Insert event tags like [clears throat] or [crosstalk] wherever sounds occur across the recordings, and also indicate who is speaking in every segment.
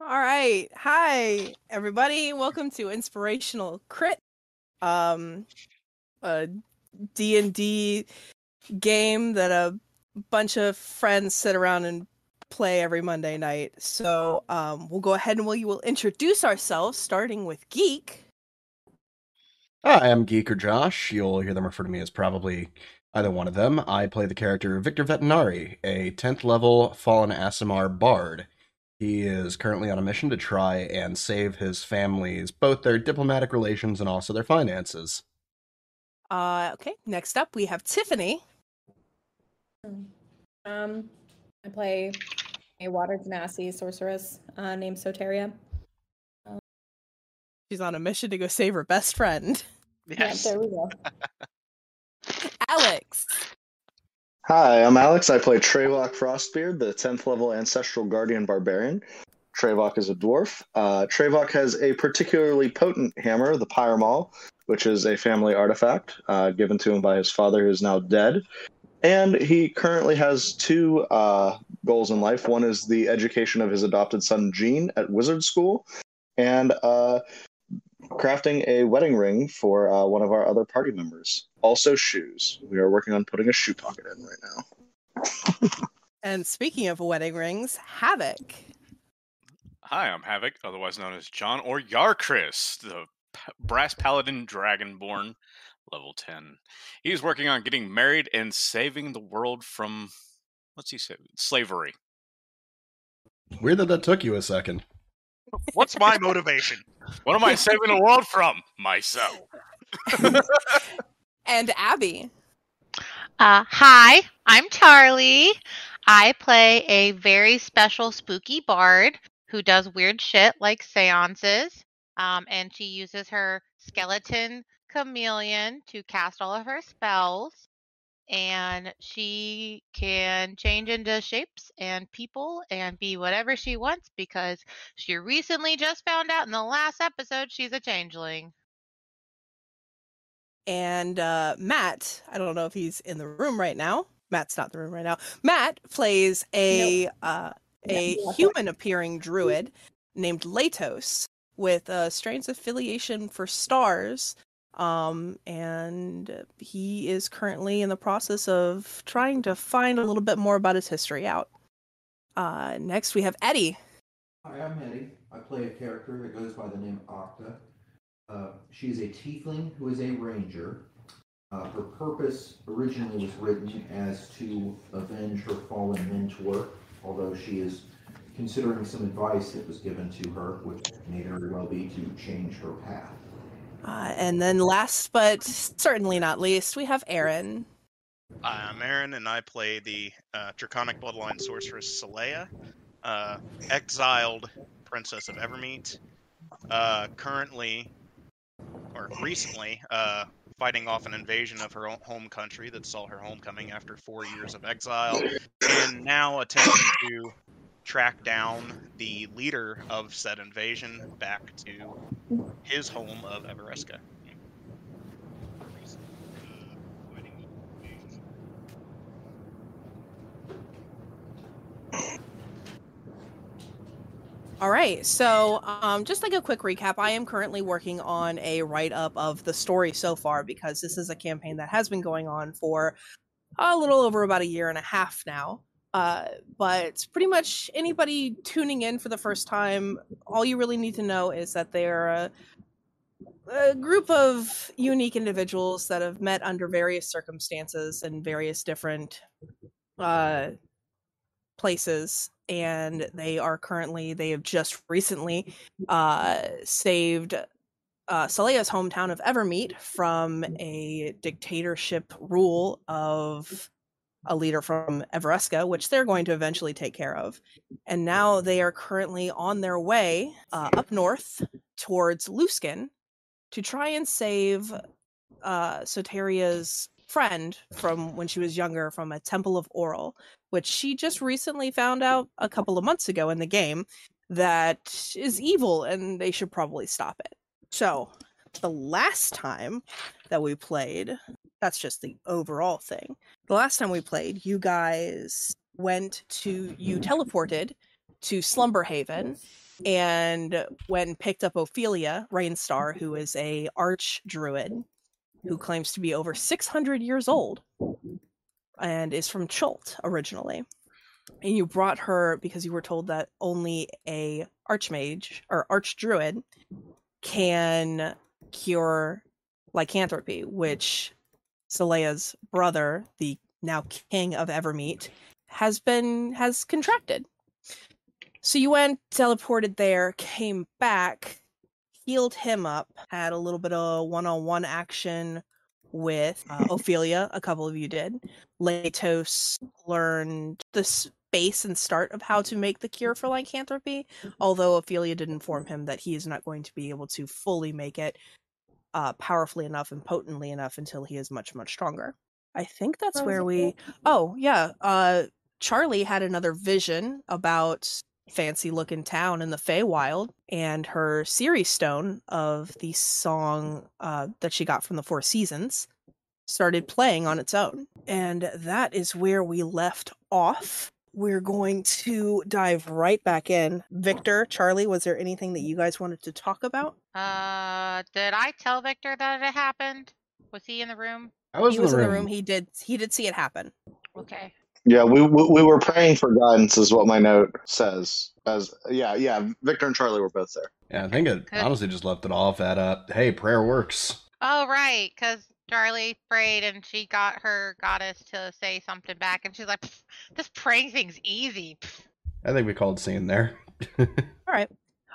Speaker 1: All right. Hi, everybody. Welcome to Inspirational Crit. Um a D&D game that a bunch of friends sit around and play every Monday night. So, um we'll go ahead and we will introduce ourselves starting with Geek.
Speaker 2: Hi, I'm Uh, Geek or Josh. You'll hear them refer to me as probably either one of them. I play the character Victor Vetinari, a 10th level fallen Asimar bard. He is currently on a mission to try and save his family's both their diplomatic relations and also their finances.
Speaker 1: Uh okay, next up we have Tiffany.
Speaker 3: Um, I play a water genasi sorceress uh, named Soteria.
Speaker 1: She's on a mission to go save her best friend,
Speaker 4: Yes.
Speaker 3: Yeah, there we go.
Speaker 1: Alex.
Speaker 5: Hi, I'm Alex. I play Treyvok Frostbeard, the 10th level ancestral guardian barbarian. Treyvok is a dwarf. Uh, Treyvok has a particularly potent hammer, the Pyramal, which is a family artifact uh, given to him by his father, who is now dead. And he currently has two uh, goals in life. One is the education of his adopted son, Gene, at wizard school, and uh, crafting a wedding ring for uh, one of our other party members. Also, shoes. We are working on putting a shoe pocket in right now.
Speaker 1: And speaking of wedding rings, Havoc.
Speaker 4: Hi, I'm Havoc, otherwise known as John or Yarkris, the p- brass paladin dragonborn, level 10. He's working on getting married and saving the world from, what's he say, slavery.
Speaker 2: Weird that that took you a second.
Speaker 6: What's my motivation?
Speaker 4: What am I saving the world from? Myself.
Speaker 6: [laughs]
Speaker 1: And Abby.
Speaker 7: Uh, hi, I'm Charlie. I play a very special spooky bard who does weird shit like seances. Um, and she uses her skeleton chameleon to cast all of her spells. And she can change into shapes and people and be whatever she wants because she recently just found out in the last episode she's a changeling.
Speaker 1: and uh, Matt. I don't know if he's in the room right now. Matt's not in the room right now. Matt plays a uh,
Speaker 3: Yeah,
Speaker 1: a
Speaker 3: yeah.
Speaker 1: human appearing druid named Latos with a strange affiliation for stars. Um, and he is currently in the process of trying to find a little bit more about his history out. Uh, next we have Eddie.
Speaker 8: Hi, I'm Eddie. I play a character that goes by the name Octa. Uh, she's a tiefling who is a ranger. Uh, her purpose originally was written as to avenge her fallen mentor, although she is considering some advice that was given to her, which may very well be to change her path.
Speaker 1: Uh, and then last but certainly not least, we have Aaron.
Speaker 6: I'm Um, Aaron, and I play the uh, Draconic Bloodline Sorceress Saleya, uh, exiled Princess of Evermeet. Uh, currently, or recently, uh, fighting off an invasion of her own home country that saw her homecoming after four years of exile, and now attempting to track down the leader of said invasion back to his home of Everesca. uh,
Speaker 1: All right. So, um, just like a quick recap, I am currently working on a write up of the story so far because this is a campaign that has been going on for a little over about a year and a half now. Uh, but pretty much anybody tuning in for the first time, all you really need to know is that they are a, a group of unique individuals that have met under various circumstances and various different uh, places and they are currently they have just recently uh saved uh Salea's hometown of Evermeet from a dictatorship rule of a leader from Everesca, which they're going to eventually take care of. And now they are currently on their way uh, up north towards Luskin to try and save uh, Soteria's friend from when she was younger from a Temple of Oral which she just recently found out a couple of months ago in the game that is evil and they should probably stop it. So, the last time that we played, that's just the overall thing. The last time we played, you guys went to you teleported to Slumber Haven and when picked up Ophelia Rainstar, who is a arch druid who claims to be over 600 years old and is from Chult originally. And you brought her because you were told that only a archmage or archdruid can cure lycanthropy, which Selea's brother, the now king of Evermeet, has been has contracted. So you went, teleported there, came back, healed him up, had a little bit of one on one action with uh, Ophelia, a couple of you did. Latos learned the s- base and start of how to make the cure for lycanthropy, although Ophelia did inform him that he is not going to be able to fully make it uh, powerfully enough and potently enough until he is much, much stronger. I think that's
Speaker 3: Oh, is
Speaker 1: where
Speaker 3: it
Speaker 1: we. Oh, yeah. Uh, Charlie had another vision about fancy looking town in the Feywild and her Siri stone of the song uh, that she got from the Four Seasons started playing on its own. And that is where we left off. We're going to dive right back in. Victor, Charlie, was there anything that you guys wanted to talk about?
Speaker 7: Uh, did I tell Victor that it happened? Was he in the room?
Speaker 2: I was,
Speaker 1: he was in the room. He did he did see it happen.
Speaker 7: Okay.
Speaker 5: Yeah, we, we we were praying for guidance, is what my note says. As yeah, yeah, Victor and Charlie were both there.
Speaker 2: yeah, I think it
Speaker 7: Good.
Speaker 2: honestly just left it off at uh, hey, prayer works.
Speaker 7: Oh right, because Charlie prayed and she got her goddess to say something back, and she's like, "Pff, "This praying thing's easy." Pff."
Speaker 2: I think we called scene there. [laughs]
Speaker 1: All right.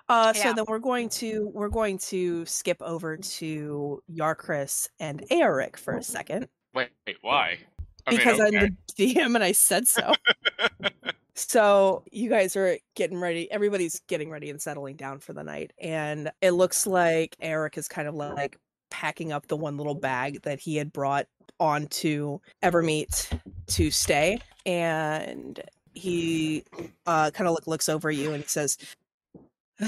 Speaker 1: Uh, so
Speaker 7: Yeah.
Speaker 1: then we're going to we're going to skip over to Yarkris and Aeric for a second
Speaker 4: Wait, wait, why? I mean,
Speaker 1: because
Speaker 4: okay.
Speaker 1: I'm [laughs] the DM and I said
Speaker 4: [laughs]
Speaker 1: so. so you guys are getting ready. Everybody's getting ready and settling down for the night, and it looks like Eric is kind of like packing up the one little bag that he had brought onto Evermeet to stay, and he uh, kind of like looks over you and says,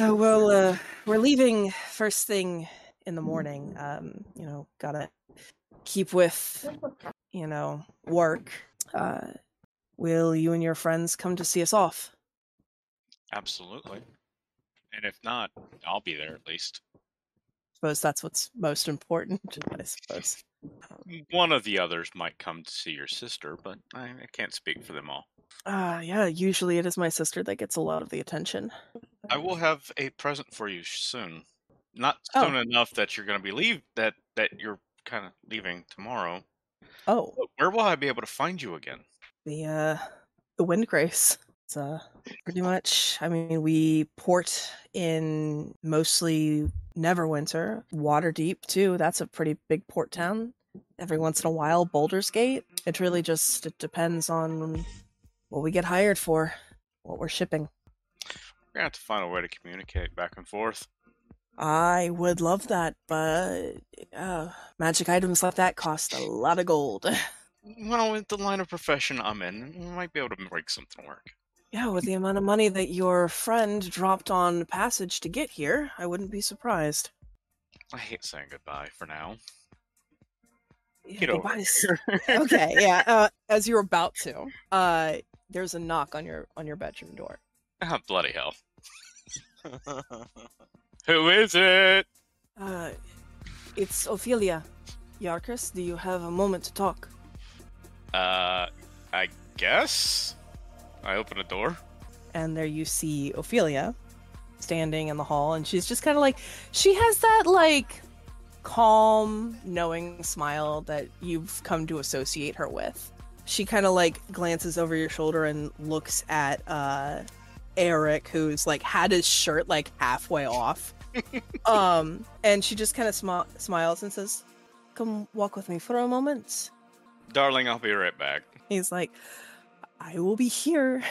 Speaker 1: uh, "Well, uh, we're leaving first thing in the morning. Um, you know, gotta keep with, you know, work. Uh, will you and your friends come to see us off?"
Speaker 4: Absolutely. And if not, I'll be there at least.
Speaker 1: suppose that's what's most important. [laughs] I suppose. Um,
Speaker 4: One of the others might come to see your sister, but I, I can't speak for them all.
Speaker 1: Uh, yeah. Usually, it is my sister that gets a lot of the attention.
Speaker 4: I will have a present for you soon. Not
Speaker 1: Oh.
Speaker 4: soon enough that you're going to be leave that that you're kind of leaving tomorrow.
Speaker 1: Oh,
Speaker 4: But where will I be able to find you again?
Speaker 1: the uh, the wind grace. It's uh, pretty much. I mean, we port in mostly Neverwinter, Waterdeep too. That's a pretty big port town. Every once in a while, Boulder's Gate. It really just it depends on what we get hired for, what we're shipping.
Speaker 4: We're gonna have to find a way to communicate back and forth.
Speaker 1: I would love that, but uh, magic items like that cost a lot of gold. [laughs]
Speaker 4: Well, with the line of profession I'm in, we might be able to make something work.
Speaker 1: yeah, with the amount of money that your friend dropped on passage to get here, I wouldn't be surprised.
Speaker 4: I hate saying goodbye for now. [laughs]
Speaker 1: Yeah,
Speaker 4: Get over
Speaker 1: goodbyes.
Speaker 4: [laughs] here.
Speaker 1: eh, okay, yeah. Uh, as you're about to, uh, there's a knock on your on your bedroom door.
Speaker 4: Ah, bloody hell! [laughs] Who is it?
Speaker 1: Uh, it's Ophelia. Yarkis, do you have a moment to talk?
Speaker 4: Uh, I guess I open a door.
Speaker 1: and there you see Ophelia standing in the hall and she's just kind of like she has that like calm knowing smile that you've come to associate her with she kind of like glances over your shoulder and looks at uh Eric who's like had his shirt like halfway off um and she just kind of smi- smiles and says come walk with me for a moment
Speaker 4: Darling, I'll be right back.
Speaker 1: he's like i will be here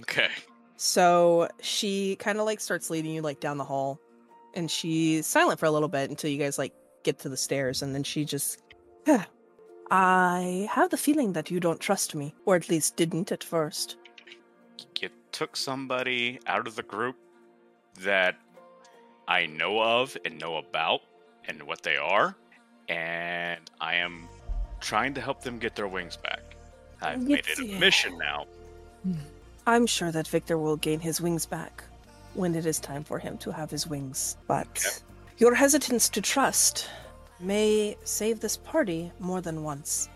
Speaker 4: Okay.
Speaker 1: So she kind of like starts leading you like down the hall and she's silent for a little bit until you guys like get to the stairs and then she just [sighs] I have the feeling that you don't trust me or at least didn't at first.
Speaker 4: you took somebody out of the group that I know of and know about and what they are, and I am trying to help them get their wings back. I've made it
Speaker 1: Yes.
Speaker 4: a mission now.
Speaker 1: I'm sure that Victor will gain his wings back when it is time for him to have his wings, but your hesitance to trust may save this party more than once.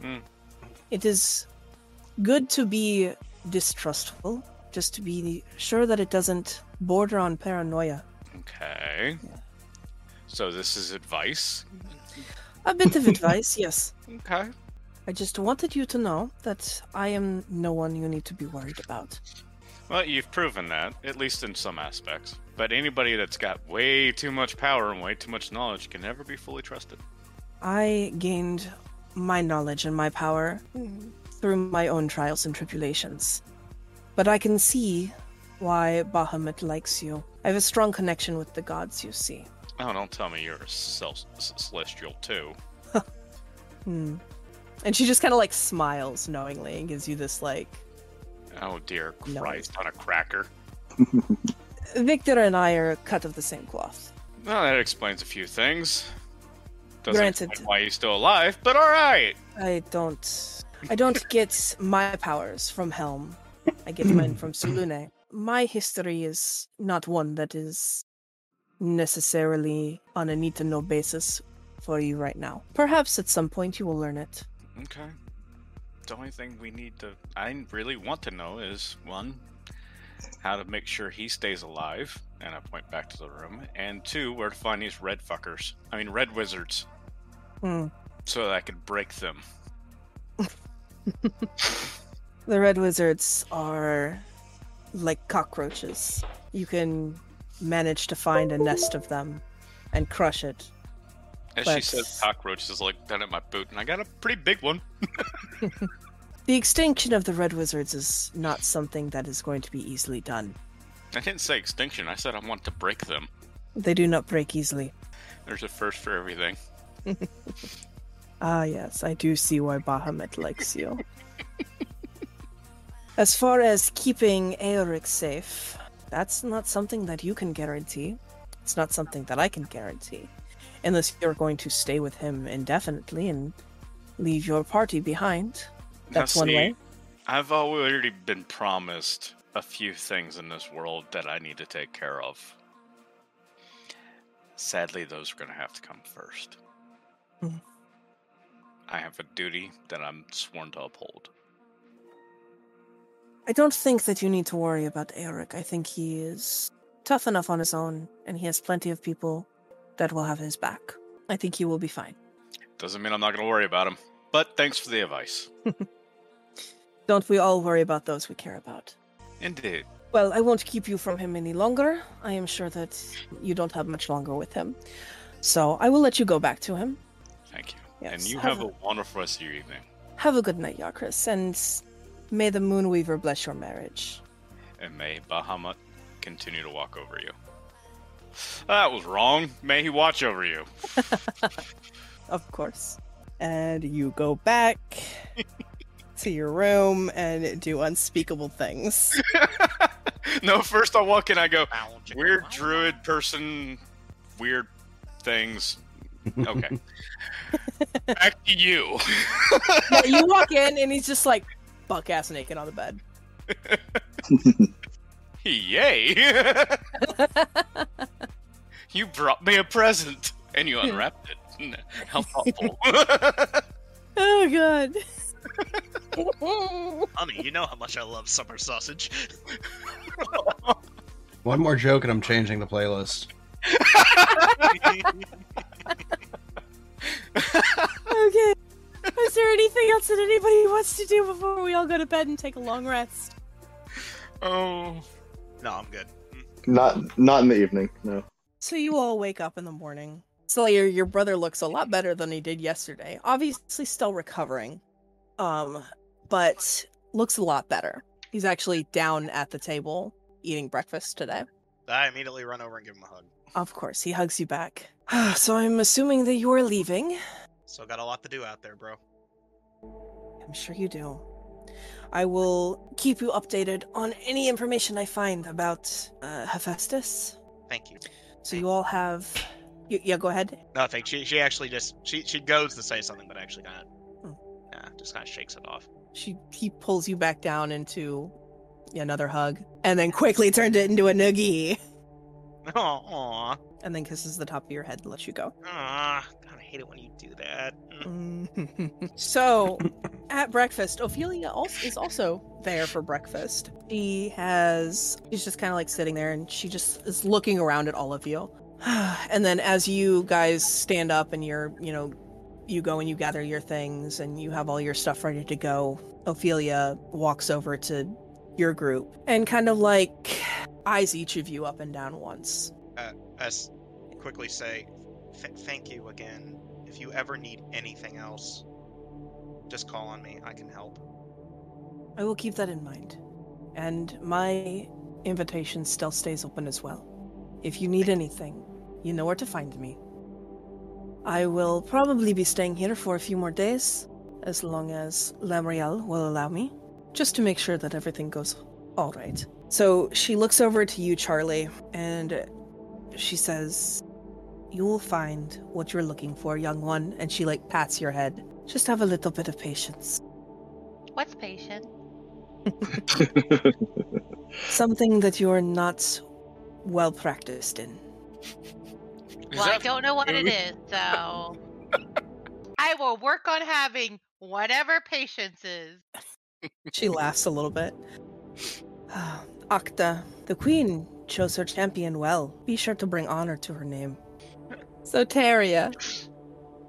Speaker 4: Hmm.
Speaker 1: It is good to be distrustful, just to be sure that it doesn't border on paranoia.
Speaker 4: Okay. So this is advice.
Speaker 1: A bit of advice, yes.
Speaker 4: Okay.
Speaker 1: I just wanted you to know that I am no one you need to be worried about.
Speaker 4: Well, you've proven that, at least in some aspects. But anybody that's got way too much power and way too much knowledge can never be fully trusted.
Speaker 1: I gained my knowledge and my power through my own trials and tribulations. But I can see why Bahamut likes you. I have a strong connection with the gods, you see.
Speaker 4: Oh, don't tell me you're a cel- c- celestial too.
Speaker 1: Hmm. And she just kind of like smiles knowingly and gives you this like.
Speaker 4: Oh dear
Speaker 1: No.
Speaker 4: Christ, on a cracker.
Speaker 1: Victor and I are cut of the same cloth.
Speaker 4: Well, that explains a few things. Doesn't
Speaker 1: Granted.
Speaker 4: explain why he's still alive, but all right.
Speaker 1: I don't. I don't get my powers from Helm. I get mine from Sulune. My history is not one that is necessarily on a need to know basis for you right now. Perhaps at some point you will learn it.
Speaker 4: Okay. The only thing we need to, I really want to know is one, how to make sure he stays alive, and I point back to the room, and two, where to find these red fuckers. I mean, red wizards,
Speaker 1: Hmm.
Speaker 4: so that I could break them.
Speaker 1: The red wizards are like cockroaches. You can manage to find a nest of them and crush it.
Speaker 4: As she
Speaker 1: But-
Speaker 4: says, cockroaches like down at my boot, and I got a pretty big one.
Speaker 1: The extinction of the red wizards is not something that is going to be easily done.
Speaker 4: I didn't say extinction. I said I want to break them.
Speaker 1: They do not break easily.
Speaker 4: There's a first for everything.
Speaker 1: Ah, yes, I do see why Bahamut likes you. as far as keeping Aoric safe, that's not something that you can guarantee. It's not something that I can guarantee. Unless you're going to stay with him indefinitely and leave your party behind.
Speaker 4: Now,
Speaker 1: That's one
Speaker 4: see,
Speaker 1: way.
Speaker 4: I've already been promised a few things in this world that I need to take care of. Sadly, those are going to have to come first.
Speaker 1: Mhm.
Speaker 4: I have a duty that I'm sworn to uphold.
Speaker 1: I don't think that you need to worry about Eric. I think he is tough enough on his own, and he has plenty of people that will have his back. I think he will be fine.
Speaker 4: Doesn't mean I'm not going to worry about him, but thanks for the advice.
Speaker 1: Don't we all worry about those we care about?
Speaker 4: Indeed.
Speaker 1: Well, I won't keep you from him any longer. I am sure that you don't have much longer with him. So I will let you go back to him.
Speaker 4: Thank you.
Speaker 1: Yes.
Speaker 4: and
Speaker 1: [laughs]
Speaker 4: you have a wonderful rest of your evening.
Speaker 1: have a good night, Yarkris, and may the Moonweaver bless your marriage.
Speaker 4: And may Bahamut continue to walk over you. That was wrong. May he watch over you. [laughs]
Speaker 1: Of course. And you go back
Speaker 4: [laughs]
Speaker 1: to your room and do unspeakable things.
Speaker 4: no, first I walk in, I go,
Speaker 6: Bound.
Speaker 4: weird druid person, weird things.
Speaker 1: [laughs]
Speaker 4: Okay. Back to you.
Speaker 1: Yeah, you walk in, and he's just like buck ass naked on the bed.
Speaker 4: [laughs] Yay. [laughs] you brought me a present and you unwrapped it.
Speaker 1: [laughs]
Speaker 4: How thoughtful. [laughs]
Speaker 1: Oh, God.
Speaker 6: Mommy, you know how much I love summer sausage. [laughs]
Speaker 2: One more joke and I'm changing the playlist.
Speaker 1: Okay. Is there anything else that anybody wants to do before we all go to bed and take a long rest?
Speaker 4: oh.
Speaker 6: no, I'm good. Mm.
Speaker 5: Not not in the evening. No.
Speaker 1: So you all wake up in the morning. Slayer, your brother looks a lot better than he did yesterday. Obviously still recovering. Um, but looks a lot better. He's actually down at the table eating breakfast today.
Speaker 6: I immediately run over and give him a hug.
Speaker 1: Of course, he hugs you back. [sighs] so I'm assuming that you're leaving.
Speaker 6: So got a lot to do out there, bro.
Speaker 1: I'm sure you do. I will keep you updated on any information I find about uh, Hephaestus.
Speaker 6: Thank you.
Speaker 1: So you all have. Y- yeah, go ahead.
Speaker 6: Nothing. She she actually just she she goes to say something, but actually kind of
Speaker 1: Hmm.
Speaker 6: nah, just kind of shakes it off. [laughs]
Speaker 1: She he pulls you back down into another hug, and then quickly turned it into a noogie,
Speaker 6: Aw,
Speaker 1: and then kisses the top of your head to let you go.
Speaker 6: aw. God, I hate it when you do that. Mm.
Speaker 1: so, at breakfast, Ophelia also is also there for breakfast. She has she's just kind of like sitting there and she just is looking around at all of you. [sighs] and then as you guys stand up and you're, you know, you go and you gather your things and you have all your stuff ready to go, Ophelia walks over to your group and kind of like eyes each of you up and down once.
Speaker 6: I s- quickly say, "Th- thank you again. If you ever need anything else, just call on me. I can help.
Speaker 1: I will keep that in mind. And my invitation still stays open as well. If you need anything, you know where to find me. I will probably be staying here for a few more days, as long as Lamriel will allow me, just to make sure that everything goes all right. So she looks over to you, Charlie, and she says, You will find what you're looking for, young one. And she, like, pats your head. Just have a little bit of patience.
Speaker 7: What's patient?
Speaker 1: something that you are not well practiced in.
Speaker 7: Well, I don't know what it is, so I will work on having whatever patience is.
Speaker 1: She laughs a little bit. [sighs] Akta, the queen chose her champion well. Be sure to bring honor to her name. So Teria,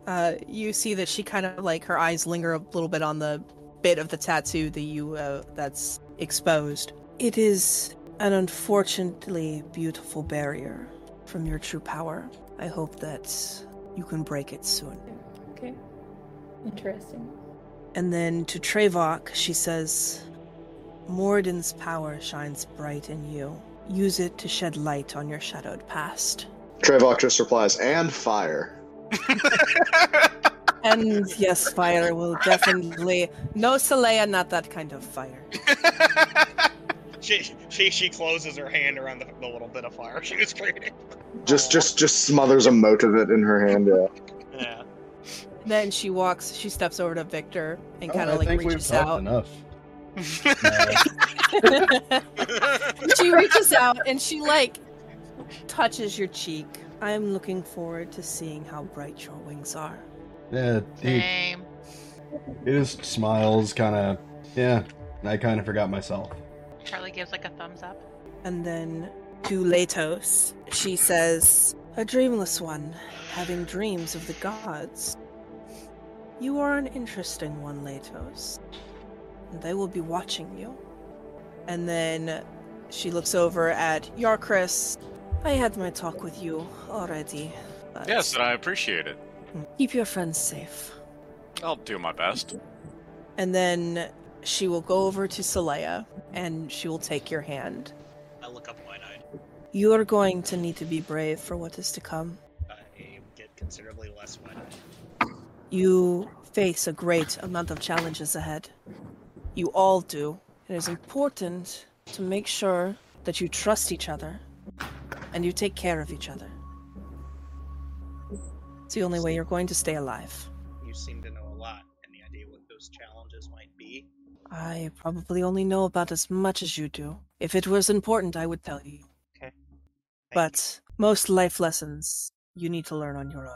Speaker 1: uh, you see that she kind of like her eyes linger a little bit on the bit of the tattoo that you uh, that's exposed. It is an unfortunately beautiful barrier from your true power. I hope that you can break it soon.
Speaker 3: Okay. Interesting.
Speaker 1: And then to Trevok, she says, Morden's power shines bright in you. Use it to shed light on your shadowed past.
Speaker 5: Trevok just replies, and fire.
Speaker 1: And yes, fire will definitely. No, Saleya, not that kind of fire.
Speaker 6: She she she closes her hand around the, the little bit of fire she was creating.
Speaker 5: Just
Speaker 6: Aw.
Speaker 5: just just smothers a mote of it in her hand. Yeah.
Speaker 6: Yeah.
Speaker 1: Then she walks, she steps over to Victor and kind
Speaker 2: Oh, I
Speaker 1: of like
Speaker 2: think
Speaker 1: reaches
Speaker 2: we've helped
Speaker 1: out.
Speaker 2: enough.
Speaker 1: [laughs] she reaches out and she like touches your cheek. I'm looking forward to seeing how bright your wings are.
Speaker 2: Yeah, he,
Speaker 7: Same.
Speaker 2: he just smiles, kind of. Yeah, I kind of forgot myself.
Speaker 7: Charlie gives like a thumbs up.
Speaker 1: And then to Latos, she says, A dreamless one, having dreams of the gods. You are an interesting one, Latos. They will be watching you. And then she looks over at Yarkris. I had my talk with you already. but
Speaker 4: [laughs] yes, and I appreciate it.
Speaker 1: Keep your friends safe.
Speaker 4: I'll do my best.
Speaker 1: And then she will go over to Saleya and she will take your hand.
Speaker 6: I look up wide eyed.
Speaker 1: You're going to need to be brave for what is to come.
Speaker 6: I get considerably less wide eyed.
Speaker 1: You face a great amount of challenges ahead. You all do. It is important to make sure that you trust each other and you take care of each other. It's the only way you're going to stay alive.
Speaker 6: You seem to know a lot, and the idea what those challenges might be.
Speaker 1: I probably only know about as much as you do. If it was important, I would tell you.
Speaker 6: Thank you.
Speaker 1: But most life lessons you need to learn on your own.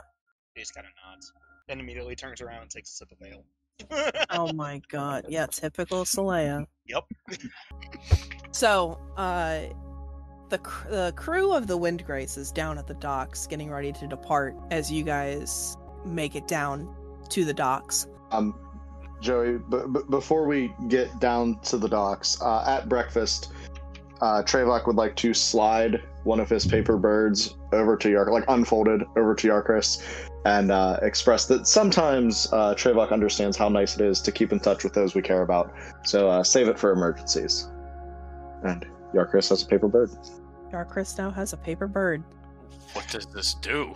Speaker 6: She just kind of nods, then immediately turns around and takes a sip of ale. [laughs]
Speaker 1: Oh my god. Yeah, typical Saleya.
Speaker 6: Yep.
Speaker 1: So, uh, the, cr- the crew of the Wind Grace is down at the docks getting ready to depart as you guys make it down to the docks.
Speaker 5: Um, Joey, b- b- before we get down to the docks, uh, at breakfast, uh, Trevok would like to slide one of his paper birds over to Yark, like unfolded over to Yarkris, and uh, express that sometimes uh, Trevok understands how nice it is to keep in touch with those we care about. So uh, save it for emergencies. And Yarkris has a paper bird.
Speaker 1: Darkris now has a paper bird.
Speaker 4: What does this do?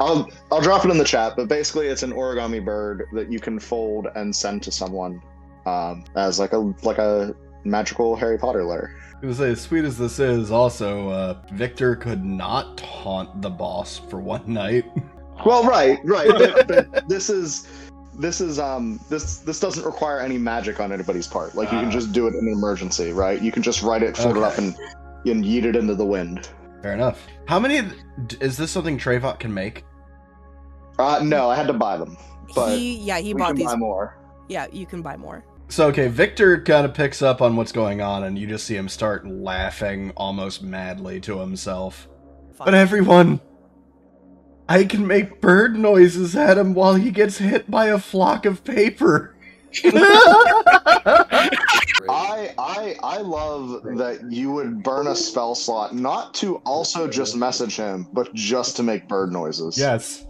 Speaker 5: I'll I'll drop it in the chat, but basically it's an origami bird that you can fold and send to someone um, as like a like a magical Harry Potter letter.
Speaker 2: I was gonna say, as sweet as this is, also, uh, Victor could not taunt the boss for one night. [laughs]
Speaker 5: [laughs] Well, right, right. But, but this is this is um this this doesn't require any magic on anybody's part. Like you can just do it in an emergency, right? You can just write it, fold it up,
Speaker 2: Okay.
Speaker 5: and and yeet it into the wind.
Speaker 2: Fair enough. How many d- is this something Trayvok can make?
Speaker 5: Uh, no, I had to buy them. But
Speaker 1: he, yeah, he
Speaker 5: we
Speaker 1: bought
Speaker 5: can
Speaker 1: these.
Speaker 5: buy more.
Speaker 1: Yeah, you can buy more.
Speaker 2: So okay, Victor kind of picks up on what's going on, and you just see him start laughing almost madly to himself.
Speaker 1: Fine.
Speaker 2: But everyone, I can make bird noises at him while he gets hit by a flock of paper. [laughs]
Speaker 5: I I I love that you would burn a spell slot not to also just message him, but just to make bird noises.
Speaker 2: yes.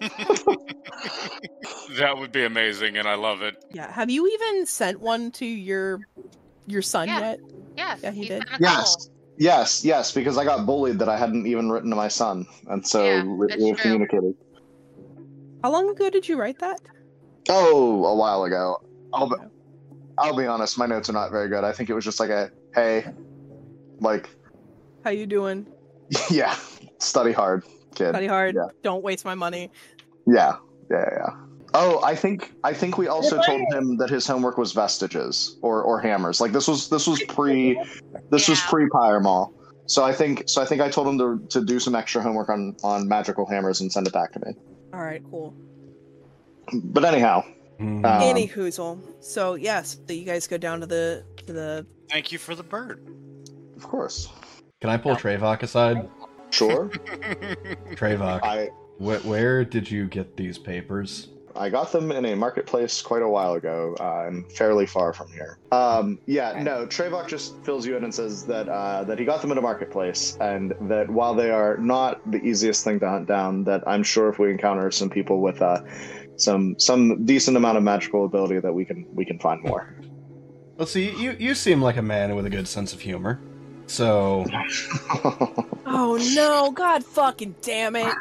Speaker 4: [laughs] That would be amazing, and I love it.
Speaker 1: yeah, have you even sent one to your your son
Speaker 7: Yeah.
Speaker 1: yet?
Speaker 7: Yes.
Speaker 1: Yeah, he
Speaker 7: he's
Speaker 1: did.
Speaker 7: done a
Speaker 5: Yes. Yes, yes, because I got bullied that I hadn't even written to my son, and so
Speaker 7: Yeah,
Speaker 5: we-
Speaker 7: that's
Speaker 5: we've
Speaker 7: true.
Speaker 5: communicated.
Speaker 1: How long ago did you write that?
Speaker 5: Oh, a while ago. I'll be,
Speaker 1: Okay.
Speaker 5: I'll be honest, my notes are not very good. I think it was just like a hey, like [laughs]
Speaker 1: How you doing?
Speaker 5: yeah, study hard, kid.
Speaker 1: Study hard.
Speaker 5: Yeah.
Speaker 1: Don't waste my money.
Speaker 5: Yeah, yeah, yeah. Oh, I think I think we also told him that his homework was vestiges or or hammers. Like this was this was pre this was
Speaker 7: Yeah.
Speaker 5: pre Pyre Mall. So I think so I think I told him to to do some extra homework on on magical hammers and send it back to me.
Speaker 1: All right, cool.
Speaker 5: But anyhow,
Speaker 2: Mhm.
Speaker 5: Um,
Speaker 1: Any hoozle. So yes, so you guys go down to the to the
Speaker 4: Thank you for the bird.
Speaker 5: of course,
Speaker 2: Can I pull Trayvok aside?
Speaker 5: sure.
Speaker 2: Trayvok,
Speaker 5: I
Speaker 2: wh- where did you get these papers?
Speaker 5: I got them in a marketplace quite a while ago. Uh, and fairly far from here. Um, yeah, no. Trayvok just fills you in and says that uh, that he got them at a marketplace, and that while they are not the easiest thing to hunt down, that I'm sure if we encounter some people with uh, some some decent amount of magical ability, that we can we can find more. [laughs]
Speaker 2: Let's see. You you seem like a man with a good sense of humor. So
Speaker 1: Oh no, god fucking damn it.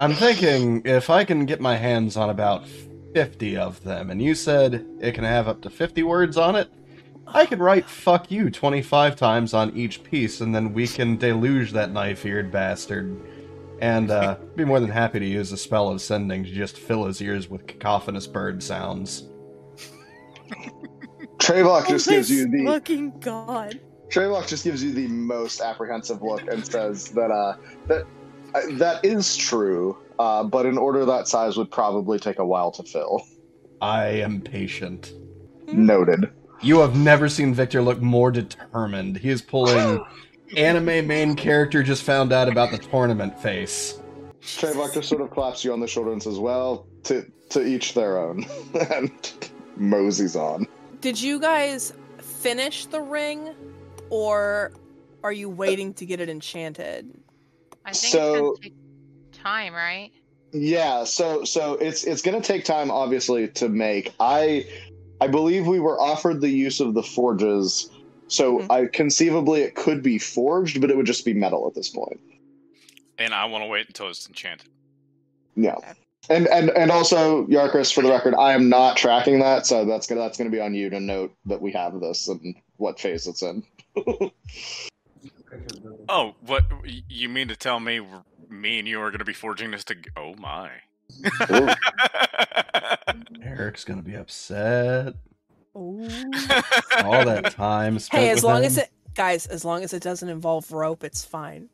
Speaker 2: I'm thinking if I can get my hands on about 50 of them, and you said it can have up to 50 words on it, I can write fuck you 25 times on each piece, and then we can deluge that knife eared bastard. And uh, be more than happy to use the spell of sending to just fill his ears with cacophonous bird sounds.
Speaker 5: Trayvok
Speaker 1: Oh
Speaker 5: just gives
Speaker 1: my
Speaker 5: you the
Speaker 1: fucking god.
Speaker 5: Trayvok just gives you the most apprehensive look and says that uh, that uh, that is true, uh, but an order that size would probably take a while to fill.
Speaker 2: I am patient.
Speaker 5: Noted.
Speaker 2: You have never seen Victor look more determined. He is pulling anime main character just found out about the tournament face.
Speaker 5: Trayvok just sort of claps you on the shoulder and says, "Well, to to each their own," [laughs] and moseys on.
Speaker 1: Did you guys finish the ring or are you waiting to get it enchanted?
Speaker 7: I think
Speaker 5: So-
Speaker 7: it's gonna take time, right?
Speaker 5: Yeah, so so it's it's going to take time, obviously, to make. I I believe we were offered the use of the forges, so
Speaker 1: Mhm.
Speaker 5: I conceivably it could be forged, but it would just be metal at this point.
Speaker 4: And I want to wait until it's enchanted.
Speaker 5: Yeah. And, and and also Yarkris, for the record, I am not tracking that, so that's gonna that's gonna be on you to note that we have this and what phase it's in.
Speaker 4: Oh, what y- you mean to tell me? we're- Me and you are going to be forging this to? Oh my! [laughs]
Speaker 5: Ooh.
Speaker 2: Eric's gonna be upset.
Speaker 5: [laughs]
Speaker 1: Ooh.
Speaker 2: All that time spent.
Speaker 1: Hey, as
Speaker 2: with
Speaker 1: long
Speaker 2: him.
Speaker 1: as it guys, as long as it doesn't involve rope, it's fine.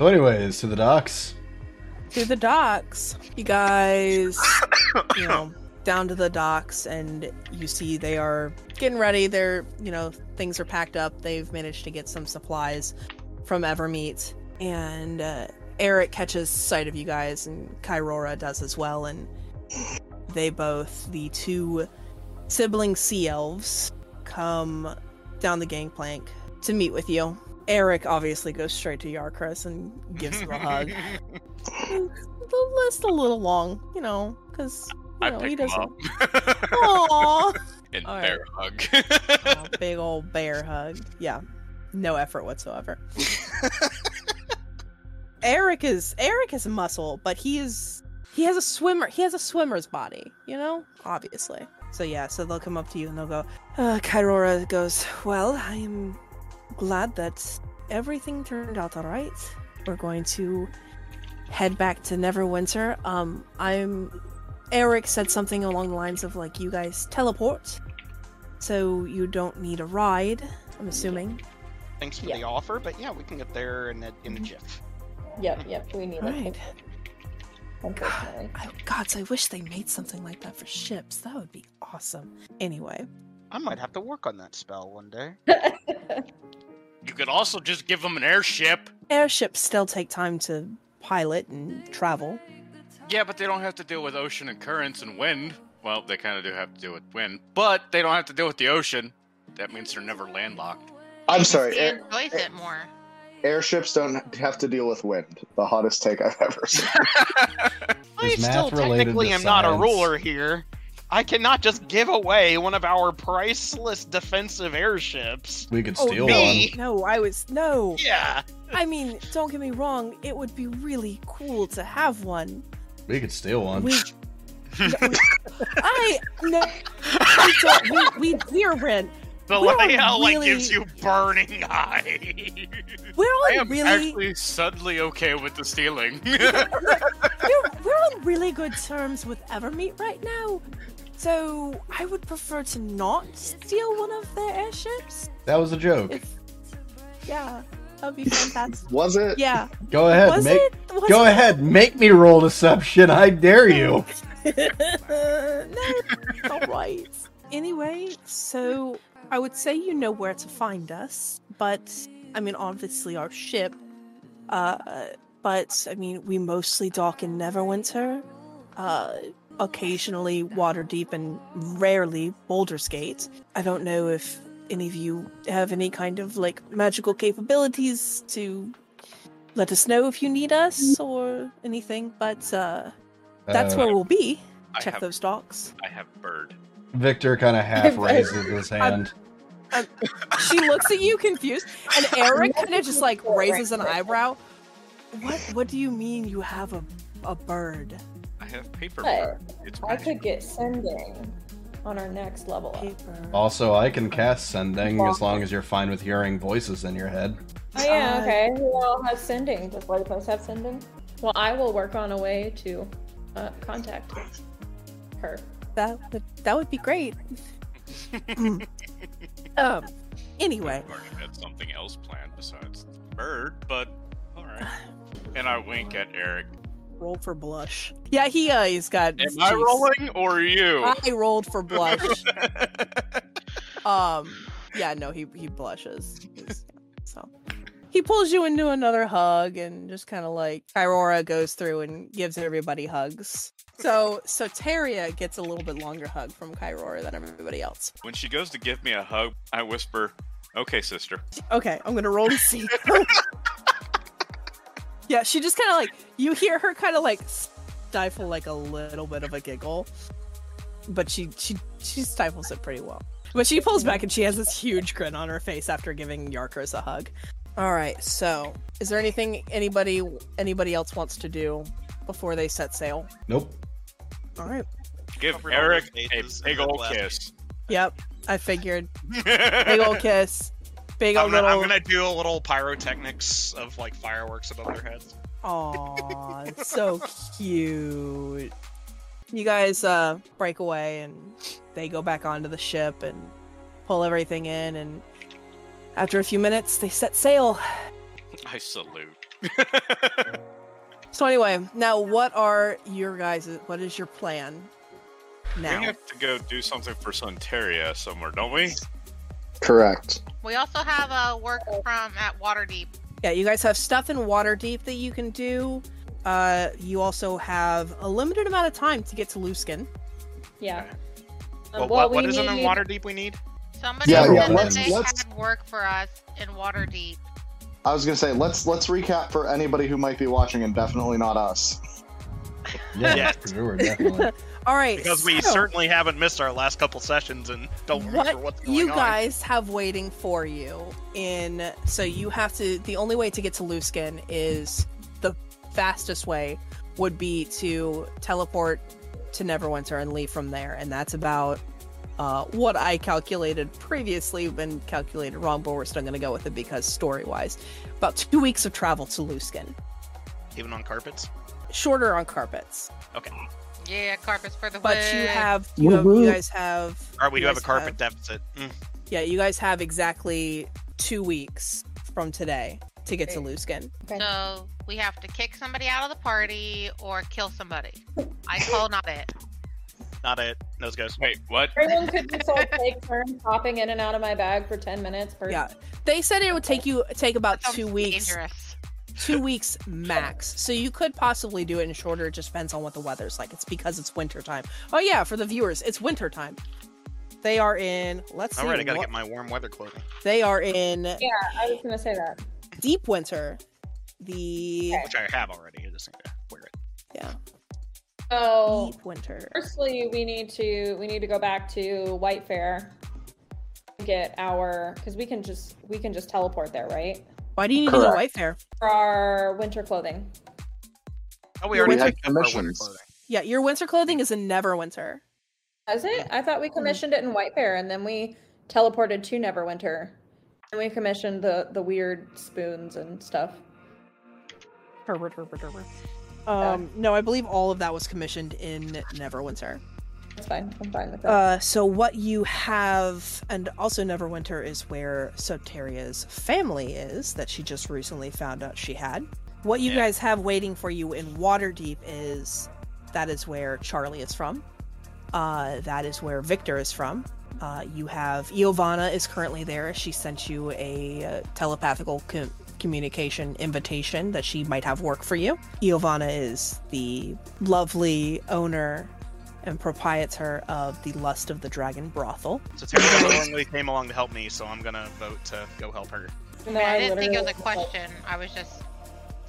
Speaker 2: So, anyways, to the docks.
Speaker 1: To the docks. You guys you know, down to the docks and you see they are getting ready. They're, you know, things are packed up. They've managed to get some supplies from Evermeet. And uh, Eric catches sight of you guys, and Kyrora does as well. And they both, the two sibling sea elves, come down the gangplank to meet with you. Eric obviously goes straight to Yarkris and gives him a
Speaker 4: [laughs]
Speaker 1: hug. The list a little long, you know, because you
Speaker 4: I
Speaker 1: know he
Speaker 4: picked him
Speaker 1: doesn't.
Speaker 4: up.
Speaker 1: [laughs] Aww.
Speaker 4: [laughs] and
Speaker 1: All
Speaker 4: bear hug. [laughs]
Speaker 1: big old bear hug. Yeah. No effort whatsoever. Eric is Eric is a muscle, but he is he has a swimmer he has a swimmer's body, you know? Obviously. So yeah, so they'll come up to you and they'll go, uh Kyrora goes, Well, I am glad that everything turned out alright. We're going to head back to Neverwinter. Um I'm Eric said something along the lines of like, "You guys teleport, so you don't need a ride." I'm assuming.
Speaker 9: Thanks for
Speaker 3: Yeah.
Speaker 9: the offer, but yeah, we can get there in a, in a
Speaker 2: Mm-hmm.
Speaker 9: jiff.
Speaker 3: Yep, yep, we need
Speaker 1: All
Speaker 3: it.
Speaker 1: right.
Speaker 3: Unfortunately.
Speaker 1: Oh, gods, I wish they made something like that for ships. That would be awesome. Anyway,
Speaker 9: I might have to work on that spell one day.
Speaker 4: You could also just give them an airship.
Speaker 1: airships still take time to pilot and travel.
Speaker 4: Yeah, but they don't have to deal with ocean and currents and wind. Well, they kind of do have to deal with wind, but they don't have to deal with the ocean. That means they're never landlocked.
Speaker 5: I'm sorry.
Speaker 7: He
Speaker 5: Air,
Speaker 7: enjoys it more.
Speaker 5: airships don't have to deal with wind. The hottest take I've ever seen.
Speaker 9: I
Speaker 2: Is math
Speaker 9: still
Speaker 2: related
Speaker 9: technically
Speaker 2: to
Speaker 9: am not a
Speaker 2: science?
Speaker 9: ruler here. I cannot just give away one of our priceless defensive airships.
Speaker 2: We could
Speaker 1: Oh,
Speaker 2: steal
Speaker 9: no.
Speaker 2: one.
Speaker 1: No, I was no.
Speaker 9: Yeah.
Speaker 1: I mean, don't get me wrong. It would be really cool to have one.
Speaker 2: We could steal one.
Speaker 1: We,
Speaker 4: [laughs]
Speaker 1: I no. We, don't, we, we deer rent.
Speaker 6: The
Speaker 1: We're all
Speaker 6: layout like gives
Speaker 1: really-
Speaker 6: you burning eye.
Speaker 1: We're
Speaker 4: I
Speaker 1: on
Speaker 4: am
Speaker 1: really
Speaker 4: actually suddenly okay with
Speaker 3: [laughs]
Speaker 4: the stealing. [laughs]
Speaker 1: we're, we're on really good terms with Evermeet right now. So I would prefer to not steal one of their airships.
Speaker 2: That was a joke.
Speaker 1: If yeah, that'd be fantastic.
Speaker 5: Was it?
Speaker 1: Yeah.
Speaker 2: Go ahead,
Speaker 1: was
Speaker 2: make
Speaker 1: it? Was
Speaker 2: go
Speaker 1: it-
Speaker 2: ahead, make me roll deception. I dare you.
Speaker 1: [laughs] no, it's all right. Anyway, so I would say you know where to find us, but I mean, obviously our ship. Uh, but I mean, we mostly dock in Neverwinter, uh, occasionally Waterdeep, and rarely Boulder's Gate. I don't know if any of you have any kind of like magical capabilities to let us know if you need us or anything, but uh, that's
Speaker 2: Uh,
Speaker 1: where we'll be.
Speaker 4: I
Speaker 1: Check
Speaker 4: have-
Speaker 1: those [laughs] docks.
Speaker 4: I have bird.
Speaker 1: [laughs]
Speaker 2: Victor kind of half raises his hand.
Speaker 1: She looks at you confused, [laughs] and Eric kind of just like raises an eyebrow. What? What do you mean you have a a bird?
Speaker 4: I have paper
Speaker 3: But
Speaker 4: bird. It's
Speaker 3: I
Speaker 4: magic.
Speaker 3: could get sending on our next level up.
Speaker 1: Paper.
Speaker 4: Oh.
Speaker 2: Also, I can cast sending as long as you're fine with hearing voices in your head.
Speaker 3: Oh yeah,
Speaker 1: Uh,
Speaker 3: okay. We all have sending. Does both of us have sending? Well, I will work on a way to uh, contact her.
Speaker 1: That would that would be [laughs] great. um. Anyway,
Speaker 4: I had something else planned besides the bird, but all right. And I wink at Eric.
Speaker 1: roll for blush. Yeah, he uh, he's got.
Speaker 4: Am I
Speaker 1: jeez.
Speaker 4: rolling
Speaker 3: [laughs]
Speaker 4: or you?
Speaker 1: I rolled for blush.
Speaker 3: Uh,
Speaker 1: um. Yeah. No. He he blushes. He's- So he pulls you into another hug and just kind of like Kyrora goes through and gives everybody hugs. So so Soteria gets a little bit longer hug from Kyrora than everybody else.
Speaker 4: [laughs] When she goes to give me a hug, I whisper, "Okay, sister."
Speaker 1: Okay, I'm gonna roll to see. [laughs] yeah, she just kind of like you hear her kind of like stifle like a little bit of a giggle, but she she she stifles it pretty well. But she pulls back and she has this huge grin on her face after giving Yarkers a hug. All right, so is there anything anybody anybody else wants to do before they set sail?
Speaker 2: Nope.
Speaker 1: All right.
Speaker 4: Give
Speaker 6: Covered all [laughs]
Speaker 4: Eric
Speaker 6: those
Speaker 4: a
Speaker 6: bases
Speaker 4: big
Speaker 6: and
Speaker 4: old
Speaker 6: left.
Speaker 4: kiss.
Speaker 1: Yep, I figured. Big
Speaker 4: [laughs]
Speaker 1: old kiss. Big
Speaker 6: I'm
Speaker 1: old
Speaker 6: gonna, I'm
Speaker 1: little.
Speaker 6: gonna do a little pyrotechnics of like fireworks above their heads.
Speaker 1: Aw, so cute. You guys uh, break away and they go back onto the ship and pull everything in. And after a few minutes, they set sail.
Speaker 4: I salute.
Speaker 1: So anyway, now what are your guys? What is your plan now?
Speaker 4: We have to go do something for Sunteria somewhere, don't we?
Speaker 5: Correct.
Speaker 7: We also have a work from at Waterdeep.
Speaker 1: Yeah, you guys have stuff in Waterdeep that you can do. Uh, you also have a limited amount of time to get to Luskin.
Speaker 3: Yeah.
Speaker 6: Okay.
Speaker 3: Um,
Speaker 6: Well, what,
Speaker 3: we
Speaker 6: what is it in
Speaker 3: need-
Speaker 6: Waterdeep we need?
Speaker 7: Somebody
Speaker 5: Yeah,
Speaker 7: said
Speaker 2: yeah,
Speaker 7: that
Speaker 2: let's-
Speaker 7: they
Speaker 5: let's-
Speaker 7: had work for us in Waterdeep.
Speaker 5: I was gonna say let's let's recap for anybody who might be watching and definitely not us.
Speaker 2: Yeah,
Speaker 6: Yes.
Speaker 2: for sure, definitely.
Speaker 1: All right,
Speaker 6: Because we
Speaker 1: so-
Speaker 6: certainly haven't missed our last couple sessions and don't remember
Speaker 1: what
Speaker 6: what's going
Speaker 1: you
Speaker 6: on.
Speaker 1: guys have waiting for you in so you have to the only way to get to Luskin is the fastest way would be to teleport to Neverwinter and leave from there and that's about uh, what I calculated previously been calculated wrong but we're still going to go with it because story wise about two weeks of travel to Luskin
Speaker 6: Even on carpets.
Speaker 1: shorter on carpets.
Speaker 7: Yeah, carpets for the
Speaker 1: But
Speaker 7: win.
Speaker 1: you have you, have, you
Speaker 5: Woo-hoo.
Speaker 1: guys have
Speaker 6: All right, we
Speaker 1: you
Speaker 6: do have a
Speaker 1: guys
Speaker 6: carpet deficit. Mm.
Speaker 1: yeah, you guys have exactly two weeks from today to get to
Speaker 3: Great.
Speaker 1: Luskin.
Speaker 7: Uh,
Speaker 3: Okay.
Speaker 7: So we have to kick somebody out of the party or kill somebody. I call not it.
Speaker 6: Not it. Those goes.
Speaker 4: Wait, what?
Speaker 3: Everyone could just
Speaker 7: [laughs]
Speaker 3: all take turns popping in and out of my bag for 10 minutes per
Speaker 1: Yeah. They said it would take you take about [laughs]
Speaker 7: Sounds
Speaker 1: two weeks
Speaker 7: Dangerous.
Speaker 1: two weeks max. So you could possibly do it in shorter. It just depends on what the weather's like. It's because it's winter time. Oh yeah, for the viewers, it's winter time. They are in. Let's see.
Speaker 6: All right, I gotta
Speaker 1: what-
Speaker 6: get my warm weather clothing.
Speaker 1: they are in
Speaker 3: Yeah, I was gonna say that.
Speaker 1: deep winter. The
Speaker 6: which I have already. I just need to wear it.
Speaker 3: So
Speaker 1: deep winter.
Speaker 3: firstly we need to we need to go back to White Fair. Get our because we can just we can just teleport there, right?
Speaker 1: Why do you need to go to
Speaker 5: Correct.
Speaker 1: White Fair?
Speaker 3: For our winter clothing.
Speaker 6: Oh,
Speaker 1: We
Speaker 6: already
Speaker 5: had
Speaker 6: picked up our winter
Speaker 5: commissions.
Speaker 6: clothing.
Speaker 1: Yeah, your winter clothing is in Neverwinter.
Speaker 3: Is it? I thought we commissioned it in White Bear and then we teleported to Neverwinter. And we commissioned the the weird spoons and stuff.
Speaker 1: Herbert, Herbert, Herbert. Um, no, I believe all of that was commissioned in Neverwinter.
Speaker 3: That's fine. I'm fine with that.
Speaker 1: Uh, so what you have, and also Neverwinter is where Soteria's family is that she just recently found out she had. What you
Speaker 4: Yeah.
Speaker 1: guys have waiting for you in Waterdeep is that is where Charlie is from. Uh, that is where Victor is from. Uh, you have Iovana is currently there. She sent you a uh, telepathical com- communication invitation that she might have work for you. Iovana is the lovely owner and proprietor of the Lust of the Dragon brothel.
Speaker 6: So
Speaker 1: [laughs]
Speaker 6: Tara willingly came along to help me, so I'm gonna vote to go help her.
Speaker 3: Even though
Speaker 7: I, mean, I didn't think it was
Speaker 3: literally
Speaker 7: a question. I was just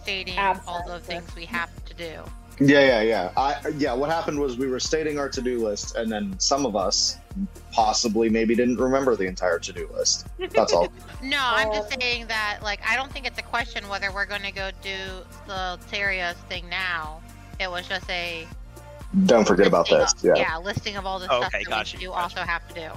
Speaker 7: stating all the
Speaker 3: Absent.
Speaker 7: things we have to do.
Speaker 5: Yeah, yeah, yeah. I yeah. What happened was we were stating our to-do list, and then some of us possibly maybe didn't remember the entire to-do list. That's all.
Speaker 7: No, I'm just
Speaker 3: Um,
Speaker 7: saying that, like, I don't think it's a question whether we're going to go do the Teria's thing now. It was just a
Speaker 5: Don't forget about
Speaker 7: listing
Speaker 5: this.
Speaker 7: of-
Speaker 5: Yeah.
Speaker 7: listing of all the
Speaker 6: Oh,
Speaker 7: stuff
Speaker 6: okay,
Speaker 7: that
Speaker 6: gotcha,
Speaker 7: we do
Speaker 6: gotcha.
Speaker 7: also have to do.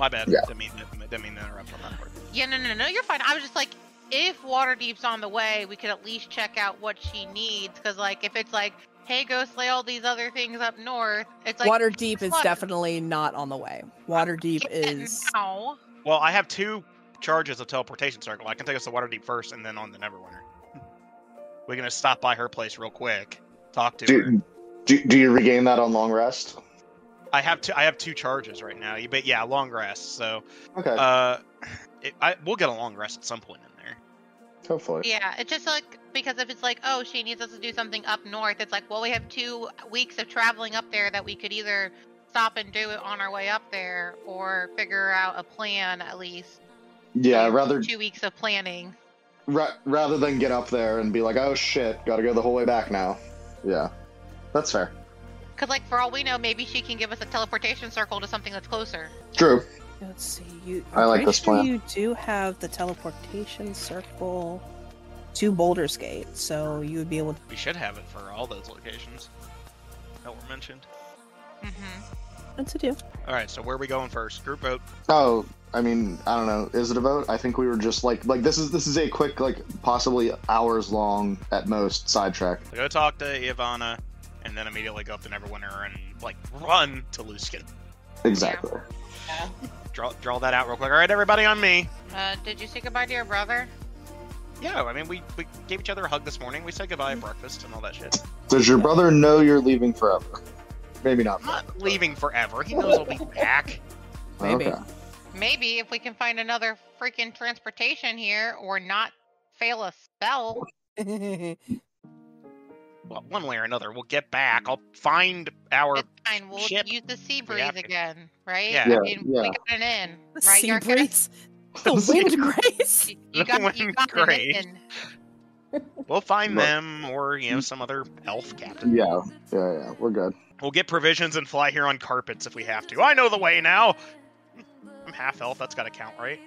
Speaker 6: My bad.
Speaker 5: Yeah.
Speaker 6: Didn't mean, to- didn't mean to interrupt on that part.
Speaker 7: Yeah, no, no, no, you're fine. I was just like, if Waterdeep's on the way, we could at least check out what she needs. Because, like, if it's like, hey, go slay all these other things up north, it's like,
Speaker 1: Waterdeep is
Speaker 7: Water-
Speaker 1: definitely not on the way. Waterdeep
Speaker 7: get it
Speaker 1: is
Speaker 7: now.
Speaker 6: Well, I have two charges of teleportation circle. I can take us to Waterdeep first, and then on the Neverwinter. [laughs] We're gonna stop by her place real quick, talk to her.
Speaker 5: Do, do, do you regain that on long rest?
Speaker 6: I have two. I have two charges right now. But yeah, long rest. So
Speaker 5: Okay.
Speaker 6: uh, [laughs] it, I we'll get a long rest at some point in there.
Speaker 5: hopefully.
Speaker 7: Yeah, it's just like because if it's like, oh, she needs us to do something up north, it's like, well, we have two weeks of traveling up there that we could either stop and do it on our way up there or figure out a plan at least.
Speaker 5: Yeah.
Speaker 7: So,
Speaker 5: Rather
Speaker 7: two weeks of planning.
Speaker 5: ra- rather than get up there and be like, oh shit, got to go the whole way back now. Yeah. That's fair.
Speaker 7: Because, like, for all we know, maybe she can give us a teleportation circle to something that's closer.
Speaker 5: True.
Speaker 1: Let's see. You.
Speaker 5: I
Speaker 1: I'm
Speaker 5: like
Speaker 1: pretty
Speaker 5: this
Speaker 1: sure
Speaker 5: plan.
Speaker 1: You do have the teleportation circle to Boulder's Gate, so you would be able. to...
Speaker 6: We should have it for all those locations that were mentioned.
Speaker 7: hmm
Speaker 1: What to do?
Speaker 6: All right, so where are we going first? Group vote.
Speaker 5: Oh, I mean, I don't know. Is it a vote? I think we were just like, like this is this is a quick, like possibly hours long at most sidetrack.
Speaker 6: So go talk to Ivana, and then immediately go up to Neverwinter and like run to Luskin.
Speaker 5: Exactly.
Speaker 6: Draw draw that out real quick. All right, everybody on me.
Speaker 7: Uh, did you say goodbye to your brother?
Speaker 6: Yeah, I mean we we gave each other a hug this morning. We said goodbye at breakfast and all that shit.
Speaker 5: Does your brother know you're leaving forever? Maybe not.
Speaker 6: I'm not leaving forever. He knows I'll be back.
Speaker 1: Maybe. [laughs]
Speaker 5: Okay.
Speaker 7: Maybe if we can find another freaking transportation here or not fail a spell.
Speaker 6: Well, one way or another, we'll get back. I'll find our.
Speaker 7: It's fine. We'll
Speaker 6: ship.
Speaker 7: use the sea
Speaker 6: We
Speaker 7: breeze
Speaker 6: have to.
Speaker 7: again, right?
Speaker 6: Yeah.
Speaker 5: Yeah,
Speaker 7: I mean,
Speaker 5: yeah.
Speaker 7: We got an in,
Speaker 1: The
Speaker 7: right?
Speaker 1: sea
Speaker 7: You're
Speaker 5: [laughs]
Speaker 7: gonna-
Speaker 1: breeze. The wind grace.
Speaker 7: [laughs] You, you got,
Speaker 6: [laughs]
Speaker 7: you
Speaker 6: Wind
Speaker 7: got an
Speaker 6: grace.
Speaker 7: in.
Speaker 6: We'll find
Speaker 5: Right.
Speaker 6: them or you know some other elf captain.
Speaker 5: Yeah. Yeah. Yeah. We're good.
Speaker 6: We'll get provisions and fly here on carpets if we have to. I know the way now. I'm half elf. That's got to count, right?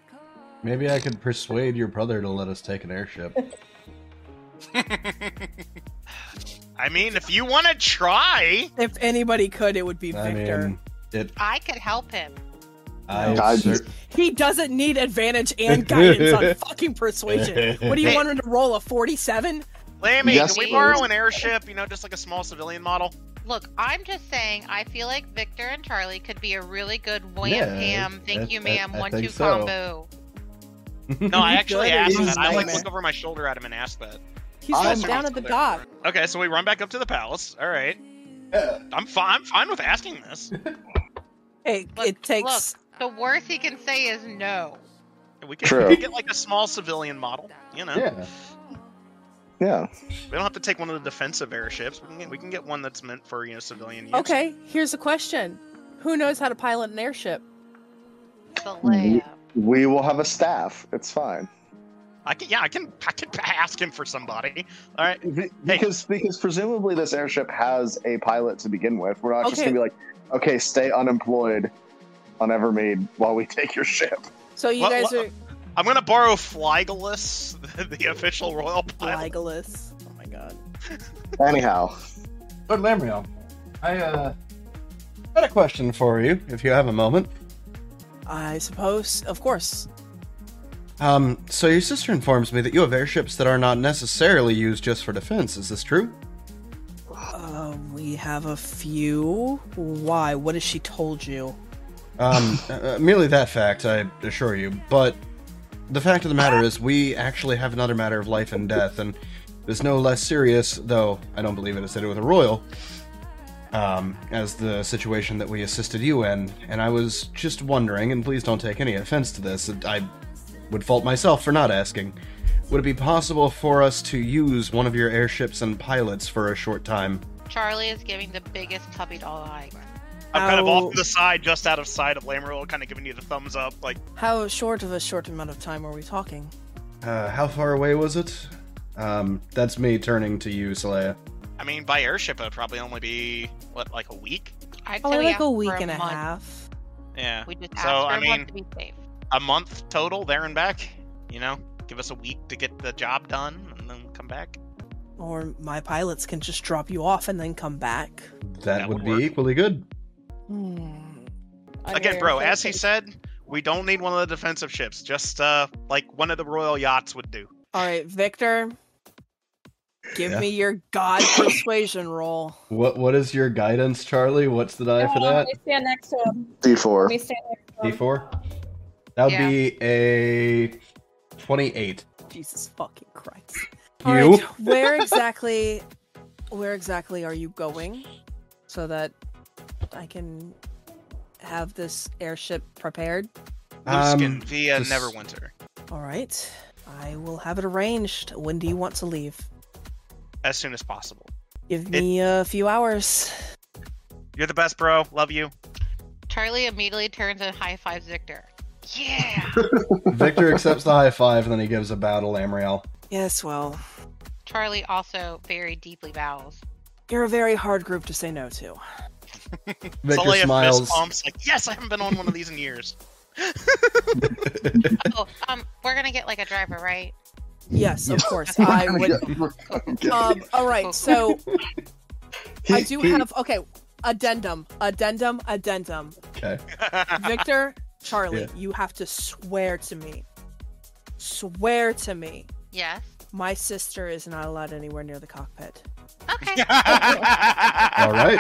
Speaker 2: Maybe I could persuade your brother to let us take an airship.
Speaker 6: I mean, if you want to try,
Speaker 1: If anybody could, it would be
Speaker 2: I
Speaker 1: Victor.
Speaker 2: mean, it.
Speaker 7: I could help him.
Speaker 2: I
Speaker 5: Guidance.
Speaker 1: He doesn't
Speaker 2: [laughs]
Speaker 1: need advantage and guidance on fucking persuasion. What do you
Speaker 6: Hey.
Speaker 1: want him to roll a forty-seven?
Speaker 6: Lammy,
Speaker 5: Yes,
Speaker 6: can we
Speaker 7: please.
Speaker 6: borrow an airship? You know, just like a small civilian model.
Speaker 7: Look, I'm just saying, I feel like Victor and Charlie could be a really good wham
Speaker 2: Yeah,
Speaker 7: pam,
Speaker 2: I-
Speaker 7: thank you,
Speaker 2: I-
Speaker 7: ma'am,
Speaker 2: I
Speaker 7: one
Speaker 2: think
Speaker 7: two
Speaker 2: so.
Speaker 7: combo.
Speaker 6: No, I actually
Speaker 10: Good,
Speaker 6: asked
Speaker 10: he's
Speaker 6: that. I like
Speaker 10: nice.
Speaker 6: look over my shoulder at him and ask that.
Speaker 10: He's
Speaker 5: I'm-
Speaker 10: going down at the dock.
Speaker 6: Okay, so we run back up to the palace. All right.
Speaker 5: Yeah.
Speaker 6: I'm fine. I'm fine with asking this.
Speaker 1: It,
Speaker 7: Look-
Speaker 1: it takes.
Speaker 7: The worst he can say is no.
Speaker 6: We could,
Speaker 5: True.
Speaker 6: we could get like a small civilian model. You know,
Speaker 2: Yeah.
Speaker 5: Yeah.
Speaker 6: we don't have to take one of the defensive airships. We can get, we can get one that's meant for you know civilian use.
Speaker 10: Okay, here's a question. Who knows how to pilot an airship?
Speaker 7: The
Speaker 2: Mm-hmm.
Speaker 7: layup.
Speaker 5: We will have a staff. It's fine.
Speaker 6: I can. Yeah, I can. I can ask him for somebody. All right.
Speaker 5: Be- Because because presumably this airship has a pilot to begin with. We're not just
Speaker 1: Okay.
Speaker 5: gonna be like, okay, stay unemployed on Evermead while we [laughs] take your ship.
Speaker 1: So you
Speaker 6: What-
Speaker 1: guys
Speaker 6: what-
Speaker 1: are
Speaker 6: I'm gonna borrow Flagelus, [laughs] the, the official royal pilot.
Speaker 1: Legolas. Oh my god.
Speaker 5: Anyhow,
Speaker 2: Lord Lamriel, I uh, got a question for you, if you have a moment.
Speaker 1: I suppose, of course.
Speaker 2: Um, so your sister informs me that you have airships that are not necessarily used just for defense. Is this true?
Speaker 1: Uh, we have a few. Why? What has she told you?
Speaker 2: Um, uh, merely that fact, I assure you. But the fact of the matter is, we actually have another matter of life and death, and it's no less serious, though I don't believe it is to do with a royal, um, as the situation that we assisted you in. And I was just wondering, and please don't take any offense to this, I would fault myself for not asking. Would it be possible for us to use one of your airships and pilots for a short time?
Speaker 7: Charlie is giving the biggest puppy doll eye.
Speaker 6: I'm kind of
Speaker 1: Ow.
Speaker 6: off to the side, just out of sight of Lamriel, kind of giving you the thumbs up. Like,
Speaker 1: How short of a short amount of time are we talking?
Speaker 2: Uh, how far away was it? Um, that's me turning to you, Saleya.
Speaker 6: I mean, by airship, it'd probably only be what, like a week?
Speaker 7: I'd say
Speaker 1: Probably
Speaker 7: we
Speaker 1: like
Speaker 7: ask
Speaker 1: a
Speaker 7: for
Speaker 1: week and a
Speaker 7: month.
Speaker 1: half.
Speaker 6: Yeah,
Speaker 7: We just
Speaker 6: So,
Speaker 7: asked for
Speaker 6: I
Speaker 7: a month
Speaker 6: mean-
Speaker 7: to be safe.
Speaker 6: a month total there and back. You know, give us a week to get the job done and then come back.
Speaker 1: Or my pilots can just drop you off and then come back.
Speaker 2: That,
Speaker 6: That
Speaker 2: would
Speaker 6: would
Speaker 2: be
Speaker 6: work.
Speaker 2: equally good.
Speaker 1: Hmm.
Speaker 10: On
Speaker 6: Again,
Speaker 10: your
Speaker 6: bro,
Speaker 10: airship?
Speaker 6: as he said, we don't need one of the defensive ships. Just uh, like one of the royal yachts would do.
Speaker 1: All right, Victor. Give
Speaker 2: Yeah.
Speaker 1: me your god persuasion roll.
Speaker 2: What What is your guidance, Charlie? What's the die for
Speaker 3: Um,
Speaker 2: that?
Speaker 3: Let me stand next to him.
Speaker 5: D
Speaker 3: Let
Speaker 5: four.
Speaker 3: me stand next to him.
Speaker 2: D4? That would
Speaker 7: Yeah.
Speaker 2: be a 28.
Speaker 1: [laughs] Jesus fucking Christ.
Speaker 2: You?
Speaker 1: All right, where exactly where exactly are you going so that I can have this airship prepared?
Speaker 2: Um,
Speaker 6: Luskin via
Speaker 2: just-
Speaker 6: Neverwinter.
Speaker 1: All right. I will have it arranged. When do you want to leave?
Speaker 6: as soon as possible.
Speaker 1: Give me a few hours.
Speaker 6: You're the best, bro. Love you.
Speaker 7: Charlie immediately turns and high fives Victor.
Speaker 6: [laughs]
Speaker 7: Yeah.
Speaker 2: Victor accepts the high five and then he gives a bow to Lamriel.
Speaker 1: Yes, well,
Speaker 7: Charlie also very
Speaker 6: [laughs]
Speaker 7: deeply bows.
Speaker 1: you're a very hard group to say no to.
Speaker 2: Victor
Speaker 6: Saleya fist
Speaker 2: smiles.
Speaker 6: pumps, like, yes, I haven't been on one of these in years.
Speaker 7: Oh, um, we're gonna get like a driver, right?
Speaker 1: Yes, of course.
Speaker 5: [laughs]
Speaker 1: I would Um, all right, so I do have okay. Addendum, addendum, addendum.
Speaker 2: Okay.
Speaker 1: Victor, Charlie,
Speaker 2: Yeah.
Speaker 1: you have to swear to me. Swear to me,
Speaker 7: Yes.
Speaker 1: my sister is not allowed anywhere near the cockpit.
Speaker 7: Okay.
Speaker 2: All right.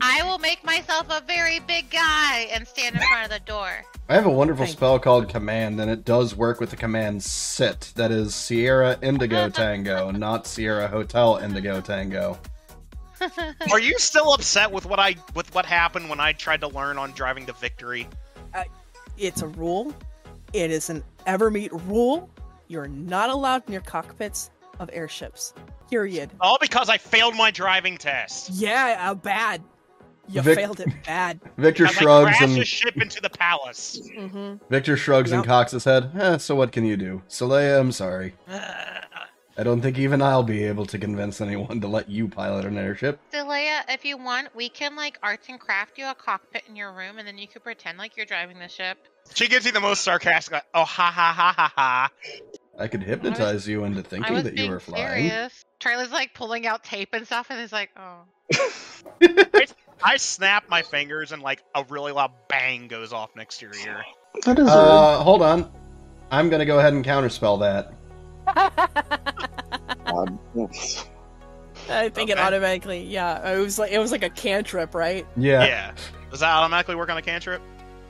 Speaker 7: I will make myself a very big guy and stand in front of the door.
Speaker 2: I have a wonderful
Speaker 1: Thank you.
Speaker 2: spell called Command, and it does work with the command SIT. That is Sierra Indigo Tango, not Sierra Hotel Indigo Tango.
Speaker 6: Are you still upset with what I with what happened when I tried to learn on driving to victory?
Speaker 1: It's a rule. It is an Evermeet rule. You're not allowed near cockpits of airships. Period.
Speaker 6: All because I failed my driving test.
Speaker 1: Yeah, uh, bad. You
Speaker 2: Vic-
Speaker 1: failed it
Speaker 10: [laughs]
Speaker 1: bad.
Speaker 2: Victor
Speaker 6: Because I
Speaker 2: shrugs
Speaker 6: crashed a
Speaker 2: and
Speaker 6: ship into the palace. [laughs]
Speaker 1: hmm
Speaker 10: Mm-hmm.
Speaker 2: Victor shrugs and
Speaker 1: Yep.
Speaker 2: cocks his head. Eh, so what can you do? Saleya, I'm sorry. I don't think even I'll be able to convince anyone to let you pilot an airship.
Speaker 7: Delia, if you want, we can like arts and craft you a cockpit in your room, and then you could pretend like you're driving the ship.
Speaker 6: she gives you the most sarcastic. like, Oh ha ha ha ha ha.
Speaker 2: I could hypnotize you into
Speaker 7: I
Speaker 2: thinking
Speaker 7: was
Speaker 2: that you
Speaker 7: being
Speaker 2: were flying.
Speaker 7: serious. Charlie's like pulling out tape and stuff, and he's like, "Oh,
Speaker 6: I snap my fingers and like a really loud bang goes off next to your ear.
Speaker 5: That is
Speaker 2: Uh, hold on. I'm gonna go ahead and counterspell that.
Speaker 5: rude. god.
Speaker 10: I think it
Speaker 6: Okay.
Speaker 10: automatically. Yeah, it was like it was like a cantrip, right?
Speaker 2: Yeah,
Speaker 6: Yeah. Does that automatically work on a cantrip?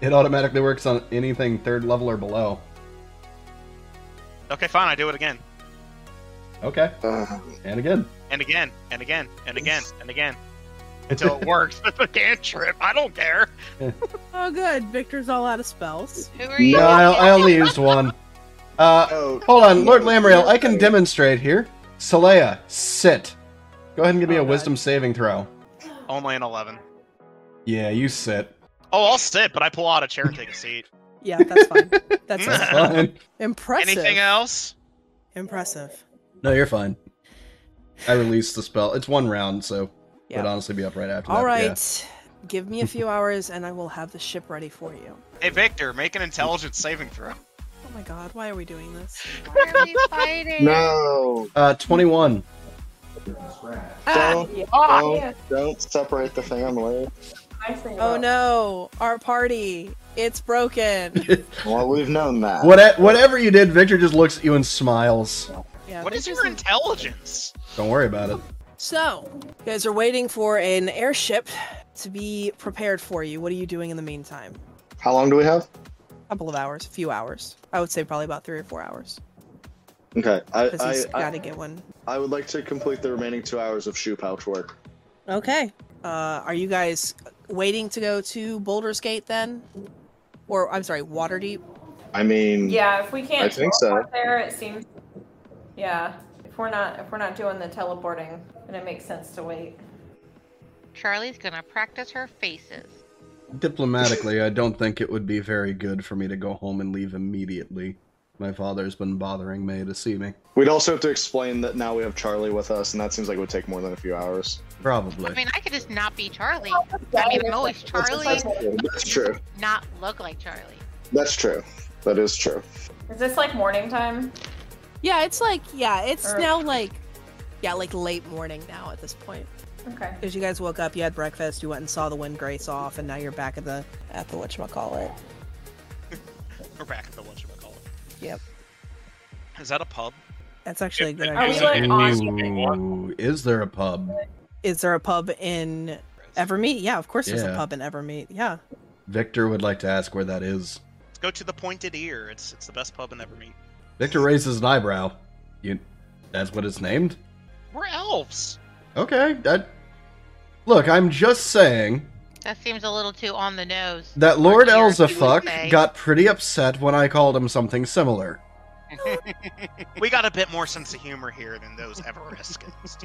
Speaker 2: it automatically works on anything third level or below.
Speaker 6: Okay, fine. I do it again
Speaker 2: Okay,
Speaker 5: Uh,
Speaker 2: and again.
Speaker 6: and again and again and again and again
Speaker 2: [laughs]
Speaker 6: until it works. It's a cantrip. I don't care.
Speaker 1: Oh, good. Victor's all out of spells.
Speaker 7: Who are you?
Speaker 2: No, I, I only used one. Uh,
Speaker 5: oh,
Speaker 2: hold on, Lord
Speaker 5: yeah,
Speaker 2: Lamriel,
Speaker 5: yeah,
Speaker 2: I can
Speaker 5: yeah.
Speaker 2: demonstrate here. Saleya, sit. Go ahead and give me
Speaker 1: Oh,
Speaker 2: a
Speaker 1: God.
Speaker 2: wisdom saving throw.
Speaker 6: Only an eleven.
Speaker 2: Yeah, you sit.
Speaker 6: Oh, I'll sit, but I pull out a chair and take a seat.
Speaker 1: Yeah, that's
Speaker 2: [laughs]
Speaker 1: fine. That's
Speaker 2: That's
Speaker 1: it.
Speaker 2: fine.
Speaker 1: impressive.
Speaker 6: Anything else?
Speaker 1: Impressive.
Speaker 2: No, you're fine. I released the spell. It's one round, so it
Speaker 1: Yeah.
Speaker 2: would honestly be up right after
Speaker 1: All
Speaker 2: that.
Speaker 1: right.
Speaker 2: yeah.
Speaker 1: Give me a few hours and I will have the ship ready for you.
Speaker 6: Hey, Victor, make an intelligence saving throw.
Speaker 1: Oh my god, why are we doing this?
Speaker 7: Why are we fighting?
Speaker 5: No,
Speaker 2: Uh, 21.
Speaker 8: from scratch.
Speaker 5: don't,
Speaker 9: Ah,
Speaker 5: don't, don't separate the family.
Speaker 1: Oh no, our party. It's broken.
Speaker 5: Well, we've known that.
Speaker 2: What, e-, whatever you did, Victor just looks at you and smiles.
Speaker 1: Yeah,
Speaker 6: What
Speaker 1: this
Speaker 6: is your
Speaker 1: isn't-
Speaker 6: intelligence?
Speaker 2: Don't worry about it.
Speaker 1: So, you guys are waiting for an airship to be prepared for you. What are you doing in the meantime?
Speaker 5: How long do we have?
Speaker 1: A couple of hours, a few hours. I would say probably about three or four hours.
Speaker 5: Okay, I,
Speaker 1: Because
Speaker 5: I,
Speaker 1: he's got
Speaker 5: I,
Speaker 1: to get one.
Speaker 5: I would like to complete the remaining two hours of shoe pouch work.
Speaker 1: Okay. Uh, are you guys waiting to go to Boulder's Gate then? Or, I'm sorry, Waterdeep?
Speaker 5: I mean,
Speaker 3: Yeah, if we can't
Speaker 5: I think so.
Speaker 3: teleport there, it seems. Yeah, if we're not if we're not doing the teleporting, then it makes sense to wait.
Speaker 7: Charlie's gonna practice her faces.
Speaker 2: Diplomatically, I don't think it would be very good for me to go home and leave immediately. My father's been bothering me to see me.
Speaker 5: we'd also have to explain that now we have Charlie with us, and that seems like it would take more than a few hours.
Speaker 2: Probably.
Speaker 7: I mean, I could just not be Charlie. I mean, I'm always Charlie,
Speaker 5: That's true.
Speaker 7: not look like Charlie.
Speaker 5: That's true. That is true.
Speaker 3: Is this like morning time?
Speaker 1: Yeah, it's like, yeah, it's [laughs]
Speaker 3: Or-
Speaker 1: now like, yeah, like late morning now at this point.
Speaker 3: Okay.
Speaker 1: Because you guys woke up, you had breakfast, you went and saw the wind grace off, and now you're back at the at the whatchamacallit.
Speaker 6: We're back at the whatchamacallit.
Speaker 1: Yep.
Speaker 6: Is that a pub?
Speaker 1: That's actually a good
Speaker 3: Are we,
Speaker 1: idea.
Speaker 3: like-
Speaker 2: Ooh, is there a pub?
Speaker 1: Is there a pub in Evermeet? Yeah, of course there's a
Speaker 2: Yeah.
Speaker 1: pub in Evermeet. Yeah.
Speaker 2: Victor would like to ask where that is.
Speaker 6: Let's go to the Pointed Ear. It's it's the best pub in Evermeet.
Speaker 2: Victor raises an eyebrow. You, that's what it's named.
Speaker 6: We're elves.
Speaker 2: Okay. That. Look, I'm just saying
Speaker 7: That seems a little too on the nose.
Speaker 2: that Lord
Speaker 7: Or here, he would
Speaker 2: Elzafuck
Speaker 7: say.
Speaker 2: got pretty upset when I called him something similar.
Speaker 6: We got a bit more sense of humor here than those Evereskins.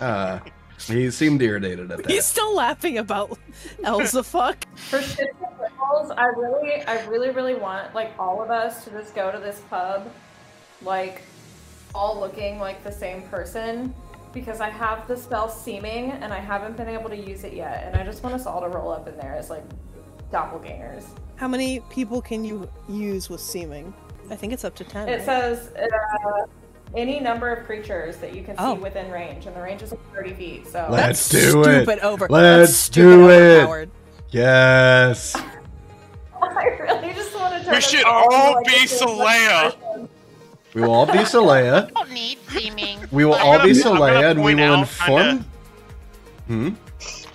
Speaker 2: Uh, he seemed irritated at
Speaker 1: He's
Speaker 2: that.
Speaker 1: still laughing about [laughs] Elsa fuck.
Speaker 3: For shits and giggles, I really, I really, really want like all of us to just go to this pub, like all looking like the same person, because I have the spell seeming and I haven't been able to use it yet, and I just want us all to roll up in there as like doppelgangers.
Speaker 1: How many people can you use with seeming? I think it's up to ten.
Speaker 3: It says uh, any number of creatures that you can
Speaker 1: Oh.
Speaker 3: see within range, and the range is like 30 feet. So
Speaker 2: Let-
Speaker 1: That's
Speaker 2: Let's do it.
Speaker 1: stupid over.
Speaker 2: Let's
Speaker 1: That's stupid
Speaker 2: do it.
Speaker 1: overpowered.
Speaker 2: Yes.
Speaker 3: [laughs] I really just want to. turn
Speaker 4: We
Speaker 3: us
Speaker 4: should
Speaker 3: into,
Speaker 4: all
Speaker 3: like,
Speaker 4: be
Speaker 3: the same
Speaker 4: Saleya.
Speaker 3: person.
Speaker 2: We will all be Saleya.
Speaker 7: I don't need seeming.
Speaker 2: [laughs] We will
Speaker 7: but-
Speaker 2: all be
Speaker 7: [laughs]
Speaker 6: I'm gonna
Speaker 2: Saleya, and we
Speaker 6: point
Speaker 2: will
Speaker 6: out
Speaker 2: inform.
Speaker 6: kinda-
Speaker 2: Hmm.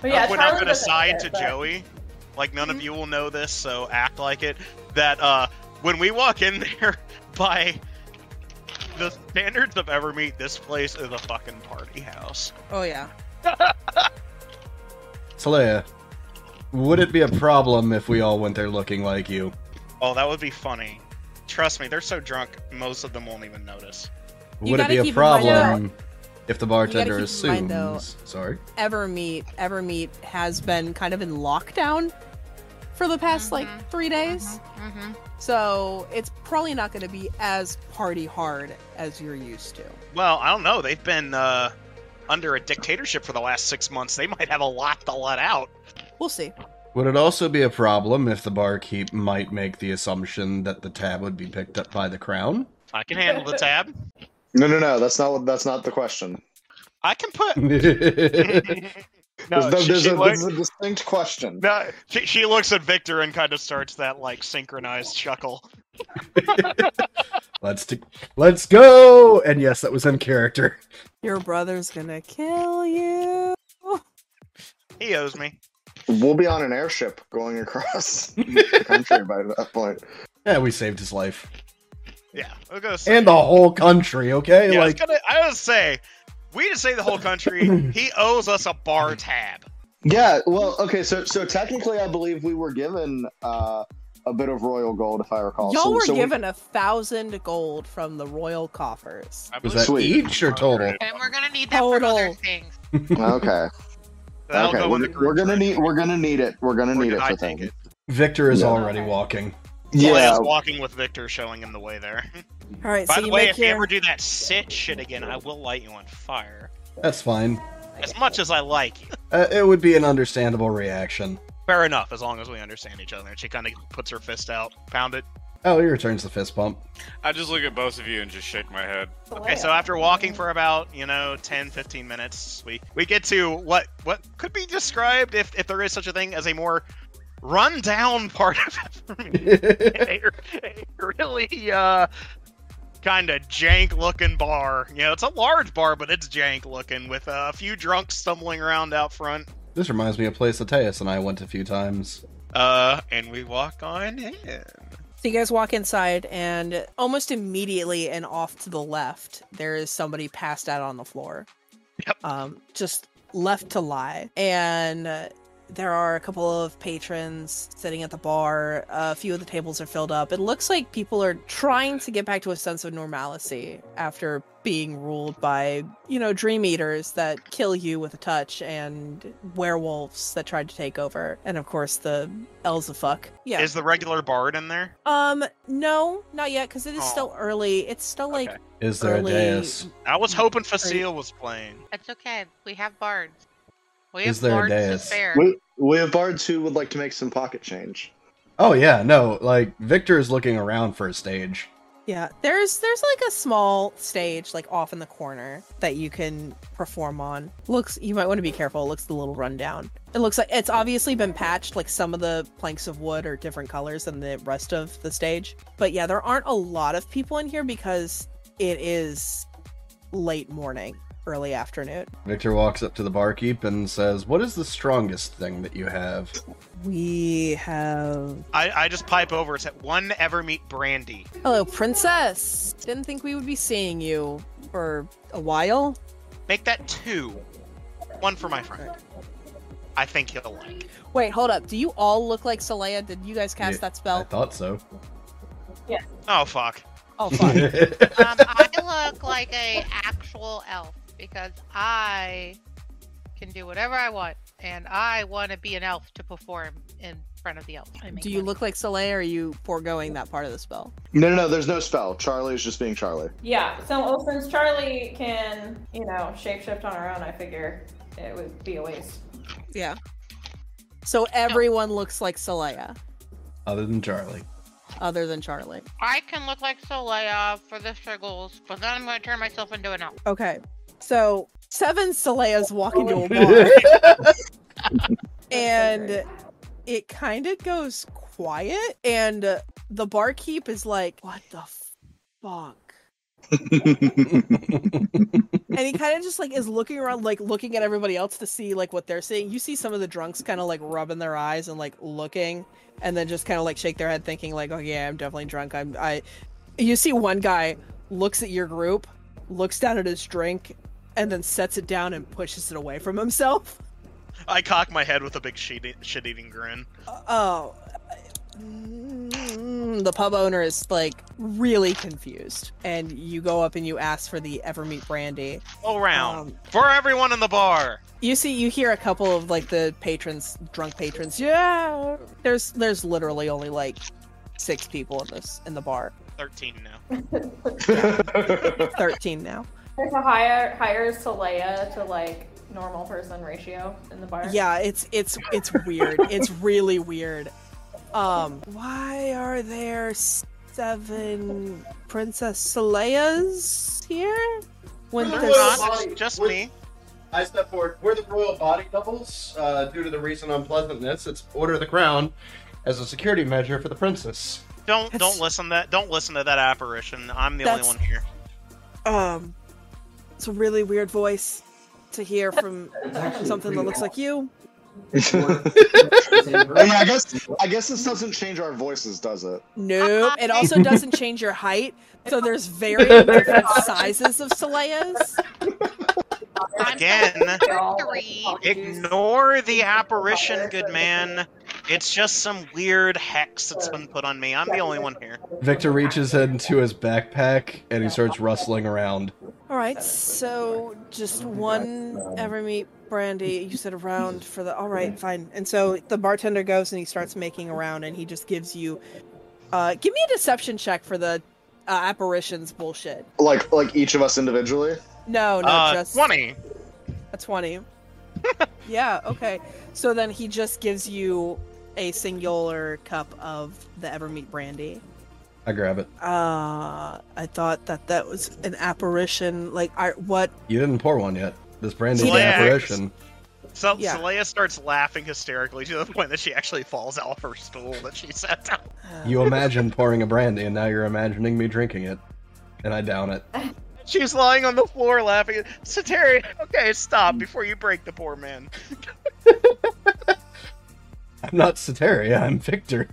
Speaker 3: But [laughs] yeah,
Speaker 6: I'll point out
Speaker 3: Charlie
Speaker 6: an
Speaker 3: doesn't
Speaker 6: aside
Speaker 3: get
Speaker 6: to
Speaker 3: it, but-
Speaker 6: Joey. Like none of you will know this, so act like it. That uh, when we walk in [laughs] there, by the standards of Evermeet, this place is a fucking party house.
Speaker 1: Oh yeah.
Speaker 2: Saleya, would it be a problem if we all went there looking like you?
Speaker 6: Oh, that would be funny. Trust me, they're so drunk, most of them won't even notice.
Speaker 1: You
Speaker 2: would it
Speaker 1: gotta
Speaker 2: be a
Speaker 1: keep in mind-
Speaker 2: problem if the bartender
Speaker 1: keep in mind,
Speaker 2: assumes?
Speaker 1: though-
Speaker 2: Sorry.
Speaker 1: Evermeet, Evermeet has been kind of in lockdown for the past
Speaker 7: Mhm.
Speaker 1: like three days.
Speaker 7: Mhm,
Speaker 1: So it's probably not going to be as party hard as you're used to.
Speaker 6: Well, I don't know. They've been uh, under a dictatorship for the last six months. They might have a lot to let out.
Speaker 1: We'll see.
Speaker 2: Would it also be a problem if the barkeep might make the assumption that the tab would be picked up by the crown?
Speaker 6: I can handle the tab.
Speaker 5: No, no, no. That's not. what- That's not the question.
Speaker 6: [laughs] I can
Speaker 2: [laughs]
Speaker 6: put.
Speaker 5: There's,
Speaker 6: No,
Speaker 5: no-
Speaker 6: she,
Speaker 5: there's
Speaker 6: she
Speaker 5: a,
Speaker 6: looks-
Speaker 5: there's a distinct question.
Speaker 6: no, she, she looks at Victor and kind of starts that like synchronized chuckle.
Speaker 2: Let's t- let's go. And yes, that was in character.
Speaker 1: Your brother's gonna kill you.
Speaker 6: He owes me.
Speaker 5: We'll be on an airship going across [laughs] the country by that point.
Speaker 2: Yeah, we saved his life
Speaker 6: Yeah. I was gonna say,
Speaker 2: and the whole country. Okay,
Speaker 6: yeah, I was
Speaker 2: like
Speaker 6: gonna. I was say, we just say the whole country. he owes us a bar tab.
Speaker 5: Yeah, well, okay, so so technically I believe we were given uh, a bit of royal gold if I recall.
Speaker 1: Y'all
Speaker 5: so,
Speaker 1: were
Speaker 5: so we-
Speaker 1: given a thousand gold from the royal coffers.
Speaker 4: I
Speaker 2: was
Speaker 4: believe
Speaker 2: that
Speaker 5: Sweet.
Speaker 2: each or total?
Speaker 7: And we're gonna need that for other
Speaker 1: Total.
Speaker 7: things.
Speaker 6: [laughs]
Speaker 5: [laughs] okay.
Speaker 6: That'll
Speaker 5: okay,
Speaker 6: go in
Speaker 5: we're,
Speaker 6: the
Speaker 5: we're
Speaker 6: group
Speaker 5: gonna
Speaker 6: chat.
Speaker 5: need we're gonna need it. We're gonna
Speaker 6: Or
Speaker 5: need
Speaker 6: did
Speaker 5: it
Speaker 6: I
Speaker 5: for
Speaker 6: take
Speaker 5: things.
Speaker 6: it?
Speaker 2: Victor is
Speaker 5: Yeah.
Speaker 2: already walking.
Speaker 5: Yeah,
Speaker 6: Leah's walking with Victor, showing him the way there.
Speaker 1: All right,
Speaker 6: Um, By
Speaker 1: so
Speaker 6: the
Speaker 1: you
Speaker 6: way,
Speaker 1: make
Speaker 6: if
Speaker 1: your
Speaker 6: you ever do that sit shit again, I will light you on fire.
Speaker 2: That's fine.
Speaker 6: As much as I like you.
Speaker 2: Uh, it would be an understandable reaction.
Speaker 6: Fair enough, as long as we understand each other. And she kind of puts her fist out, pound it.
Speaker 2: Oh, he returns the fist bump. [laughs]
Speaker 4: I just look at both of you and just shake my head.
Speaker 6: Okay,
Speaker 3: Oh.
Speaker 6: so after walking for about, you know, 10, 15 minutes, we, we get to what what could be described, if, if there is such a thing, as a more rundown [laughs] part of Evermeet. a, a [laughs] really uh, kind of jank looking bar. You know, it's a large bar, but it's jank looking with uh, a few drunks stumbling around out front.
Speaker 2: this reminds me of a place Mateus and I went a few times.
Speaker 6: Uh, and we walk on in.
Speaker 1: So you guys walk inside, and almost immediately and off to the left, there is somebody passed out on the floor.
Speaker 6: Yep.
Speaker 1: Um, just left to lie. And uh, there are a couple of patrons sitting at the bar. a few of the tables are filled up. It looks like people are trying to get back to a sense of normalcy after being ruled by, you know, dream eaters that kill you with a touch and werewolves that tried to take over. And of course, the elves of fuck. Yeah.
Speaker 6: Is the regular bard in there?
Speaker 1: Um, no, not yet, because it is still early. It's still like
Speaker 6: Okay.
Speaker 2: Is there
Speaker 1: Early-
Speaker 2: a dais?
Speaker 6: I was hoping Facile was playing.
Speaker 7: It's okay. We have bards. We
Speaker 2: Is
Speaker 7: have
Speaker 2: there a
Speaker 7: bards to
Speaker 2: dais?
Speaker 7: spare.
Speaker 5: we we have bards who would like to make some pocket change.
Speaker 2: Oh yeah, no. Like Victor is looking around for a stage.
Speaker 1: yeah, there's there's like a small stage like off in the corner that you can perform on. Looks you might want to be careful. It looks a little rundown. It looks like it's obviously been patched. Like some of the planks of wood are different colors than the rest of the stage. But yeah, there aren't a lot of people in here because it is late morning, early afternoon.
Speaker 2: Victor walks up to the barkeep and says, "What is the strongest thing that you have?"
Speaker 1: We have
Speaker 6: I, I just pipe over. It's at one ever meet Brandy.
Speaker 1: Hello, princess. Didn't think we would be seeing you for a while.
Speaker 6: Make that two. One for my friend. I think he'll like.
Speaker 1: Wait, hold up. Do you all look like Saleya? Did you guys cast
Speaker 2: Yeah,
Speaker 1: that
Speaker 2: I
Speaker 1: spell?
Speaker 2: thought so.
Speaker 6: Oh fuck.
Speaker 1: Oh, fuck.
Speaker 7: Um, I look like a actual elf because I can do whatever I want, and I want to be an elf to perform in front of the elf.
Speaker 1: Do you look like Saleya or are you foregoing that part of the spell?
Speaker 5: No, no, no. There's no spell. Charlie is just being [laughs] Charlie.
Speaker 3: Yeah, so well, since Charlie can, you know, shapeshift on her own, I figure it would be a waste.
Speaker 1: Yeah. So everyone looks like Saleya,
Speaker 2: [laughs] Other than Charlie.
Speaker 1: other than Charlie.
Speaker 7: I can look like Soleil for the struggles, but then I'm going to turn myself into an elf.
Speaker 1: Okay. So seven Saleyas walk into a bar. and it kind of goes quiet and uh, the barkeep is like what the fuck and he kind of just like is looking around like looking at everybody else to see like what they're seeing you see some of the drunks kind of like rubbing their eyes and like looking and then just kind of like shake their head thinking like oh yeah i'm definitely drunk i'm i you see one guy looks at your group looks down at his drink and then sets it down and pushes it away from himself [laughs]
Speaker 6: I cock my head with a big shit shit eating grin.
Speaker 1: Oh. Mm, The pub owner is like really confused. And you go up and you ask for the Evermeet brandy.
Speaker 6: All round.
Speaker 1: Um,
Speaker 6: for everyone in the bar.
Speaker 1: You see you hear a couple of like the patrons, drunk patrons. Yeah. There's there's literally only like six people in this in the bar.
Speaker 6: Thirteen now.
Speaker 1: Thirteen now.
Speaker 3: There's a higher higher Saleya to like normal person ratio in the bar.
Speaker 1: Yeah, it's it's it's weird. it's really weird. Um why are there seven Princess Soleas here? When
Speaker 6: They're
Speaker 1: there's-
Speaker 2: Yes.
Speaker 6: not, it's just me.
Speaker 2: I step forward. We're the royal body doubles. Uh, due to the recent unpleasantness, it's Order of the Crown as a security measure for the princess.
Speaker 6: Don't
Speaker 1: That's-
Speaker 6: don't listen to that. Don't listen to that apparition. I'm the
Speaker 1: That's-
Speaker 6: only one here.
Speaker 1: Um, it's a really weird voice to hear from
Speaker 8: It's actually
Speaker 1: something that
Speaker 8: pretty
Speaker 1: looks like you.
Speaker 5: I, mean,
Speaker 8: awesome.
Speaker 5: I guess I guess this doesn't change our voices, does it?
Speaker 1: Nope. It also doesn't change your height, so there's varying different sizes of Soleas.
Speaker 7: I'm
Speaker 1: [laughs]
Speaker 6: Again,
Speaker 3: Y'all, like,
Speaker 7: Three.
Speaker 3: apologies.
Speaker 6: ignore the apparition, good man. It's just some weird hex that's been put on me. I'm the only one here.
Speaker 2: Victor reaches into his backpack and he starts rustling around.
Speaker 1: All right, so just one Evermeet brandy. You said a round for the. All right, fine. And so the bartender goes and he starts making a round, and he just gives you. Uh, give me a deception check for the uh, apparitions bullshit.
Speaker 5: Like like each of us individually.
Speaker 1: No, no,
Speaker 6: Uh,
Speaker 1: just
Speaker 6: twenty.
Speaker 1: a twenty. [laughs] yeah. Okay. So then he just gives you a singular cup of the Evermeet brandy.
Speaker 2: I grab it.
Speaker 1: Uh, I thought that that was an apparition. Like, I what?
Speaker 2: You didn't pour one yet. This brand new
Speaker 1: He did.
Speaker 2: apparition.
Speaker 6: So
Speaker 1: Yeah.
Speaker 6: Saleya starts laughing hysterically to the point that she actually falls off her stool that she sat down.
Speaker 2: You imagined pouring a brandy, and now you're imagining me drinking it, and I down it.
Speaker 6: She's lying on the floor laughing. Sateri, okay, stop before you break the poor man.
Speaker 2: I'm not Soteria, I'm Victor.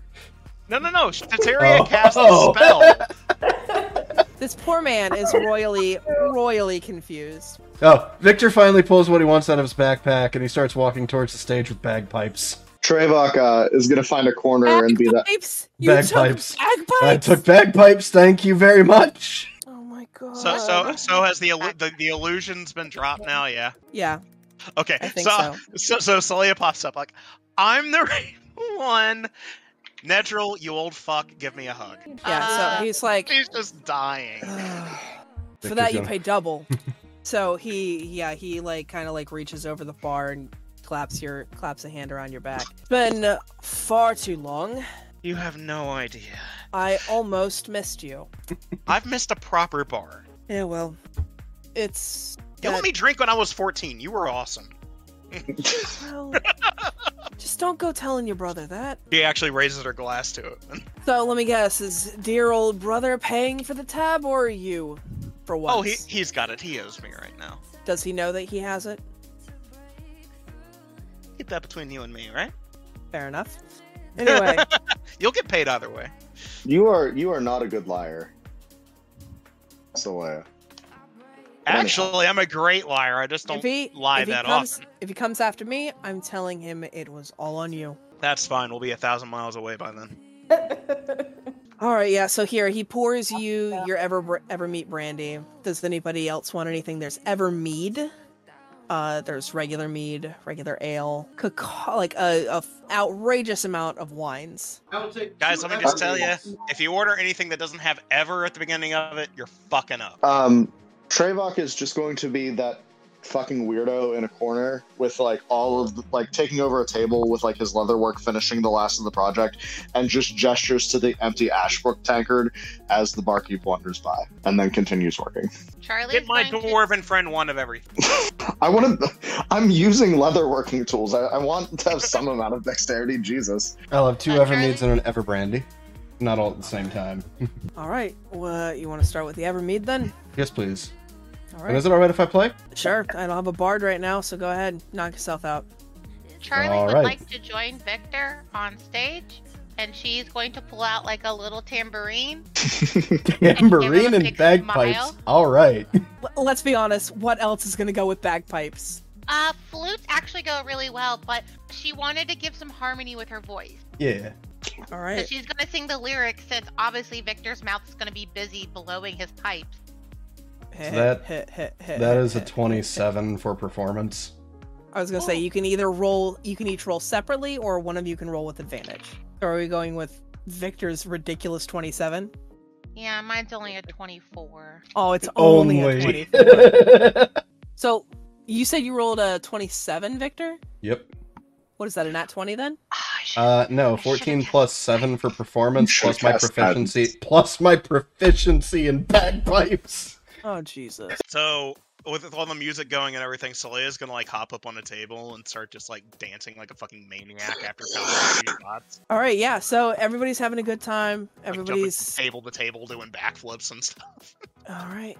Speaker 6: No, no, no. Sateria
Speaker 2: Oh.
Speaker 6: casts
Speaker 2: Oh.
Speaker 6: a
Speaker 2: [laughs]
Speaker 6: spell.
Speaker 1: This poor man is royally, royally confused.
Speaker 2: Oh, Victor finally pulls what he wants out of his backpack, and he starts walking towards the stage with bagpipes.
Speaker 5: Trevok uh, is gonna find a corner and be that.
Speaker 1: Bagpipes. You took
Speaker 2: Bagpipes.
Speaker 1: Bagpipes.
Speaker 2: I took bagpipes, thank you very much.
Speaker 1: Oh my god.
Speaker 6: So, so, so has the, illu- the the illusion's been dropped now? Yeah.
Speaker 1: yeah,
Speaker 6: Okay.
Speaker 1: I think so.
Speaker 6: So, so Celia pops up like, I'm the [laughs] right one. Nedril, you old fuck, give me a hug.
Speaker 1: Yeah.
Speaker 7: Uh,
Speaker 1: So he's like, [sighs] uh,
Speaker 6: She's just dying.
Speaker 1: for that you
Speaker 2: Victor's
Speaker 1: pay
Speaker 2: [laughs]
Speaker 1: double. so he, yeah, he like kind of like reaches over the bar and claps your claps a hand around your back. It's been far too long.
Speaker 6: You have no idea.
Speaker 1: I almost missed you.
Speaker 6: I've missed a proper bar.
Speaker 1: Yeah. Well, it's.
Speaker 6: You
Speaker 1: that-
Speaker 6: let me drink when I was 14. You were awesome.
Speaker 1: [laughs] Well, just don't go telling your brother that.
Speaker 6: She actually raises her glass to it.
Speaker 1: So let me guess, is dear old brother paying for the tab or you? For once.
Speaker 6: Oh, he, he's got it. He owes me right now.
Speaker 1: Does he know that he has it?
Speaker 6: Keep that between you and me, right?
Speaker 1: Fair
Speaker 6: [laughs]
Speaker 1: enough. Anyway,
Speaker 6: You'll get paid either way.
Speaker 5: You are you are not a good liar, Solea.
Speaker 6: Actually, I'm a great liar. I just don't
Speaker 1: if he
Speaker 6: lie
Speaker 1: if he
Speaker 6: that
Speaker 1: comes,
Speaker 6: often.
Speaker 1: If he comes after me, I'm telling him it was all on you.
Speaker 6: That's fine. We'll be a thousand miles away by then.
Speaker 3: [laughs]
Speaker 1: All right, yeah. So here he pours you your ever Evermeet brandy. Does anybody else want anything? There's Evermead. Uh, there's regular mead, regular ale, caca- like a, a f- outrageous amount of wines.
Speaker 6: Guys,
Speaker 1: Uh,
Speaker 6: let me just tell you if you order anything that doesn't have ever at the beginning of it, you're fucking up.
Speaker 5: Um, Trevok is just going to be that fucking weirdo in a corner with like all of the, like taking over a table with like his leather work finishing the last of the project and just gestures to the empty Ashbrook tankard as the barkeep wanders by and then continues working.
Speaker 7: Charlie.
Speaker 6: Get my dwarven friend one of everything.
Speaker 5: I want to. [laughs] I'm using leather working tools. I, I want to have some amount of dexterity. Jesus.
Speaker 2: I'll have two
Speaker 7: Uh,
Speaker 2: Evermeads and an Everbrandy. Not all at the same time.
Speaker 1: All right. Well, you want to start with the Evermead then?
Speaker 2: yes, please.
Speaker 1: All
Speaker 2: And
Speaker 1: right.
Speaker 2: is it alright if I play?
Speaker 1: Sure. I don't have a bard right now, so go ahead, knock yourself out.
Speaker 7: Charlie
Speaker 2: All
Speaker 7: would
Speaker 2: right.
Speaker 7: like to join Victor on stage, and she's going to pull out like a little tambourine.
Speaker 2: Tambourine
Speaker 7: a
Speaker 2: and
Speaker 7: big
Speaker 2: bagpipes.
Speaker 7: smile.
Speaker 2: Alright.
Speaker 1: L- let's be honest. What else is going to go with bagpipes?
Speaker 7: Uh, flutes actually go really well, but she wanted to give some harmony with her voice.
Speaker 2: [laughs] Yeah.
Speaker 1: All
Speaker 7: So
Speaker 1: right.
Speaker 7: she's going to sing the lyrics since obviously Victor's mouth is going to be busy blowing his pipes.
Speaker 2: that- That
Speaker 1: [laughs]
Speaker 2: is a 27 for performance.
Speaker 1: I was gonna say you can either roll, you can each roll separately, or one of you can roll with advantage. So are we going with Victor's ridiculous twenty-seven?
Speaker 7: Yeah, mine's only a 24.
Speaker 1: Oh, it's only, a twenty.
Speaker 2: [laughs]
Speaker 1: So you said you rolled a twenty-seven, Victor.
Speaker 2: yep.
Speaker 1: What is that? A nat twenty then?
Speaker 7: Ah, shit.
Speaker 2: Uh, no,
Speaker 7: I should've
Speaker 2: 14
Speaker 7: cast
Speaker 2: plus 7 for performance,
Speaker 5: You
Speaker 2: plus
Speaker 5: should've
Speaker 2: my
Speaker 5: cast
Speaker 2: proficiency, plus my proficiency in bagpipes.
Speaker 1: Oh Jesus.
Speaker 6: So with, with all the music going and everything, Salea's gonna like hop up on a table and start just like dancing like a fucking maniac after pounding a few shots.
Speaker 1: All right, yeah. So everybody's having a good time.
Speaker 6: Like, jumping
Speaker 1: Everybody's
Speaker 6: from table to table doing backflips and stuff. [laughs]
Speaker 1: all right.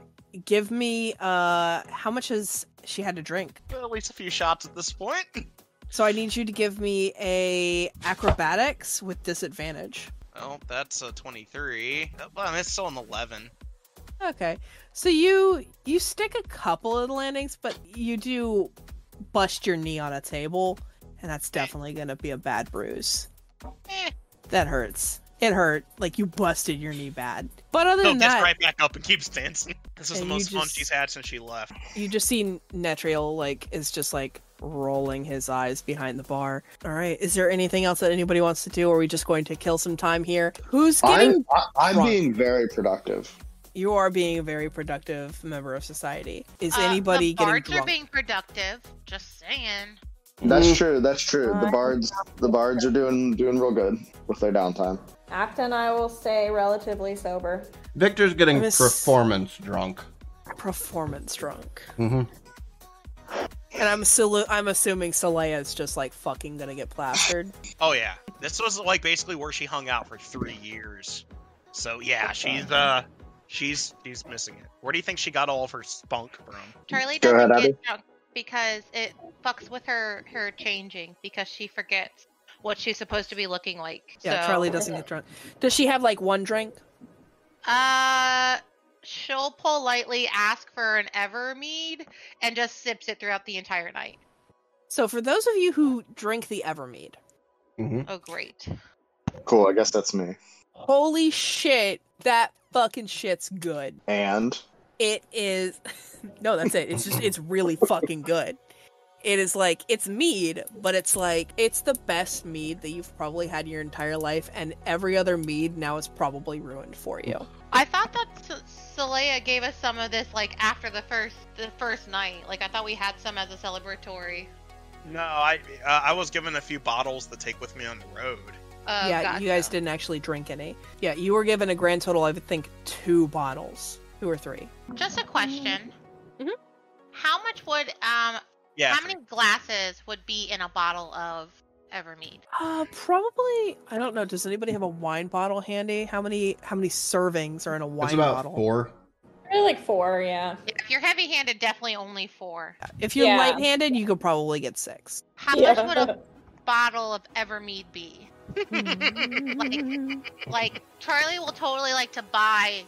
Speaker 1: Give me uh how much has she had to drink?
Speaker 6: Well, at least a few shots at this point. [laughs]
Speaker 1: So I need you to give me a acrobatics with disadvantage.
Speaker 6: Oh, that's a twenty-three. Oh, Well, it's still an eleven.
Speaker 1: Okay. So you you stick a couple of landings, but you do bust your knee on a table, and that's definitely gonna be a bad bruise.
Speaker 7: Eh.
Speaker 1: That hurts. It hurt. Like you busted your knee bad. But other
Speaker 6: Bill
Speaker 1: than
Speaker 6: Oh, gets
Speaker 1: that,
Speaker 6: right back up and keeps dancing. [laughs] This is
Speaker 1: And
Speaker 6: the
Speaker 1: you
Speaker 6: most fun
Speaker 1: just-
Speaker 6: she's had since she left.
Speaker 1: you just see Netriel like is just like rolling his eyes behind the bar. All right, is there anything else that anybody wants to do? Or are we just going to kill some time here? Who's getting?
Speaker 5: I'm, I- I'm
Speaker 1: drunk.
Speaker 5: being very productive.
Speaker 1: You are being a very productive member of society. Is
Speaker 7: Uh,
Speaker 1: anybody
Speaker 7: the
Speaker 1: getting
Speaker 7: bards
Speaker 1: drunk?
Speaker 7: are being productive. Just saying.
Speaker 5: That's true. That's true. The bards, the bards are doing doing real good with their downtime.
Speaker 3: Acta and I will stay relatively sober.
Speaker 2: Victor's getting
Speaker 1: Miss-
Speaker 2: performance drunk.
Speaker 1: Performance drunk.
Speaker 2: Mm-hmm.
Speaker 1: And I'm assu- I'm assuming Saleya is just like fucking gonna get
Speaker 7: [laughs]
Speaker 1: plastered.
Speaker 6: Oh yeah, this was like basically where she hung out for three years. So yeah, she's uh, she's she's missing it. Where do you think she got all of her spunk from?
Speaker 7: Charlie
Speaker 5: Go
Speaker 7: doesn't
Speaker 5: ahead,
Speaker 7: get drunk because it fucks with her her changing because she forgets what she's supposed to be looking like.
Speaker 1: Yeah,
Speaker 7: so,
Speaker 1: Charlie doesn't get drunk. Does she have like one drink?
Speaker 7: Uh, she'll politely ask for an Evermead and just sips it throughout the entire night.
Speaker 1: So for those of you who drink the Evermead,
Speaker 2: Mm-hmm.
Speaker 7: Oh, great.
Speaker 5: Cool. I guess that's me.
Speaker 1: holy shit, that fucking shit's good.
Speaker 5: And
Speaker 1: It is. [laughs] no, that's it. It's just it's really fucking good. It is like it's mead, but it's like it's the best mead that you've probably had in your entire life, and every other mead now is probably ruined for you.
Speaker 7: I thought that S- Saleya gave us some of this like after the first the first night. Like I thought we had some as a celebratory.
Speaker 6: No, I uh, I was given a few bottles to take with me on the road.
Speaker 7: Uh,
Speaker 1: yeah,
Speaker 7: gotcha.
Speaker 1: you guys didn't actually drink any. Yeah, you were given a grand total, I would think, two bottles, two or three.
Speaker 7: Just a question.
Speaker 1: Mhm.
Speaker 7: How much would um
Speaker 6: Yeah,
Speaker 7: how many glasses would be in a bottle of Evermead?
Speaker 1: Uh, probably. I don't know. Does anybody have a wine bottle handy? How many? How many servings are in a wine
Speaker 2: It's about
Speaker 1: bottle?
Speaker 2: four.
Speaker 3: Probably like four, [laughs] yeah.
Speaker 7: Yeah, if you're heavy-handed, definitely only four.
Speaker 1: If you're
Speaker 3: Yeah.
Speaker 1: light-handed, you could probably get [laughs] six.
Speaker 7: How much would a bottle of Evermead be?
Speaker 1: Hmm.
Speaker 7: like, like Charlie will totally like to buy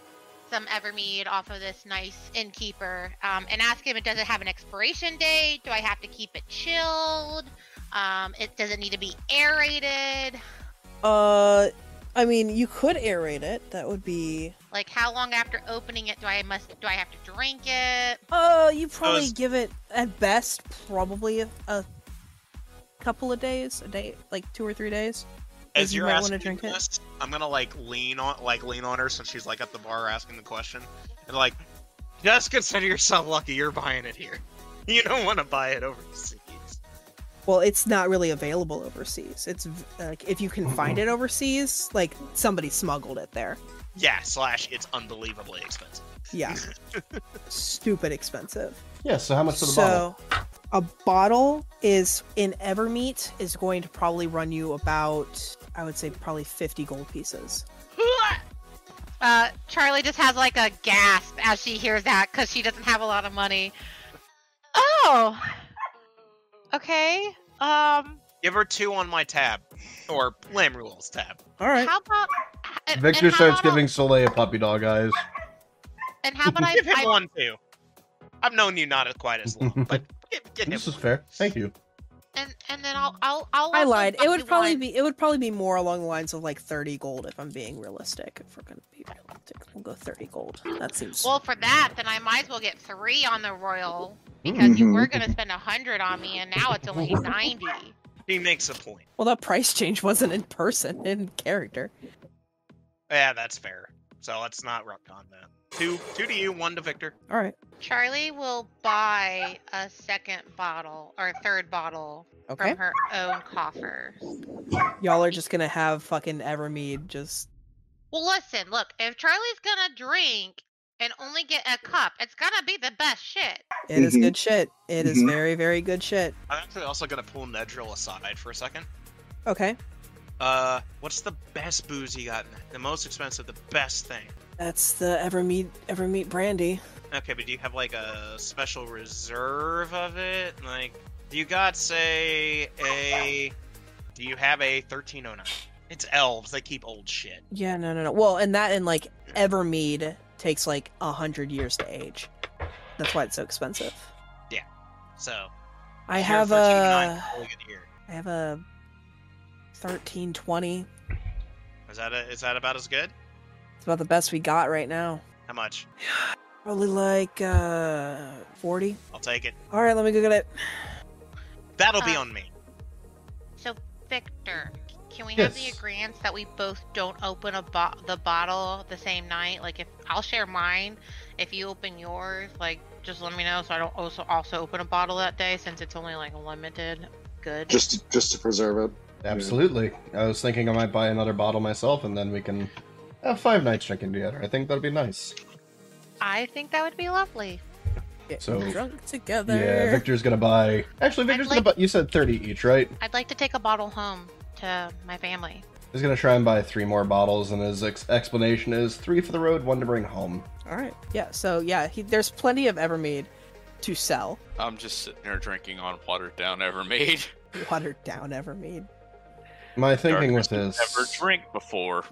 Speaker 7: some Evermead off of this nice innkeeper, um, and ask him, does it have an expiration date? Do I have to keep it chilled? Um, it does it need to be aerated?
Speaker 1: Uh, I mean, you could aerate it. That would be.
Speaker 7: Like, how long after opening it do I must do I have to drink it?
Speaker 1: Uh, you probably
Speaker 6: is-
Speaker 1: give it at best probably a, a couple of days, a day, like two or three days.
Speaker 6: as
Speaker 1: you
Speaker 6: you're
Speaker 1: might wanna
Speaker 6: asking
Speaker 1: drink it.
Speaker 6: this, I'm gonna like lean on like lean on her since she's like at the bar asking the question, and like just consider yourself lucky you're buying it here. [laughs] You don't want to buy it overseas.
Speaker 1: Well, it's not really available overseas. It's v- like if you can find it overseas, like somebody smuggled it there.
Speaker 6: Yeah, slash it's unbelievably expensive.
Speaker 2: [laughs]
Speaker 1: Yeah. Stupid expensive.
Speaker 2: Yeah, so how much for the bottle?
Speaker 1: So a bottle is in Evermeet is going to probably run you about I would say probably 50 gold pieces.
Speaker 7: Uh, Charlie just has like a gasp as she hears that because she doesn't have a lot of money. Oh, okay. Um,
Speaker 6: Give her two on my tab, or Lamb Rules tab.
Speaker 1: All right.
Speaker 7: how about and- and
Speaker 2: Victor
Speaker 7: how
Speaker 2: starts
Speaker 7: about-
Speaker 2: giving Soleil puppy dog eyes.
Speaker 7: And how about I,
Speaker 6: [laughs] Give him
Speaker 7: I
Speaker 6: one too. I've known you not quite as long,
Speaker 2: [laughs]
Speaker 6: but get, get him.
Speaker 2: This is fair. Thank you.
Speaker 7: and and then I'll I'll I'll.
Speaker 1: I
Speaker 7: also
Speaker 1: lied. It
Speaker 7: buy
Speaker 1: would probably
Speaker 7: one.
Speaker 1: be it would probably be more along the lines of like 30 gold if I'm being realistic. If we're going to be realistic, we'll go 30 gold. That seems
Speaker 7: Well, for that, then I might as well get three on the royal because
Speaker 2: Mm-hmm.
Speaker 7: you were gonna spend a hundred on me, and now it's only ninety.
Speaker 6: He makes a point.
Speaker 1: Well, that price change wasn't in person, in character.
Speaker 6: Yeah, that's fair. So let's not rock on that. Two, two to you, one to Victor.
Speaker 1: All right.
Speaker 7: Charlie will buy a second bottle or a third bottle
Speaker 1: Okay.
Speaker 7: from her own coffers.
Speaker 1: Y'all are just gonna have fucking Evermead just
Speaker 7: Well, listen, look, if Charlie's gonna drink, and only get a cup, it's gonna be the best shit.
Speaker 1: It is
Speaker 5: Mhm.
Speaker 1: good shit. It is
Speaker 5: Mhm.
Speaker 1: very, very good shit.
Speaker 6: I'm actually also gonna pull Nedril aside for a second.
Speaker 1: Okay.
Speaker 6: Uh, what's the best booze you got? Ned? The most expensive, the best thing.
Speaker 1: That's the Evermeet Evermeet brandy.
Speaker 6: Okay, but do you have like a special reserve of it? Like, do you got say a? Do you have a 1309? It's elves. They keep old shit.
Speaker 1: Yeah, no, no, no. Well, and that and like Evermead takes like a hundred years to age. That's why it's so expensive.
Speaker 6: So
Speaker 1: I
Speaker 6: your
Speaker 1: have
Speaker 6: 1309
Speaker 1: a,
Speaker 6: is really good here.
Speaker 1: I have a thirteen twenty.
Speaker 6: Is that a, is that about as good?
Speaker 1: It's about the best we got right now.
Speaker 6: How much?
Speaker 1: Probably like uh forty.
Speaker 6: I'll take it.
Speaker 1: All right, let me go get it.
Speaker 6: That'll be
Speaker 7: Uh,
Speaker 6: on me.
Speaker 7: So, Victor, can we have the
Speaker 2: Yes.
Speaker 7: agreement that we both don't open a bo- the bottle the same night? Like, if I'll share mine, if you open yours, like, just let me know so I don't also also open a bottle that day since it's only like limited good.
Speaker 5: Just to, just to preserve it.
Speaker 2: Absolutely. I was thinking I might buy another bottle myself, and then we can have five nights drinking together. I think that'd be nice.
Speaker 7: I think that would be lovely.
Speaker 10: Get
Speaker 2: So-
Speaker 10: drunk together.
Speaker 2: Yeah, Victor's gonna buy. Actually, Victor's
Speaker 7: I'd like-
Speaker 2: gonna buy. You said thirty each, right?
Speaker 7: I'd like to take a bottle home to my family.
Speaker 2: He's gonna try and buy three more bottles, and his ex- explanation is three for the road, one to bring home.
Speaker 1: All right. Yeah. So yeah, he, there's plenty of Evermead to sell.
Speaker 4: I'm just sitting there drinking on watered down Evermade.
Speaker 1: Watered down Evermead.
Speaker 2: My [laughs] thinking with
Speaker 4: Darkest
Speaker 2: this,
Speaker 4: Never drink before.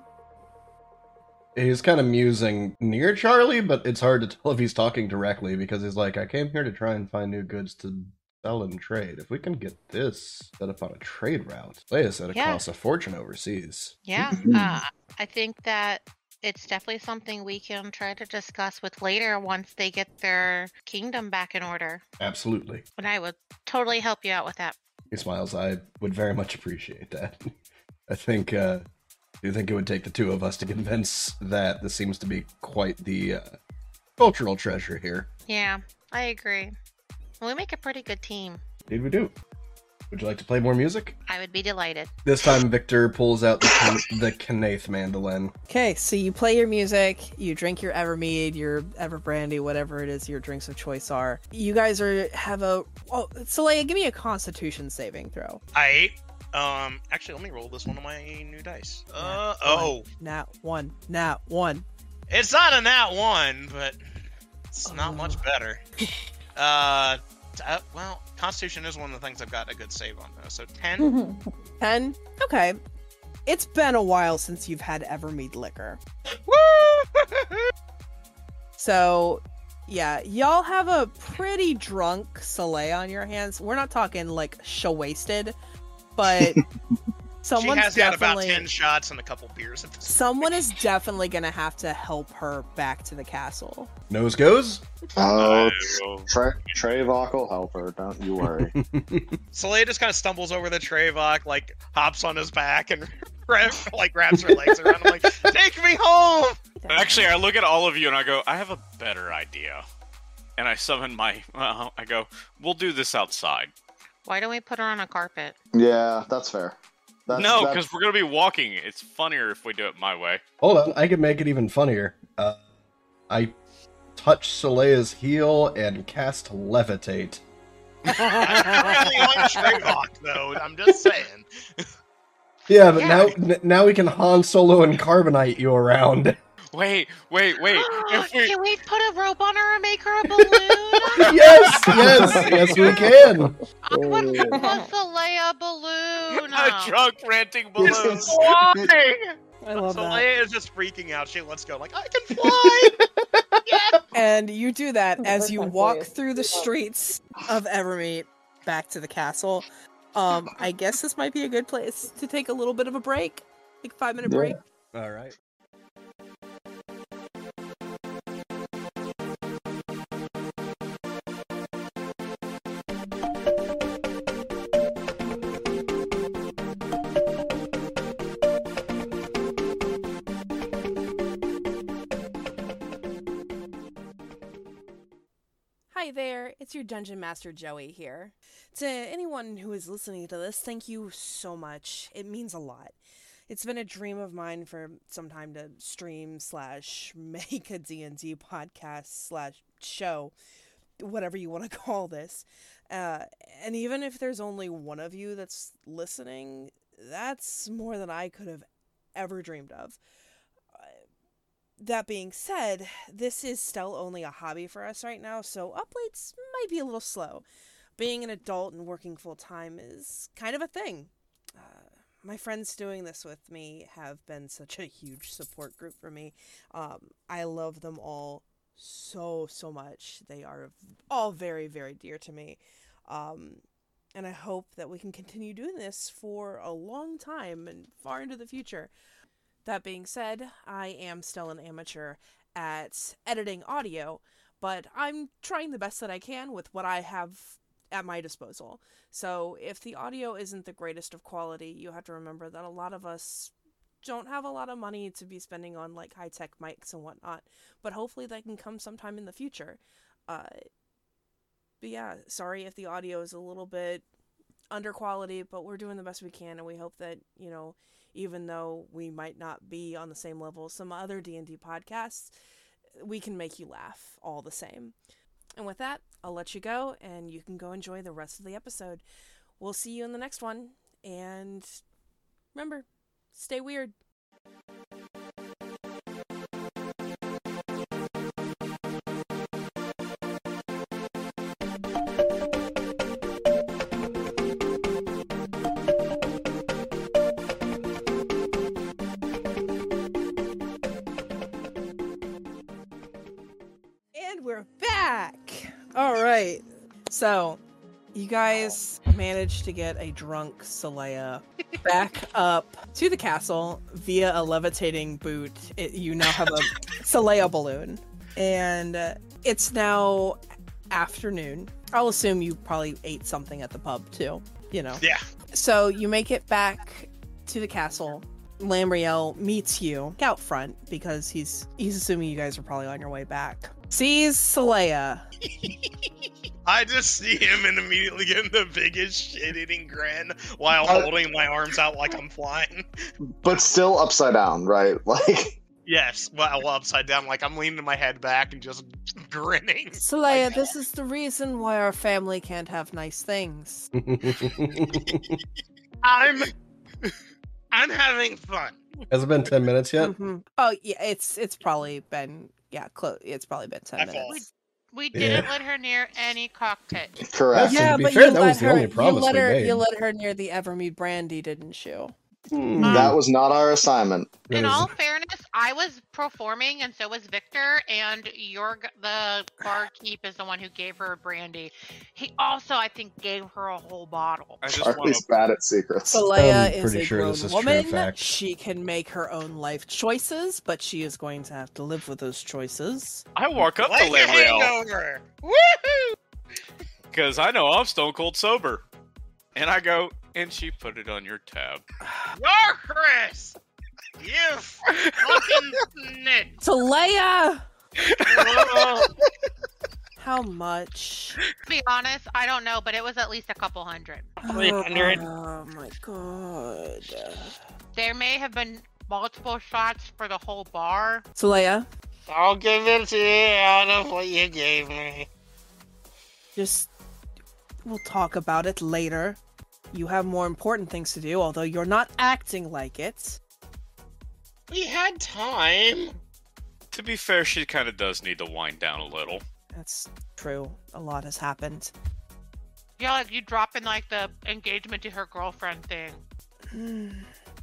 Speaker 2: he's kind of musing near Charlie, but it's hard to [laughs] tell if he's talking directly because he's like, "I came here to try and find new goods to sell and trade. If we can get this set up on a trade route, Leia said it
Speaker 7: Yeah.
Speaker 2: costs a fortune overseas.
Speaker 7: Yeah, uh, I think that it's definitely something we can try to discuss with later once they get their kingdom back in order.
Speaker 2: Absolutely."
Speaker 7: And I would totally help you out with that.
Speaker 2: He smiles. I would very much appreciate that. [laughs] I think. uh Do you think it would take the two of us to convince that this seems to be quite the uh, cultural treasure here?
Speaker 7: Yeah, I agree. We make a pretty good team.
Speaker 2: Indeed, we do. Would you like to play more music?
Speaker 7: I would be delighted.
Speaker 2: This time, Victor pulls out the can- the Kanath mandolin.
Speaker 1: Okay, so you play your music, you drink your Evermead, your Everbrandy, whatever it is your drinks of choice are. You guys are have a oh, Soleil, give me a Constitution saving throw.
Speaker 6: I ate. Um, actually, let me roll this one of my new dice. Uh
Speaker 1: Yeah, go
Speaker 6: oh,
Speaker 1: Nat one, nat one.
Speaker 6: it's not a nat one, but it's not much
Speaker 1: Oh. [laughs]
Speaker 6: better. uh, t- uh, well, Constitution is one of the things I've got a good save on though. So
Speaker 1: Mm-hmm.
Speaker 6: ten.
Speaker 1: Ten. Okay, it's been a while since you've had Evermead
Speaker 6: [laughs]
Speaker 1: liquor, so yeah, y'all have a pretty drunk Soleil on your hands. We're not talking like she wasted,
Speaker 6: [laughs]
Speaker 1: but
Speaker 6: she
Speaker 1: someone's
Speaker 6: has got about
Speaker 1: definitely [laughs]
Speaker 6: ten shots and a couple beers at this.
Speaker 1: someone is definitely gonna have to help her back to the castle.
Speaker 2: Nose [laughs] goes.
Speaker 5: Oh,
Speaker 4: Oh.
Speaker 5: Tre- Trayvok will help her. Don't you
Speaker 2: [laughs]
Speaker 5: worry.
Speaker 6: Soleil just kind of stumbles over the Trayvok, like hops on his back and [laughs] grab- like grabs her legs around. I'm like, take me home.
Speaker 4: Actually, I look at all of you and I go, I have a better idea. And I summon my. Well, I go, we'll do this outside.
Speaker 7: Why don't we put her on a carpet?
Speaker 5: yeah, that's fair. That's,
Speaker 4: no,
Speaker 5: that's-
Speaker 4: because we're going to be walking. It's funnier if we do it my way.
Speaker 2: Hold on, I can make it even funnier. Uh, I touch Soleil's heel and cast levitate.
Speaker 6: I really like Trayvok though. I'm just saying.
Speaker 2: Yeah, but
Speaker 7: Yeah.
Speaker 2: now n- now we can Han Solo and carbonite you around.
Speaker 4: Wait, wait, wait.
Speaker 7: [gasps]
Speaker 4: if we.
Speaker 7: Can we put a rope on her and make her a balloon?
Speaker 2: [laughs]
Speaker 7: [laughs]
Speaker 2: yes, yes, yes, we can.
Speaker 7: I would love to lay a
Speaker 4: [laughs]
Speaker 7: balloon.
Speaker 4: A drunk ranting
Speaker 5: It's-
Speaker 4: balloon.
Speaker 5: it's-
Speaker 1: I [laughs] love that.
Speaker 6: Soleil is just freaking out. She lets go, like, I can fly!
Speaker 1: And you do that as
Speaker 3: that's
Speaker 1: you
Speaker 3: my
Speaker 1: walk
Speaker 3: voice.
Speaker 1: through the streets of Evermeet back to the castle. Um, I guess this might be a good place to take a little bit of a break, like five minute
Speaker 5: Yeah.
Speaker 1: break.
Speaker 2: All right. [laughs]
Speaker 10: Hi there, it's your Dungeon Master Joey here. To anyone who is listening to this, thank you so much. It means a lot.
Speaker 11: it's been a dream of mine for some time to stream slash [laughs] make a D&D podcast slash show, whatever you want to [laughs] call this. Uh, and even if there's only one of you that's listening, that's more than I could have ever dreamed of. Uh, That being said, this is still only a hobby for us right now, so updates might be a little slow. Being an adult and working full time is kind of a thing. Uh, my friends doing this with me have been such a huge support group for me. Um, I love them all so, so much. They are all very, very dear to me. Um, and I hope that we can continue doing this for a long time and far into the future. That being said, I am still an amateur at editing audio, but I'm trying the best that I can with what I have at my disposal. So if the audio isn't the greatest of quality, you have to remember that a lot of us don't have a lot of money to be spending on like high tech mics and whatnot, but hopefully that can come sometime in the future. Uh, but yeah, sorry if the audio is a little bit under quality, but we're doing the best we can, and we hope that you know, even though we might not be on the same level as some other D and D podcasts, we can make you laugh all the same. And with that, I'll let you go, and you can go enjoy the rest of the episode. We'll see you in the next one, and remember, stay weird.
Speaker 1: And we're back. All right. So, you guys managed to get a drunk Saleya back up to the castle via a levitating boot. It, you now have a Saleya balloon. And uh, it's now afternoon. I'll assume you probably ate something at the pub too, you know.
Speaker 6: Yeah.
Speaker 1: So you make it back to the castle. Lamriel meets you out front because he's he's assuming you guys are probably on your way back. Sees Saleya.
Speaker 6: I just see him and immediately get in the biggest shit-eating grin while
Speaker 5: Uh,
Speaker 6: holding my arms out like I'm flying.
Speaker 5: But still upside down, right? [laughs] Like,
Speaker 6: Yes, well, well, upside down, like I'm leaning my head back and just grinning.
Speaker 1: Saleya, this is the reason why our family can't have nice things.
Speaker 6: I'm, I'm having fun.
Speaker 2: Has it been 10 minutes yet?
Speaker 1: Mhm. Oh yeah, it's it's probably been yeah, close. It's probably been ten
Speaker 6: I fall.
Speaker 1: minutes.
Speaker 7: We didn't
Speaker 2: Yeah.
Speaker 7: let her near any cockpit.
Speaker 5: correct.
Speaker 2: Yeah, to be fair, that was the only promise
Speaker 1: you let
Speaker 2: we
Speaker 1: her
Speaker 2: made.
Speaker 1: you let her near the Evermead brandy, didn't you?
Speaker 2: Hmm.
Speaker 5: That was not our assignment.
Speaker 2: That
Speaker 7: Um, In
Speaker 2: is-
Speaker 7: all fairness, I was performing, and so was Victor. And your g- the barkeep is the one who gave her brandy. He also, I think, gave her a whole bottle.
Speaker 4: I just want
Speaker 5: Charlie's
Speaker 4: to.
Speaker 5: bad at secrets.
Speaker 1: Saleya
Speaker 2: I'm
Speaker 1: is
Speaker 2: pretty
Speaker 1: a
Speaker 2: sure
Speaker 1: grown
Speaker 2: this is true
Speaker 1: woman.
Speaker 2: fact.
Speaker 1: She can make her own life choices, but she is going to have to live with those choices.
Speaker 4: I walk up to
Speaker 6: Like a
Speaker 4: Lamriel
Speaker 6: hangover.
Speaker 4: because I know I'm stone cold sober, and I go, and she put it on your tab.
Speaker 6: You're Chris. You fucking [laughs] snitch.
Speaker 1: Saleya, how much?
Speaker 7: To be honest, I don't know, but it was at least a couple hundred.
Speaker 1: Oh my god.
Speaker 7: There may have been multiple shots for the whole bar.
Speaker 1: Saleya,
Speaker 9: I'll give it to you out of what you gave me.
Speaker 1: Just we'll talk about it later. You have more important things to do, although you're not acting like it.
Speaker 9: We had time.
Speaker 4: To be fair, she kind of does need to wind down a little.
Speaker 1: That's true. A lot has happened.
Speaker 7: Yeah, like you dropping like the engagement to her girlfriend thing.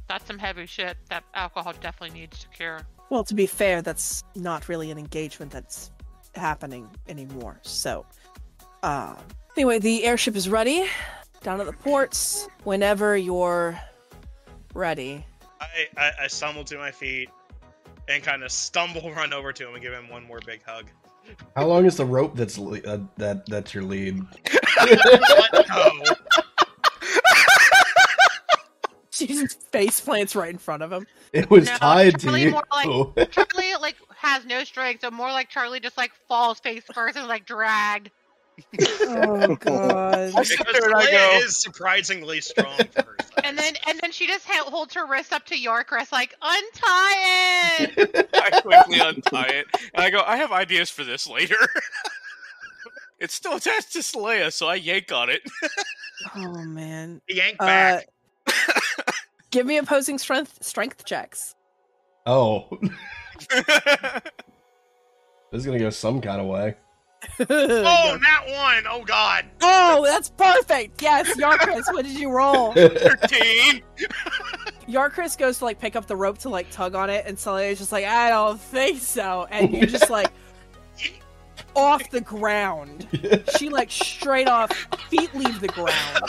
Speaker 7: That's some heavy shit that alcohol definitely needs to cure.
Speaker 1: Well, to be fair, that's not really an engagement that's happening anymore. So, uh, anyway, the airship is ready down at the ports whenever you're ready. [laughs]
Speaker 6: I, I, I stumble to my feet and kind of stumble [laughs] run over to him and give him one more big [laughs] hug.
Speaker 2: How long is the rope that's le- uh, that that's your lead?
Speaker 6: Let go. [laughs]
Speaker 1: She just face plants right in front of him.
Speaker 2: It was
Speaker 7: No,
Speaker 2: tied to
Speaker 7: probably
Speaker 2: you.
Speaker 7: more like- Charlie like has no strength, so more like Charlie just like falls face first and is, like dragged.
Speaker 11: Oh
Speaker 1: [laughs]
Speaker 11: god.
Speaker 9: I sit
Speaker 6: Because
Speaker 9: there and I
Speaker 6: Leia
Speaker 9: go-
Speaker 6: is surprisingly strong for her size.
Speaker 7: And then and then she just ha- holds her wrist up to Yorkress like untie it.
Speaker 3: [laughs]
Speaker 4: I quickly untie it. And I go, I have ideas for this later. [laughs] it's still attached to Leia, so I yank on it. [laughs]
Speaker 1: Oh man.
Speaker 6: Yank
Speaker 1: Uh, [laughs]
Speaker 6: back.
Speaker 1: give me opposing strength strength checks.
Speaker 2: [laughs]
Speaker 1: [laughs]
Speaker 2: Oh, [laughs] this is gonna go some kind of way.
Speaker 6: oh, not one. Oh God.
Speaker 1: Oh, that's perfect. Yes, Yarkris, what did you roll?
Speaker 6: Thirteen.
Speaker 1: Yarkris goes to like pick up the rope to like tug on it, and Celia's just like, I don't think so. And you just like off the ground. She like straight off, feet leave the ground.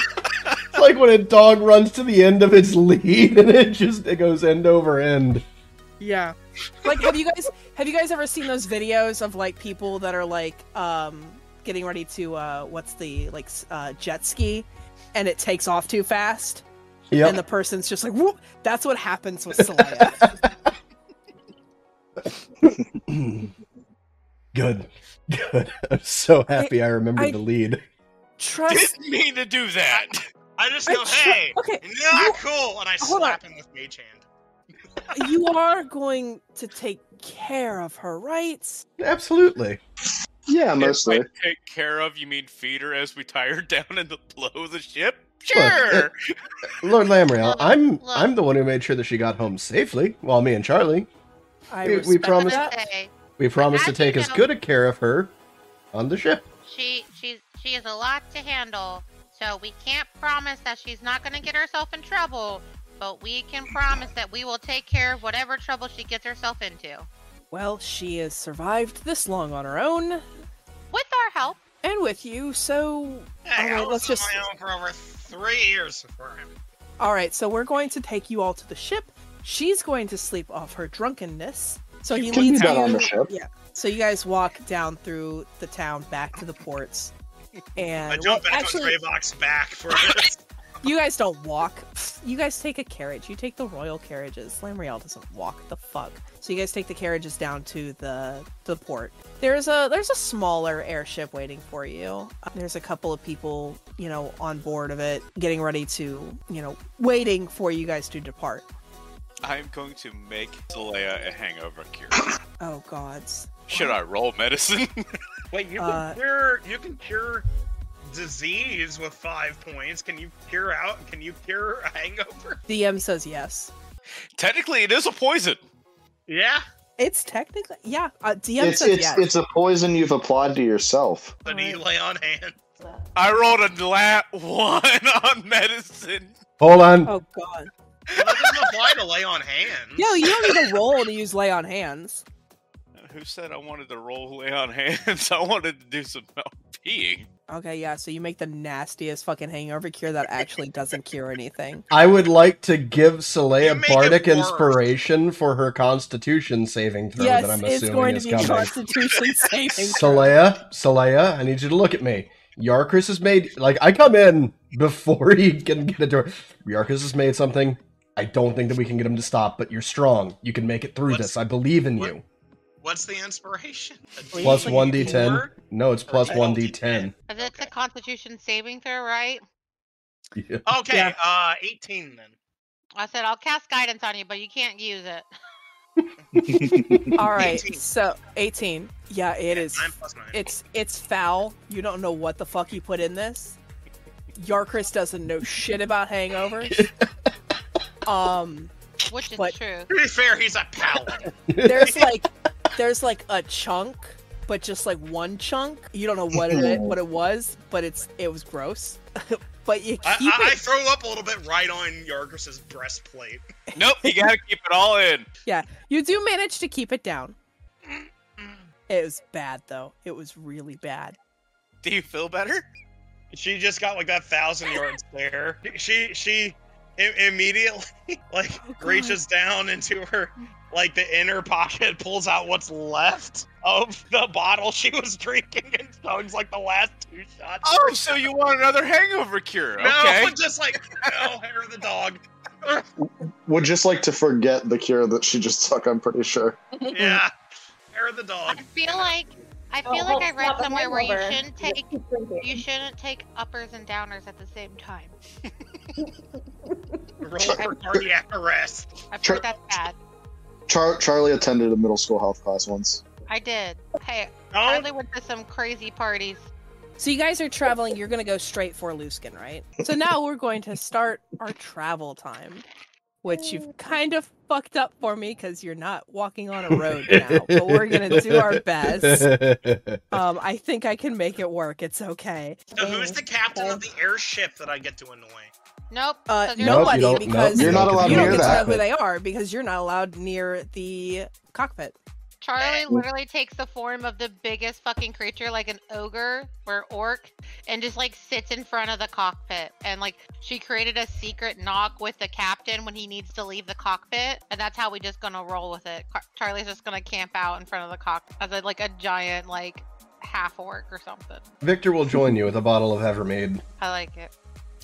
Speaker 2: It's [laughs] like when a dog runs to the end of its lead and it just it goes end over end.
Speaker 1: Yeah. Like have you guys have you guys ever seen those videos of like people that are like um getting ready to uh what's the like s- uh jet ski and it takes off too fast
Speaker 2: Yep.
Speaker 1: and the person's just like whoop that's what happens with
Speaker 6: [laughs]
Speaker 1: Celeste.
Speaker 2: [clears throat] Good. Good. I'm so happy I remembered
Speaker 1: I-
Speaker 2: the lead.
Speaker 1: Trust
Speaker 4: Didn't mean to do that.
Speaker 6: I just
Speaker 1: I
Speaker 6: go,
Speaker 1: tr-
Speaker 6: hey,
Speaker 1: okay
Speaker 6: not
Speaker 1: you-
Speaker 6: cool, and I
Speaker 1: hold on.
Speaker 6: slap him with mage hand.
Speaker 1: you are going to take care of her right?
Speaker 2: Absolutely.
Speaker 5: Yeah, mostly.
Speaker 4: If I take care of, you mean feed her as we tie her [laughs] down in the blow of the ship?
Speaker 2: Look,
Speaker 4: Sure.
Speaker 2: Lord Lamriel,
Speaker 7: Look,
Speaker 2: I'm
Speaker 7: look.
Speaker 2: I'm the one who made sure that she got home safely. While me and Charlie,
Speaker 1: I
Speaker 2: We- we
Speaker 1: respect
Speaker 7: I'm gonna
Speaker 2: promised-
Speaker 1: that.
Speaker 7: say,
Speaker 2: we promised to
Speaker 7: As
Speaker 2: take
Speaker 7: you
Speaker 2: as
Speaker 7: know-
Speaker 2: good a care of her on the ship.
Speaker 7: She she's she is a lot to handle, so we can't promise that she's not gonna get herself in trouble, but we can promise that we will take care of whatever trouble she gets herself into.
Speaker 1: Well, she has survived this long on her own
Speaker 7: With our help.
Speaker 1: and with you, so
Speaker 6: Hey,
Speaker 1: All
Speaker 6: I
Speaker 1: right, let's
Speaker 6: was on
Speaker 1: just-
Speaker 6: my own for over three years for him.
Speaker 1: All right, so we're going to take you all to the ship. She's going to sleep off her drunkenness. So he
Speaker 5: Can
Speaker 1: leads
Speaker 5: you bet
Speaker 1: you.
Speaker 5: on the ship?
Speaker 1: Yeah. So you guys walk down through the town back to the ports, and
Speaker 6: I jump
Speaker 1: Uh, well,
Speaker 6: back
Speaker 1: actually,
Speaker 6: on Trayvok's back for this.
Speaker 1: you guys don't walk. Pfft, You guys take a carriage. You take the royal carriages. Lamriel doesn't walk. The fuck. So you guys take the carriages down to the the port. There's a there's a smaller airship waiting for you. Uh, There's a couple of people you know on board of it, getting ready to you know waiting for you guys to depart.
Speaker 4: I'm going to make Leia a hangover cure.
Speaker 1: Oh gods.
Speaker 4: Should I roll medicine? [laughs]
Speaker 6: Wait, you can
Speaker 1: Uh,
Speaker 6: cure. You can cure disease with five points. Can you cure out? Can you cure a hangover?
Speaker 1: DM says yes.
Speaker 4: Technically, it is a poison.
Speaker 6: Yeah.
Speaker 1: It's technically yeah. Uh, DM
Speaker 5: It's
Speaker 1: says
Speaker 5: it's
Speaker 1: yes.
Speaker 5: it's a poison you've applied to yourself.
Speaker 6: But you lay on hand.
Speaker 4: I rolled a la- one [laughs] on medicine.
Speaker 2: Hold on.
Speaker 1: oh god.
Speaker 6: Well, that doesn't apply to lay on hand.
Speaker 1: No, you don't need a roll to use lay on hands.
Speaker 4: Who said I wanted to roll lay on hands? [laughs] I wanted to do some peeing.
Speaker 1: Okay, yeah. So you make the nastiest fucking hangover cure that actually doesn't cure anything.
Speaker 2: I would like to give
Speaker 6: You
Speaker 2: Saleya
Speaker 6: make it
Speaker 2: bardic
Speaker 6: worse.
Speaker 2: inspiration for her Constitution saving throw
Speaker 1: yes,
Speaker 2: that I'm
Speaker 1: it's
Speaker 2: assuming
Speaker 1: going to
Speaker 2: is
Speaker 1: be
Speaker 2: coming.
Speaker 1: Constitution saving. throw.
Speaker 2: Saleya, Saleya, I need you to look at me. Yarkris has made like I come in before [laughs] he can get a door. Yarkris has made something. I don't think that we can get him to stop, but you're strong. You can make it through
Speaker 6: What's-
Speaker 2: this. I believe in
Speaker 6: what-
Speaker 2: you.
Speaker 6: What's the inspiration? A
Speaker 1: Please.
Speaker 2: Plus
Speaker 1: like
Speaker 2: one d ten.
Speaker 6: D4?
Speaker 2: No, it's plus
Speaker 6: Okay.
Speaker 2: one d ten.
Speaker 7: Because it's a constitution saving throw, right?
Speaker 2: [laughs] Yeah.
Speaker 6: Okay,
Speaker 1: Yeah.
Speaker 6: uh, eighteen then.
Speaker 7: I said I'll cast guidance on you, but you can't use it. [laughs]
Speaker 1: All right,
Speaker 6: 18.
Speaker 1: so eighteen. Yeah, it is.
Speaker 6: Nine plus nine.
Speaker 1: It's it's foul. You don't know what the fuck you put in this. Yarkris doesn't know shit about hangovers. Um.
Speaker 7: Which is
Speaker 1: But-
Speaker 7: true.
Speaker 6: to be fair, he's a
Speaker 1: [laughs]
Speaker 6: paladin.
Speaker 1: there's like there's like a chunk but just like one chunk you don't know what it what it was but it's it was gross [laughs] but you keep
Speaker 6: I, I, I
Speaker 1: it
Speaker 6: throw up a little bit right on Yargris's breastplate.
Speaker 4: Nope, you gotta keep it all in.
Speaker 1: you do manage to keep it down it was bad though it was really bad
Speaker 4: Do you feel better?
Speaker 6: She just got like that thousand yard stare. She she I- immediately [laughs] like
Speaker 1: God.
Speaker 6: reaches down into her like the inner pocket, pulls out what's left of the bottle she was drinking, and chugs like the last two shots.
Speaker 4: Oh, so you want another hangover cure?
Speaker 6: no!
Speaker 4: okay.
Speaker 6: [laughs] Just like no, hair of the dog.
Speaker 5: Would just like to [laughs] forget the cure that she just took. I'm pretty sure.
Speaker 6: Yeah, hair of the dog.
Speaker 7: I feel like I
Speaker 3: Oh,
Speaker 7: feel like
Speaker 3: hold-
Speaker 7: I read
Speaker 3: not the
Speaker 7: somewhere where you
Speaker 3: hangover.
Speaker 7: shouldn't take
Speaker 3: Keep drinking.
Speaker 7: you shouldn't take uppers and downers at the same time.
Speaker 6: Roll for cardiac arrest.
Speaker 7: I've
Speaker 5: Sure.
Speaker 7: heard that's bad.
Speaker 5: Char- Charlie attended a middle school health class once.
Speaker 7: I did. Hey,
Speaker 6: Oh,
Speaker 7: Charlie went to some crazy parties.
Speaker 1: So you guys are traveling. You're going to go straight for Luskin, right? So now we're going to start our travel time, which
Speaker 5: [laughs]
Speaker 1: you've kind of fucked up for me because you're not walking on a
Speaker 5: [laughs]
Speaker 1: road now. but we're going to do our best. Um, I think I can make it work. It's okay.
Speaker 6: so who's the captain of the airship that I get to annoy?
Speaker 7: Nope.
Speaker 1: Uh,
Speaker 7: 'cause you're-
Speaker 2: Nope,
Speaker 1: nobody,
Speaker 2: you don't- nope,
Speaker 1: because
Speaker 5: You're not
Speaker 2: don't get
Speaker 5: allowed
Speaker 2: to
Speaker 1: you
Speaker 5: to
Speaker 1: don't
Speaker 5: hear
Speaker 1: get to know
Speaker 5: that.
Speaker 1: who they are because you're not allowed near the cockpit.
Speaker 7: Charlie literally takes the form of the biggest fucking creature, like an ogre or orc, and just like sits in front of the cockpit. And like she created a secret knock with the captain when he needs to leave the cockpit, and that's how we just gonna roll with it. Car- Charlie's just gonna camp out in front of the cockpit as a, like a giant like half orc or something.
Speaker 2: Victor will join you with a bottle of Evermade.
Speaker 7: I like it.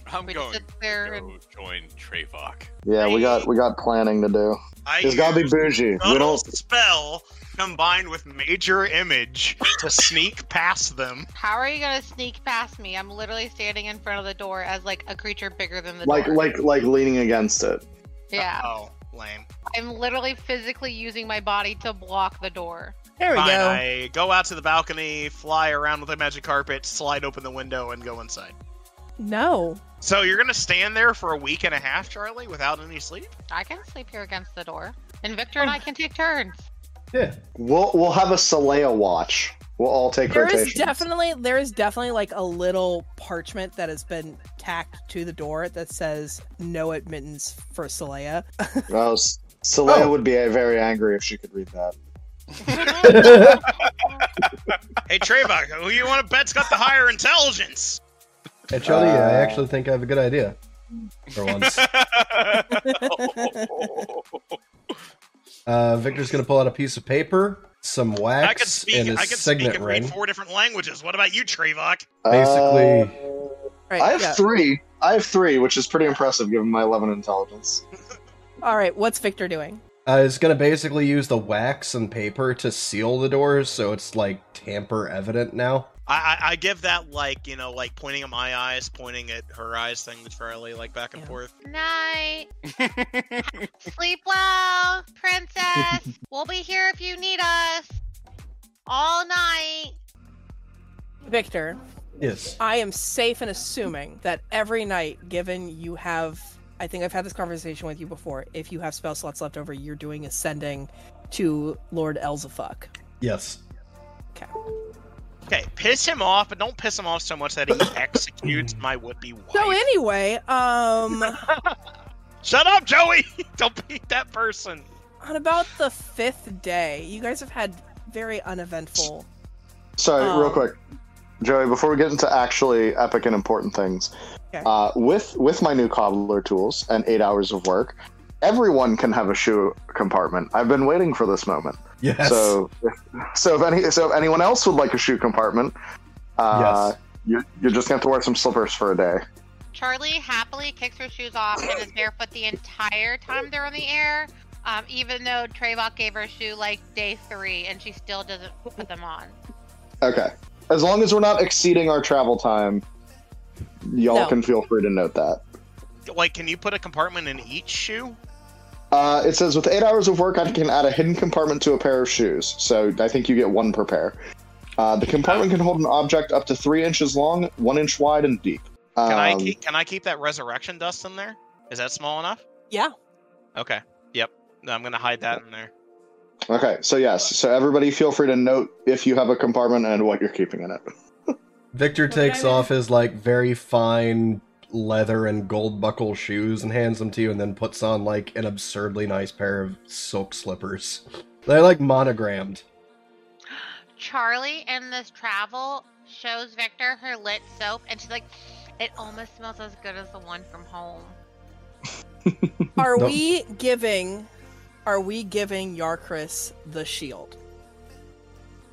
Speaker 4: I'm
Speaker 7: We
Speaker 4: going
Speaker 7: just
Speaker 4: to
Speaker 7: sit there and
Speaker 4: go join [laughs] Trayvok.
Speaker 5: Yeah, we got we got planning to do.
Speaker 6: I
Speaker 5: It's gotta be
Speaker 6: use
Speaker 5: bougie. We
Speaker 6: subtle
Speaker 5: don't.
Speaker 6: spell combined with major image to sneak past them.
Speaker 7: How are you gonna sneak past me? I'm literally standing in front of the door as like a creature bigger than the
Speaker 5: like
Speaker 7: door.
Speaker 5: like uh, like leaning against it.
Speaker 7: yeah,
Speaker 6: Oh, lame.
Speaker 7: I'm literally physically using my body to block the door.
Speaker 1: There we
Speaker 6: Fine,
Speaker 1: go.
Speaker 6: I go out to the balcony, fly around with a magic carpet, slide open the window, and go inside.
Speaker 1: No.
Speaker 6: So you're gonna stand there for a week and a half, Charlie, without any sleep?
Speaker 7: I can sleep here against the door, and Victor and I can take turns.
Speaker 2: Yeah.
Speaker 5: We'll we'll have a Saleya watch. We'll all take
Speaker 1: There is
Speaker 5: rotations.
Speaker 1: definitely there is definitely like a little parchment that has been tacked to the door that says no admittance for Saleya.
Speaker 5: Oh, S- Saleya
Speaker 2: Oh.
Speaker 5: would be uh, very angry if she could read that.
Speaker 1: [laughs]
Speaker 6: Hey Trayvon, who you want to bet's got the higher intelligence?
Speaker 2: Actually, I
Speaker 5: Uh.
Speaker 2: actually think I have a good idea. For
Speaker 6: [laughs]
Speaker 2: once. Uh, Victor's gonna pull out a piece of paper, some wax,
Speaker 6: I could speak.
Speaker 2: and his
Speaker 6: I could
Speaker 2: signet
Speaker 6: speak and
Speaker 2: ring.
Speaker 6: read four different languages. What about you, Trayvok?
Speaker 2: Basically-
Speaker 5: Uh,
Speaker 1: Right.
Speaker 5: I have
Speaker 1: yeah.
Speaker 5: three. I have three, which is pretty impressive given my eleven intelligence.
Speaker 1: All right, what's Victor doing?
Speaker 2: Uh, it's gonna basically use the wax and paper to seal the doors, so it's like tamper evident now.
Speaker 6: I, I I give that like you know like pointing at my eyes, pointing at her eyes thing to Charlie, like back and
Speaker 1: Yeah.
Speaker 6: forth.
Speaker 7: Night. Sleep well,
Speaker 5: [laughs]
Speaker 7: princess. We'll be here if you need us all night.
Speaker 1: Victor,
Speaker 2: Yes.
Speaker 1: I am safe in assuming that every night given you have I think I've had this conversation with you before. If you have spell slots left over, you're doing ascending to Lord Elzafuck.
Speaker 2: Yes.
Speaker 6: Okay, piss him off, but don't piss him off so much that [laughs] he executes my would-be wife.
Speaker 1: So anyway, um [laughs]
Speaker 6: Shut up, Joey! [laughs] don't be that person.
Speaker 1: on about the fifth day, you guys have had very uneventful
Speaker 5: Sorry,
Speaker 1: Um,
Speaker 5: real quick, Joey. Before we get into actually epic and important things,
Speaker 1: Okay.
Speaker 5: uh, with with my new cobbler tools and eight hours of work, everyone can have a shoe compartment. I've been waiting for this moment.
Speaker 2: Yes.
Speaker 5: So, so if any, so if anyone else would like a shoe compartment, uh,
Speaker 2: yes.
Speaker 5: you're, you're just gonna have to wear some slippers for a day.
Speaker 7: Charlie happily kicks her shoes off and is barefoot the entire time they're in the air. Um, even though Trayvon gave her a shoe like day three and she still doesn't put them on.
Speaker 5: Okay. As long as we're not exceeding our travel time, y'all
Speaker 1: No.
Speaker 5: can feel free to note that.
Speaker 6: Like, can you put a compartment in each shoe?
Speaker 5: Uh, it says with eight hours of work, I can add a hidden compartment to a pair of shoes. So I think you get one per pair. Uh, the compartment can hold an object up to three inches long, one inch wide, and deep. Um,
Speaker 6: Can I keep, can I keep that resurrection dust in there? Is that small enough?
Speaker 1: Yeah.
Speaker 6: Okay. Yep. No, I'm gonna hide that in there.
Speaker 5: Okay, so yes, so everybody feel free to note if you have a compartment and what you're keeping in it.
Speaker 2: Victor
Speaker 1: Okay.
Speaker 2: takes off his like very fine leather and gold buckle shoes and hands them to you, and then puts on like an absurdly nice pair of silk slippers. They're like monogrammed.
Speaker 7: Charlie in this travel shows Victor her lit soap and she's like, it almost smells as good as the one from home.
Speaker 1: Are
Speaker 2: No.
Speaker 1: we giving? Are we giving Yarkris the shield?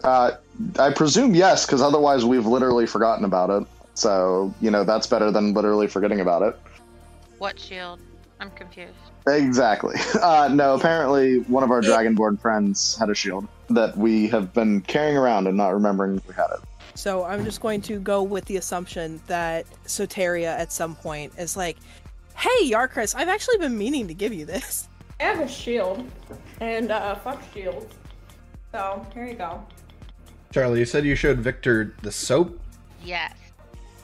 Speaker 5: Uh, I presume yes, because otherwise we've literally forgotten about it. So you know that's better than literally forgetting about it.
Speaker 7: What shield? E I'm confused.
Speaker 5: Exactly. [laughs] Uh, no, apparently one of our dragonborn friends had a shield that we have been carrying around and not remembering we had it.
Speaker 1: So I'm just going to go with the assumption that Soteria at some point is like, "Hey, Yarkris, I've actually been meaning to give you this."
Speaker 3: I have a shield, and uh, fuck shields. So here you go.
Speaker 2: Charlie, you said you showed Victor the soap.
Speaker 7: Yes.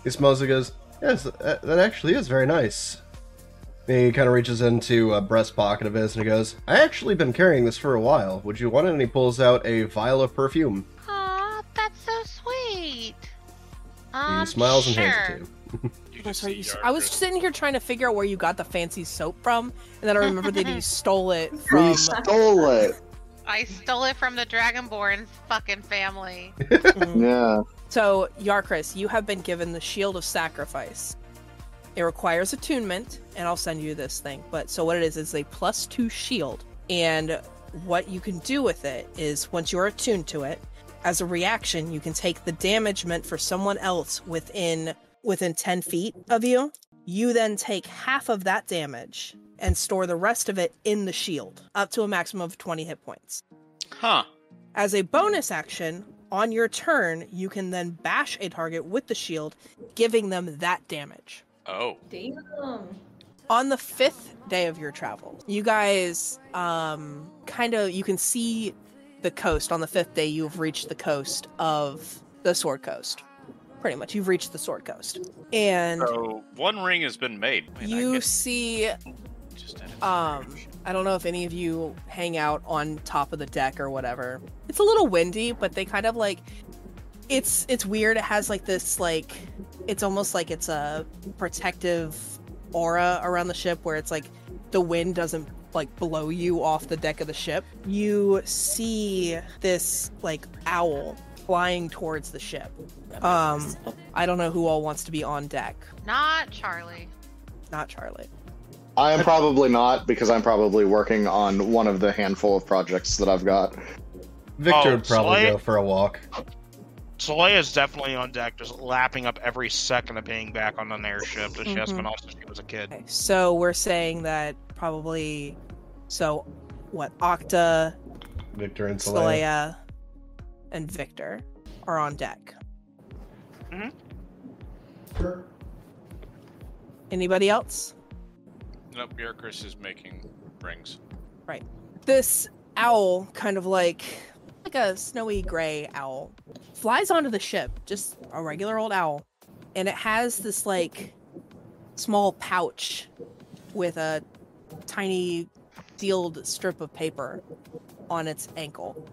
Speaker 2: Ismoza goes, Yes, that, that actually is very nice. He kind of reaches into a breast pocket of his and he goes, I actually been carrying this for a while. Would you want it? And he pulls out a vial of perfume.
Speaker 7: Aw, that's so sweet.
Speaker 2: He
Speaker 7: Um,
Speaker 2: smiles
Speaker 7: sure.
Speaker 2: and hands it to him.
Speaker 1: That's [laughs] right, you s- I was sitting here trying to figure out where you got the fancy soap from, and then I remembered that you stole it
Speaker 5: We
Speaker 6: Um,
Speaker 1: [laughs] from.
Speaker 5: stole it.
Speaker 7: I stole it from the Dragonborn's fucking family.
Speaker 1: Mm.
Speaker 5: Yeah.
Speaker 1: So, Yarkris, you have been given the Shield of Sacrifice. It requires attunement, and I'll send you this thing. But so, what it is, is a plus two shield. And what you can do with it is once you're attuned to it, as a reaction, you can take the damage meant for someone else within within 10 feet of you. You then take half of that damage and store the rest of it in the shield, up to a maximum of 20 hit points.
Speaker 4: Huh.
Speaker 1: As a bonus action, on your turn, you can then bash a target with the shield, giving them that damage.
Speaker 4: Oh.
Speaker 3: Damn.
Speaker 1: On the fifth day of your travel, you guys um, kind of you can see the coast. On the fifth day, you've reached the coast of the Sword Coast. Pretty much, you've reached the Sword Coast, and
Speaker 4: So one ring has been made. Wait, I
Speaker 1: you
Speaker 4: get-
Speaker 1: see
Speaker 4: just edit the
Speaker 1: Um,
Speaker 4: bridge.
Speaker 1: I don't know if any of you hang out on top of the deck or whatever. It's a little windy, but they kind of like it's it's weird. It has like this like it's almost like it's a protective aura around the ship where it's like the wind doesn't like blow you off the deck of the ship. You see this like owl flying towards the ship. Um, I don't know who all wants to be on deck.
Speaker 7: Not Charlie.
Speaker 1: Not Charlie.
Speaker 5: I am probably not because I'm probably working on one of the handful of projects that I've got.
Speaker 2: Victor
Speaker 6: Oh,
Speaker 2: would probably
Speaker 6: Slay?
Speaker 2: go for a walk.
Speaker 6: Soleil's definitely on deck, just lapping up every second of being back on an airship that she has
Speaker 1: Mhm.
Speaker 6: been on since she was a kid.
Speaker 1: Okay, so we're saying that probably, so what? Octa,
Speaker 2: Victor and Soleil.
Speaker 1: Stalea, and Victor are on deck.
Speaker 8: Sure.
Speaker 1: Anybody else?
Speaker 4: Nope, Yerkris is making rings.
Speaker 1: This owl, kind of like like a snowy gray owl, flies onto the ship, just a regular old owl, and it has this like small pouch with a tiny sealed strip of paper on its ankle.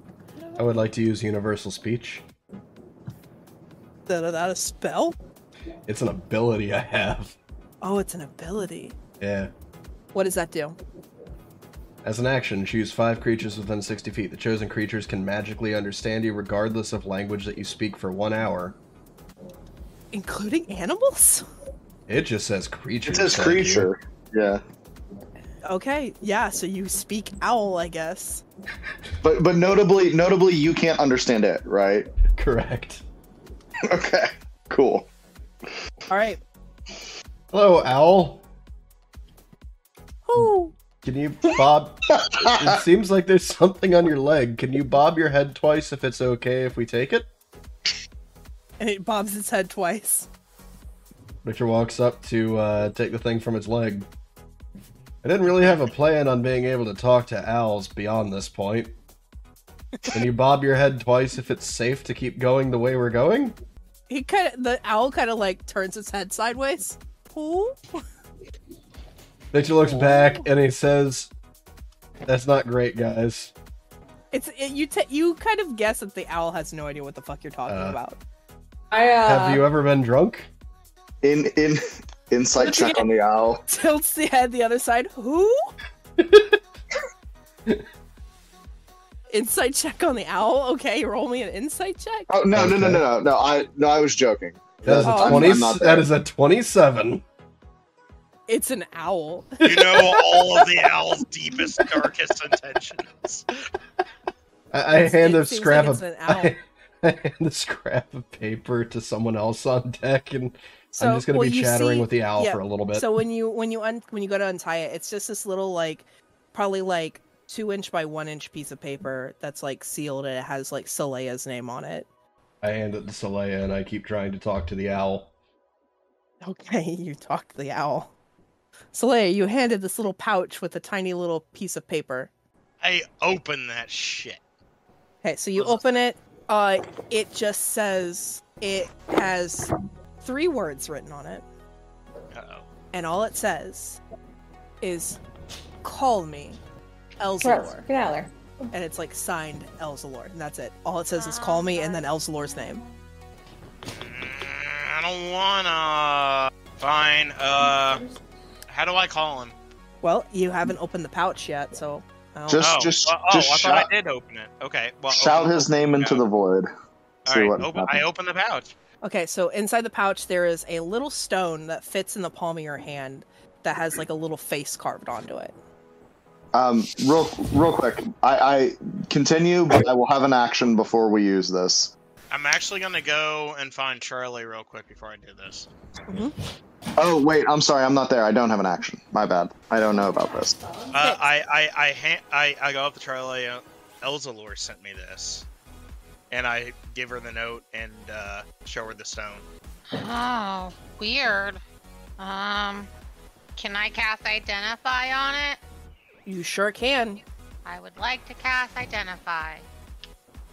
Speaker 2: I would like to use universal speech.
Speaker 1: Is that a spell?
Speaker 2: It's an ability I have.
Speaker 1: Oh, it's an ability.
Speaker 2: Yeah.
Speaker 1: What does that do?
Speaker 2: As an action, choose five creatures within 60 feet. The chosen creatures can magically understand you regardless of language that you speak for one hour.
Speaker 1: Including animals? [laughs]
Speaker 2: It just says creature.
Speaker 5: It says
Speaker 2: thank you.
Speaker 5: creature. Yeah.
Speaker 1: Okay, yeah, so you speak owl, I guess.
Speaker 5: But but notably notably you can't understand it, right?
Speaker 2: [laughs]
Speaker 5: [laughs]
Speaker 2: Correct.
Speaker 5: Okay. Cool.
Speaker 1: All right.
Speaker 2: Hello, owl.
Speaker 1: Ooh.
Speaker 2: Can you bob? it seems like there's something on your leg. Can you bob your head twice if it's okay if we take it?
Speaker 1: And it bobs its head twice.
Speaker 2: Victor walks up to uh, take the thing from its leg. I didn't really have a plan on being able to talk to owls beyond this point. Can you bob your head twice if it's safe to keep going the way we're going?
Speaker 1: He kind of, the owl kind of like turns its head sideways. Ooh.
Speaker 2: Victor looks back and he says, "That's not great, guys."
Speaker 1: It's it, you. T- you kind of guess that the owl has no idea what the fuck you're talking
Speaker 2: Uh,
Speaker 1: about. [laughs]
Speaker 3: I uh.
Speaker 2: Have you ever been drunk?
Speaker 5: In in insight
Speaker 1: Let's
Speaker 5: check
Speaker 1: get-
Speaker 5: on the owl.
Speaker 1: Tilts the head the other side.
Speaker 2: [laughs]
Speaker 1: Who? insight check on the owl. Okay, roll me an insight check.
Speaker 5: Oh no no no
Speaker 2: Okay.
Speaker 5: no no no I no I was joking.
Speaker 2: That is
Speaker 1: Oh,
Speaker 2: a
Speaker 1: I'm-
Speaker 2: twenty.
Speaker 5: I'm not there.
Speaker 2: that is a twenty-seven.
Speaker 1: It's an owl.
Speaker 6: [laughs] You know all of the owl's deepest, darkest intentions.
Speaker 2: I, I
Speaker 1: It's- [laughs]
Speaker 2: hand
Speaker 1: it
Speaker 2: a
Speaker 1: seems
Speaker 2: scrap [laughs]
Speaker 1: like
Speaker 2: of
Speaker 1: it's an owl.
Speaker 2: I, I hand a scrap of paper to someone else on deck and
Speaker 1: So
Speaker 2: just gonna be
Speaker 1: what you
Speaker 2: chattering
Speaker 1: see-
Speaker 2: with the owl for a little bit.
Speaker 1: So when you when you un- when you go to untie it, it's just this little like probably like two inch by one inch piece of paper that's like sealed and it has like Soleil's name on it. [laughs]
Speaker 2: I hand it to Saleya and I keep trying to talk to the owl.
Speaker 1: Okay, you talked the owl. Soleil, you handed this little pouch with a tiny little piece of paper.
Speaker 6: I open that shit.
Speaker 1: Okay, so you open it. Uh, it just says it has three words written on it,
Speaker 6: Uh oh.
Speaker 1: and all it says is "Call me,
Speaker 3: Gross.
Speaker 1: Elzalor,"
Speaker 3: Get out of there.
Speaker 1: and it's like signed Elzalor, and that's it. All it says is "Call me," and then Elzalor's name.
Speaker 6: Mm, I don't wanna. Fine. Uh, how do I call him?
Speaker 1: Well, you haven't opened the pouch yet, so I don't-
Speaker 5: Just-
Speaker 6: oh,
Speaker 5: just-
Speaker 6: well- oh,
Speaker 5: just
Speaker 6: I thought
Speaker 5: shout-
Speaker 6: I did open it. Okay. Well,
Speaker 5: Shout
Speaker 6: open-
Speaker 5: his name into
Speaker 6: yeah.
Speaker 5: the void.
Speaker 6: All
Speaker 5: See
Speaker 6: right,
Speaker 5: what
Speaker 6: open, I
Speaker 5: happens.
Speaker 6: open the pouch.
Speaker 1: Okay, so inside the pouch there is a little stone that fits in the palm of your hand that has like a little face carved onto it.
Speaker 5: Um, real, real quick. I, I continue, but I will have an action before we use this.
Speaker 6: I'm actually gonna go and find Charlie real quick before I do this.
Speaker 5: Oh wait, I'm sorry. I'm not there. I don't have an action. My bad. I don't know about this.
Speaker 6: Uh, I, I, I, ha- I, I go up to Charlie. uh, Elzalor sent me this, and I give her the note and uh, show her the stone.
Speaker 7: Oh, weird. Um, can I cast Identify on it?
Speaker 1: You sure can.
Speaker 7: I would like to cast Identify.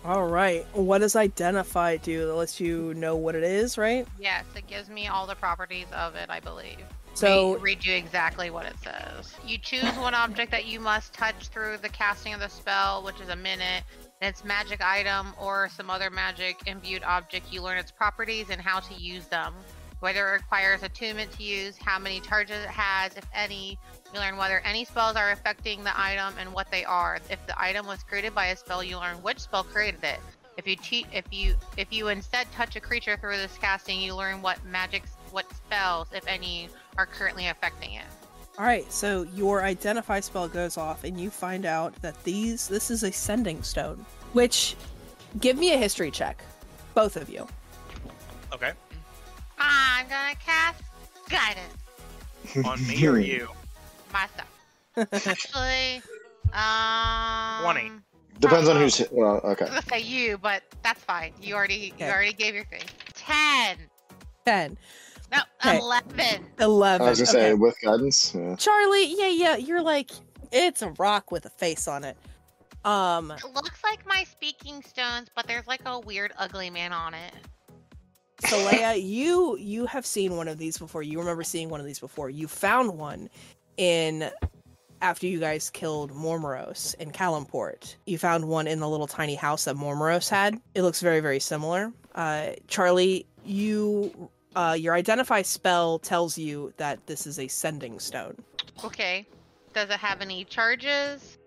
Speaker 1: All right. What does identify do? It lets you know what it is, right?
Speaker 7: Yes, it gives me all the properties of it, I believe.
Speaker 1: So-
Speaker 7: Re- read you exactly what it says. You choose one object that you must touch through the casting of the spell, which is a minute, and its magic item or some other magic imbued object. You learn its properties and how to use them. Whether it requires attunement to use, how many charges it has, if any. You learn whether any spells are affecting the item and what they are. If the item was created by a spell, you learn which spell created it. If you cheat, if you if you instead touch a creature through this casting, you learn what magics, what spells, if any, are currently affecting it.
Speaker 1: All right. So your identify spell goes off, and you find out that these this is a sending stone. Which, give me a history check, both of you.
Speaker 6: Okay.
Speaker 7: I'm gonna cast guidance
Speaker 6: On me
Speaker 5: [laughs]
Speaker 6: or you?
Speaker 7: myself. Actually, um,
Speaker 6: 20.
Speaker 5: Depends on who's.
Speaker 1: Uh,
Speaker 5: Well, okay.
Speaker 7: I was gonna say you, but that's fine. You already
Speaker 1: Okay.
Speaker 7: you already gave your thing. Ten.
Speaker 1: Ten.
Speaker 7: No,
Speaker 1: Okay.
Speaker 7: eleven.
Speaker 1: Eleven.
Speaker 5: I was gonna say
Speaker 1: okay.
Speaker 5: with guidance. Yeah. [laughs]
Speaker 1: Charlie. Yeah, yeah. You're like it's a rock with a face on it. Um.
Speaker 7: It looks like my speaking stones, but there's like a weird ugly man on it.
Speaker 1: So
Speaker 5: [laughs]
Speaker 1: Leia, you you have seen one of these before. You remember seeing one of these before. You found one in after you guys killed Mormoros in Kalimport. You found one in the little tiny house that Mormoros had. It looks very very similar. Uh, Charlie, you uh, your identify spell tells you that this is a sending stone.
Speaker 7: Okay. Does it have any charges?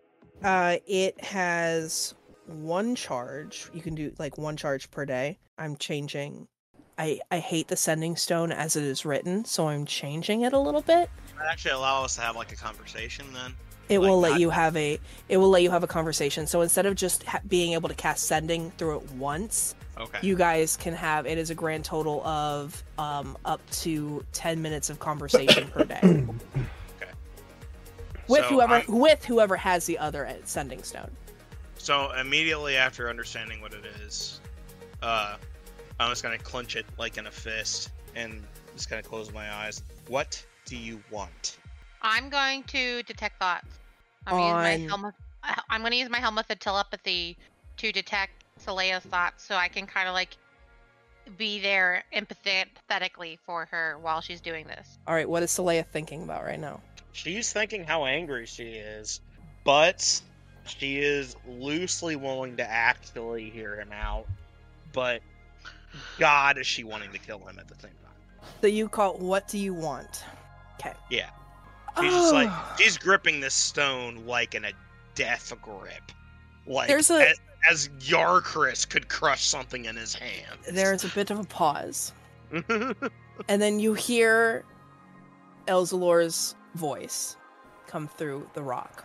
Speaker 1: Uh, it has one charge. You can do like one charge per day. I'm changing. I I hate the sending stone as it is written, so I'm changing it a little bit.
Speaker 6: That actually allow us to have like a conversation then.
Speaker 1: It
Speaker 6: Like
Speaker 1: will let
Speaker 6: not-
Speaker 1: you have a it will let you have a conversation. So instead of just ha- being able to cast sending through it once,
Speaker 6: Okay.
Speaker 1: you guys can have it is a grand total of um up to 10 minutes of conversation per
Speaker 6: [coughs]
Speaker 1: day with
Speaker 6: So
Speaker 1: whoever
Speaker 6: I'm-
Speaker 1: with whoever has the other uh, sending stone.
Speaker 6: So immediately after understanding what it is, uh, I'm just gonna clench it like in a fist and just gonna close my eyes. What do you want?
Speaker 7: I'm going to detect thoughts. I'm gonna use my
Speaker 1: On-
Speaker 7: helm of, I- I'm gonna use my helm of the telepathy to detect Soleil's thoughts, so I can kind of like be there empathetically for her while she's doing
Speaker 1: [laughs]
Speaker 7: this.
Speaker 1: All right, what is Saleya thinking about right now?
Speaker 6: She's thinking how angry she is, but she is loosely willing to actually hear him out. But God, is she wanting to kill him at the same time?
Speaker 1: So you call what do you want? Okay.
Speaker 6: Yeah. She's just like she's gripping this stone like in a death grip, like
Speaker 1: There's a-
Speaker 6: as, as Yarkris could crush something in his hand.
Speaker 1: [sighs] there's a bit of a pause.
Speaker 6: [laughs]
Speaker 1: and then you hear Elzalor's voice come through the rock,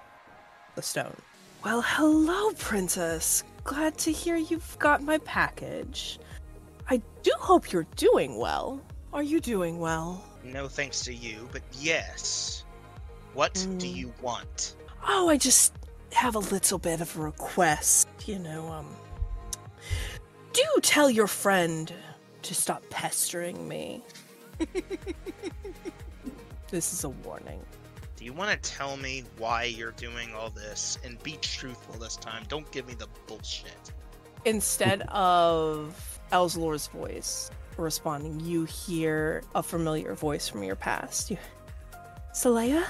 Speaker 1: the stone. Well, hello, princess. Glad to hear you've got my package. I do hope you're doing well. Are you doing well?
Speaker 6: No thanks to you, but yes. What do you want?
Speaker 1: Oh, I just have a little bit of a request. You know, um, do tell your friend to stop pestering me. [laughs] this is a warning.
Speaker 6: Do you want to tell me why you're doing all this? And be truthful this time. Don't give me the bullshit.
Speaker 1: Instead of Elzlor's voice responding, you hear a familiar voice from your past. You, Saleya?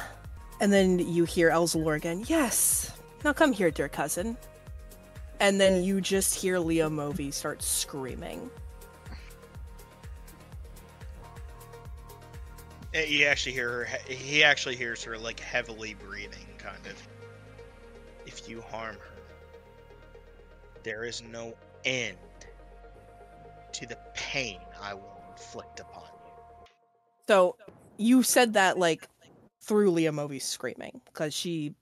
Speaker 1: And then you hear Elzlor again, Yes, now come here, dear cousin. And then you just hear Leo Movi start screaming.
Speaker 6: Eh, You actually hear her, he actually hears her like heavily breathing, kind of. If you harm her, there is no end to the pain I will inflict upon you.
Speaker 1: So you said that like through Leah Movi's screaming because she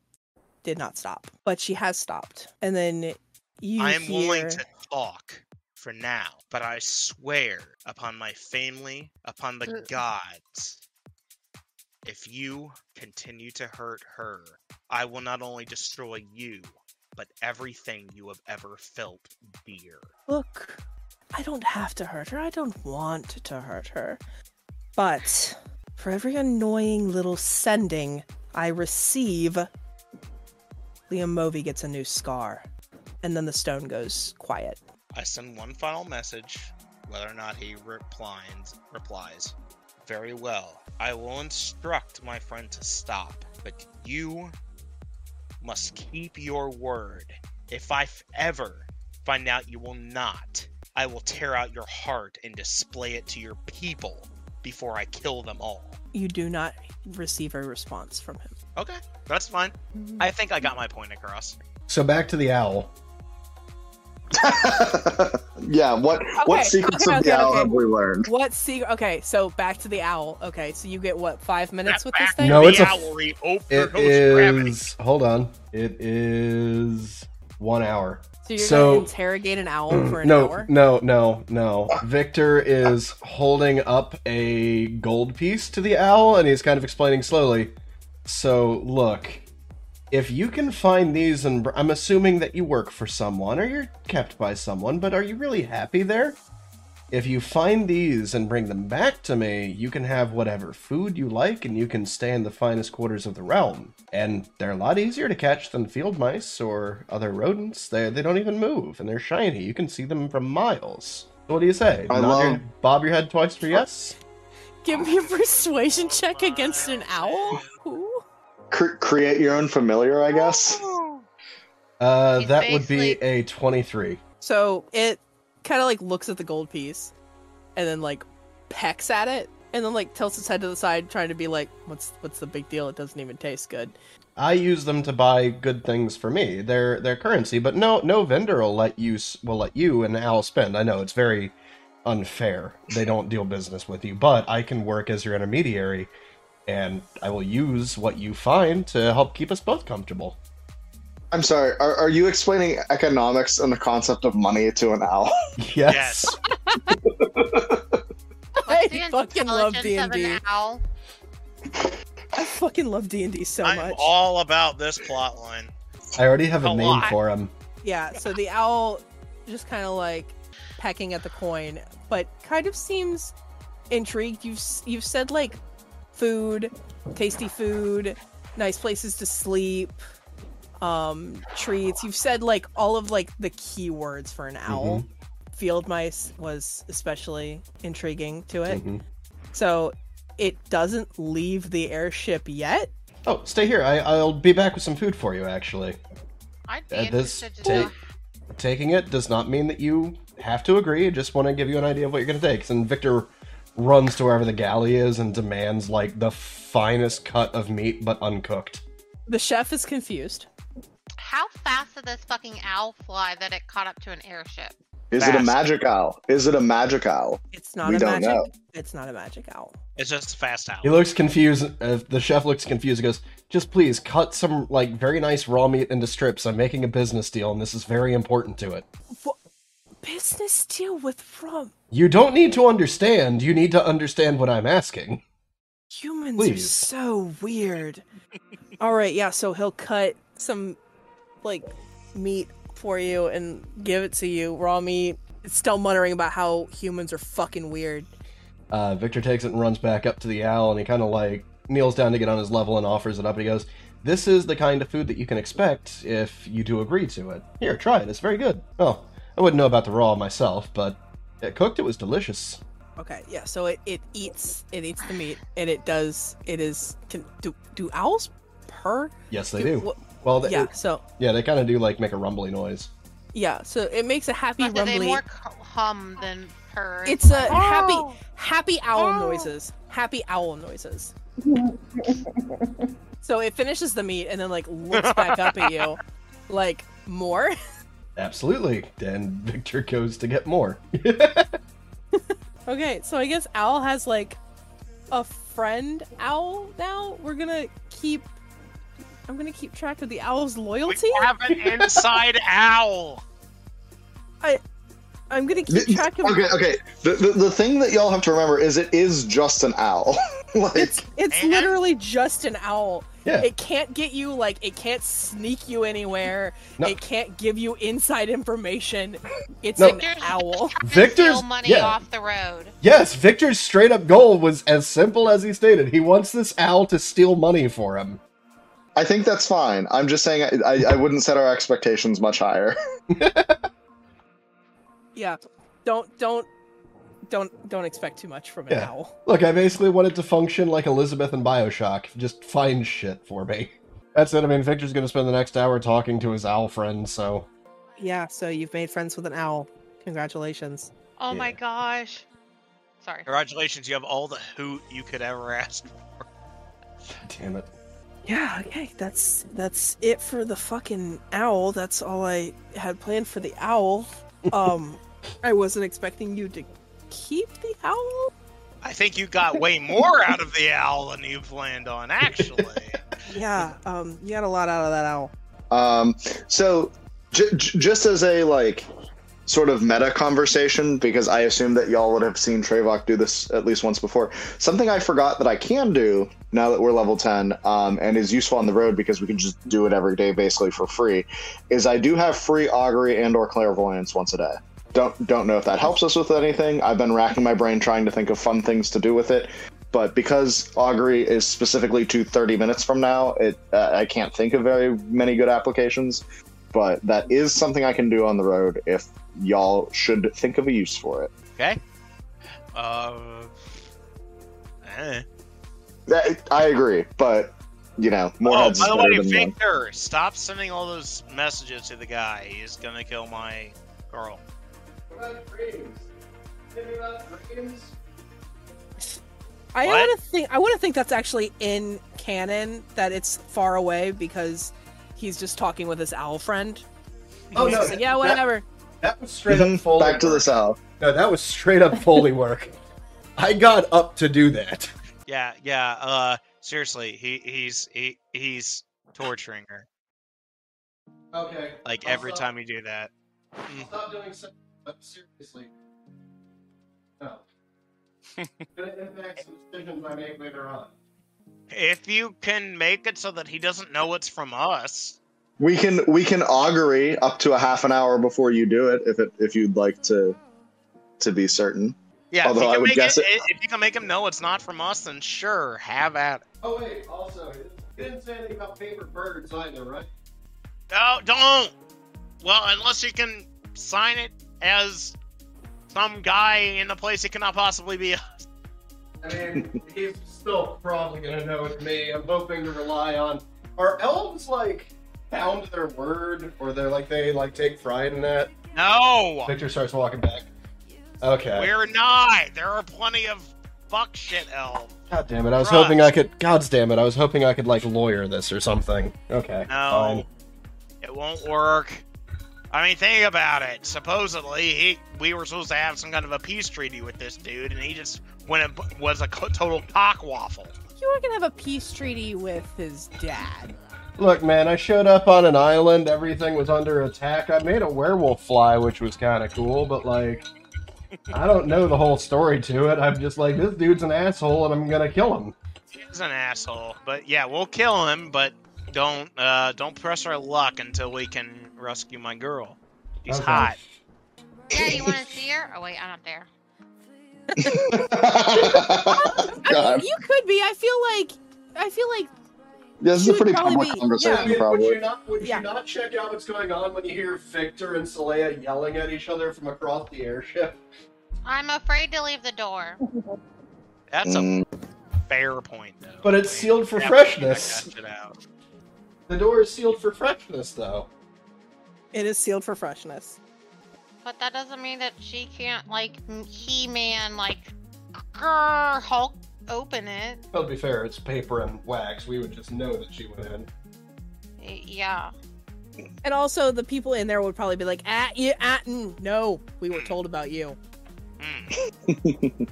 Speaker 1: did not stop, but she has stopped. And then you
Speaker 6: I am willing
Speaker 1: hear-
Speaker 6: to talk for now, but I swear upon my family, upon the gods, if you continue to hurt her, I will not only destroy you, but everything you have ever felt dear.
Speaker 1: Look, I don't have to hurt her. I don't want to hurt her. But for every annoying little sending I receive, Liam Movi gets a new scar. And then the stone goes quiet.
Speaker 6: I send one final message, whether or not he replies. Replies, very well. I will instruct my friend to stop, but you must keep your word. If I f- ever find out you will not, I will tear out your heart and display it to your people before I kill them all.
Speaker 1: You do not receive a response from him.
Speaker 6: Okay, that's fine. I think I got my point across.
Speaker 2: So back to the owl.
Speaker 5: yeah, what
Speaker 1: Okay,
Speaker 5: what secrets
Speaker 1: okay,
Speaker 5: of the
Speaker 1: okay,
Speaker 5: owl
Speaker 1: okay.
Speaker 5: have we learned?
Speaker 1: What secret? Okay, so back to the owl. Okay, so you get what five minutes with this thing?
Speaker 2: No, it's a-
Speaker 6: Owlery, open
Speaker 2: It is. Hold on. It is one hour.
Speaker 1: so you're
Speaker 2: so- Mm,
Speaker 1: gonna interrogate an owl for an
Speaker 2: no,
Speaker 1: hour?
Speaker 2: no, no, no. Victor is holding up a gold piece to the owl, and he's kind of explaining slowly. So, look, if you can find these, and br- I'm assuming that you work for someone or you're kept by someone, but are you really happy there? If you find these and bring them back to me, you can have whatever food you like, and you can stay in the finest quarters of the realm. And they're a lot easier to catch than field mice or other rodents. They they don't even move, and they're shiny. You can see them from miles. So what do you say?
Speaker 5: I
Speaker 2: Nod
Speaker 5: love-
Speaker 2: your- bob your head twice for yes.
Speaker 1: Give me a persuasion check against an owl. Ooh.
Speaker 5: Cre- create your own familiar, I guess.
Speaker 1: Oh.
Speaker 2: Uh,
Speaker 7: He's
Speaker 2: that would be
Speaker 7: basically-
Speaker 2: a twenty-three.
Speaker 1: So it kind of like looks at the gold piece and then like pecks at it and then like tilts its head to the side trying to be like what's what's the big deal it doesn't even taste good.
Speaker 2: I use them to buy good things for me. They're their currency, but no no vendor will let you s- will let you and Al spend. I know it's very unfair. They don't deal business with you, but I can work as your intermediary, and I will use what you find to help keep us both comfortable. [laughs]
Speaker 5: I'm sorry. Are, are you explaining economics and the concept of money to an owl? [laughs]
Speaker 2: Yes.
Speaker 6: Yes.
Speaker 1: I
Speaker 7: What's the
Speaker 1: fucking love D&D.
Speaker 7: intelligence of an owl?
Speaker 1: I fucking love D&D so
Speaker 6: I'm
Speaker 1: much.
Speaker 6: all about this plot line.
Speaker 2: I already have a,
Speaker 6: A
Speaker 2: name
Speaker 6: lot.
Speaker 2: for him.
Speaker 1: Yeah, so the owl just kind of like pecking at the coin, but kind of seems intrigued. You've s- you've said like food, tasty food, nice places to sleep, um, treats. You've said like all of like the key words for an owl.
Speaker 5: Mm-hmm.
Speaker 1: Field mice was especially intriguing to it.
Speaker 5: Mm-hmm.
Speaker 2: Mhm.
Speaker 1: So it doesn't leave the airship yet.
Speaker 2: Oh, stay here. I, I'll be back with some food for you. Actually,
Speaker 7: I'd be
Speaker 2: Uh, this
Speaker 7: interested to know
Speaker 2: take, taking it does not mean that you have to agree. I just want to give you an idea of what you're going to take. And Victor runs to wherever the galley is and demands like the finest cut of meat, but uncooked.
Speaker 1: The chef is confused.
Speaker 7: how fast did this fucking owl fly that it caught up to an airship?
Speaker 5: Is it a
Speaker 6: Fast.
Speaker 5: magic owl? Is it a magic owl?
Speaker 1: It's not
Speaker 5: We
Speaker 1: a
Speaker 5: don't
Speaker 1: magic.
Speaker 5: know.
Speaker 1: It's not a magic owl.
Speaker 6: It's just fast owl.
Speaker 2: He looks confused. Uh, the chef looks confused. and goes, "Just please cut some like very nice raw meat into strips. I'm making a business deal, and this is very important to it."
Speaker 1: business deal with Rum?
Speaker 2: You don't need to understand. You need to understand what I'm asking.
Speaker 1: Humans are
Speaker 2: Please.
Speaker 1: so weird. [laughs] All right, yeah, so he'll cut some like meat for you and give it to you, raw meat. It's still muttering about how humans are fucking weird.
Speaker 2: Uh, Victor takes it and runs back up to the owl, and he kind of like kneels down to get on his level and offers it up. And he goes, "This is the kind of food that you can expect if you do agree to it. Here, try it. It's very good." Oh, I wouldn't know about the raw myself, but it cooked, it was delicious.
Speaker 1: Okay, yeah, so it, it eats it eats the meat and it does it is can do do owls purr?
Speaker 2: Yes, they do.
Speaker 1: wh-
Speaker 2: Well, they,
Speaker 1: yeah, so
Speaker 2: yeah, they kind of do like make a rumbly noise.
Speaker 1: yeah, so it makes a happy
Speaker 7: But do
Speaker 1: rumbly.
Speaker 7: they more cu- hum than purr?
Speaker 1: It's a happy happy owl
Speaker 7: Oh.
Speaker 1: noises. Happy owl noises. so it finishes the meat and then like looks back up at you like more.
Speaker 2: Absolutely. Then [laughs] Victor goes to get more.
Speaker 10: Okay, so I guess Owl has like a friend owl now. We're gonna keep. I'm gonna keep track of the owl's
Speaker 9: We
Speaker 10: loyalty.
Speaker 9: have an inside owl.
Speaker 1: I'm gonna keep
Speaker 9: [laughs]
Speaker 5: Th-
Speaker 1: track of
Speaker 5: Okay, okay. The, the, the thing that y'all have to remember is it is just an owl. [laughs]
Speaker 2: [laughs]
Speaker 5: like,
Speaker 1: It's it's
Speaker 9: And-
Speaker 1: literally just an owl.
Speaker 2: Yeah.
Speaker 1: It can't get you like it can't sneak you anywhere.
Speaker 2: No.
Speaker 1: It can't give you inside information. It's
Speaker 2: No.
Speaker 1: an owl.
Speaker 2: Victor's-
Speaker 7: Steal money
Speaker 2: yeah.
Speaker 7: off the road.
Speaker 2: yes, Victor's straight up goal was as simple as he stated. He wants this owl to steal money for him.
Speaker 5: I think that's fine. I'm just saying I, I, I wouldn't set our expectations much higher.
Speaker 1: Yeah. Don't don't don't don't expect too much from an
Speaker 2: Yeah.
Speaker 1: owl.
Speaker 2: Look, I basically want it to function like Elizabeth in Bioshock. Just find shit for me. That's it. I mean, Victor's going to spend the next hour talking to his owl friend, so.
Speaker 1: Yeah, so you've made friends with an owl. Congratulations.
Speaker 7: Oh
Speaker 2: Yeah.
Speaker 7: my gosh. Sorry.
Speaker 6: Congratulations, you have all the hoot you could ever ask for.
Speaker 2: Damn it.
Speaker 1: Yeah, okay. That's that's it for the fucking owl. That's all I had planned for the
Speaker 2: [laughs]
Speaker 1: owl. Um I wasn't expecting you to keep the owl.
Speaker 6: I think you got way more out of the owl than you planned on, actually.
Speaker 1: Yeah, um you got a lot out of that owl.
Speaker 5: Um, so, j- j- just as a like sort of meta conversation, because I assume that y'all would have seen Trayvok do this at least once before. Something I forgot that I can do now that we're level ten, um, and is useful on the road because we can just do it every day basically for free, is I do have free augury and or clairvoyance once a day. Don't don't know if that helps us with anything. I've been racking my brain trying to think of fun things to do with it. But because augury is specifically to 30 minutes from now, it uh, I can't think of very many good applications but that is something I can do on the road if y'all should think of a use for it.
Speaker 6: Uh, eh.
Speaker 5: That- I agree, but you know, more
Speaker 6: oh,
Speaker 5: heads
Speaker 6: by
Speaker 5: is
Speaker 6: the
Speaker 5: better
Speaker 6: way,
Speaker 5: than one.
Speaker 6: Victor, stop sending all those messages to the guy. He's gonna kill my girl.
Speaker 1: I
Speaker 6: What?
Speaker 1: want to think. I want to think that's actually in canon that it's far away because he's just talking with his owl friend.
Speaker 2: Oh,
Speaker 1: He's
Speaker 2: no,
Speaker 1: just like, yeah,
Speaker 2: that-
Speaker 1: whatever.
Speaker 2: That was straight up Foley
Speaker 5: Mhm. Back to the
Speaker 2: work.
Speaker 5: south.
Speaker 2: No, that was straight up Foley work. I got up to do that.
Speaker 6: Yeah, yeah. Uh, seriously, he he's he, he's torturing her.
Speaker 2: Okay.
Speaker 6: Like every
Speaker 9: Uh-huh.
Speaker 2: Also-
Speaker 6: time you do that. Mm.
Speaker 2: Stop doing so. Seriously.
Speaker 6: [laughs]
Speaker 2: No. it impacts the decisions I make later on.
Speaker 6: If you can make it so that he doesn't know it's from us.
Speaker 5: We can we can augury up to a half an hour before you do it if it if you'd like to to be certain. [laughs]
Speaker 1: [laughs]
Speaker 6: Yeah, if
Speaker 5: Although
Speaker 6: you
Speaker 5: I
Speaker 6: can
Speaker 5: would
Speaker 6: make
Speaker 5: guess
Speaker 6: it,
Speaker 5: it-
Speaker 6: if you can make him know it's not from us, then sure, have at it.
Speaker 2: Oh wait, also, you didn't say anything about paper birds either, right?
Speaker 6: No, don't. Well, unless you can sign it as some guy in a place it cannot possibly be. [laughs]
Speaker 2: I mean, he's still probably gonna know it's me. I'm hoping to rely on. Are elves like bound to their word, or they're like they like take pride in that?
Speaker 6: No,
Speaker 2: Victor starts walking back. Okay.
Speaker 6: we're not. There are plenty of fuck shit elves.
Speaker 2: God damn it! I was
Speaker 6: Christ.
Speaker 2: hoping I could. God damn it! I was hoping I could like lawyer this or something. Okay.
Speaker 6: No,
Speaker 5: Oh.
Speaker 6: it won't work. I mean, think about it. Supposedly, he, we were supposed to have some kind of a peace treaty with this dude, and he just went and was a co- total cock waffle.
Speaker 10: You were gonna have a peace treaty with his dad.
Speaker 2: Look, man, I showed up on an island. Everything was under attack. I made a werewolf fly, which was kind of cool, but like, I don't know the whole story to it. I'm just like, this dude's an asshole, and I'm gonna kill him.
Speaker 6: He's an asshole, but yeah, we'll kill him. But don't uh, don't press our luck until we can rescue my girl. He's
Speaker 2: Okay.
Speaker 6: hot.
Speaker 7: Yeah, you
Speaker 1: [laughs]
Speaker 7: want to see her? Oh wait, I'm not there.
Speaker 1: I
Speaker 5: God.
Speaker 1: mean, you could be. I feel like I feel like
Speaker 5: Yeah, this is
Speaker 1: you
Speaker 5: a
Speaker 1: would
Speaker 5: pretty
Speaker 1: probably
Speaker 5: public
Speaker 1: be-
Speaker 5: conversation,
Speaker 1: yeah.
Speaker 2: would
Speaker 5: probably.
Speaker 2: you not? Would
Speaker 1: Yeah.
Speaker 2: you not check out what's going on when you hear Victor and Saleya yelling at each other from across the airship?
Speaker 7: I'm afraid to leave the door.
Speaker 6: That's a
Speaker 5: Mm,
Speaker 6: fair point, though.
Speaker 2: But it's sealed for freshness.
Speaker 6: Check that shit out.
Speaker 2: The door is sealed for freshness, though.
Speaker 1: it is sealed for freshness.
Speaker 7: But that doesn't mean that she can't like he man like grr, Hulk open it.
Speaker 2: But to be fair, it's paper and wax. We would just know that she went in.
Speaker 7: Y- Yeah.
Speaker 1: And also, the people in there would probably be like, "Ah, you, ah, mm, no, we were told about you."
Speaker 6: Mm.
Speaker 3: And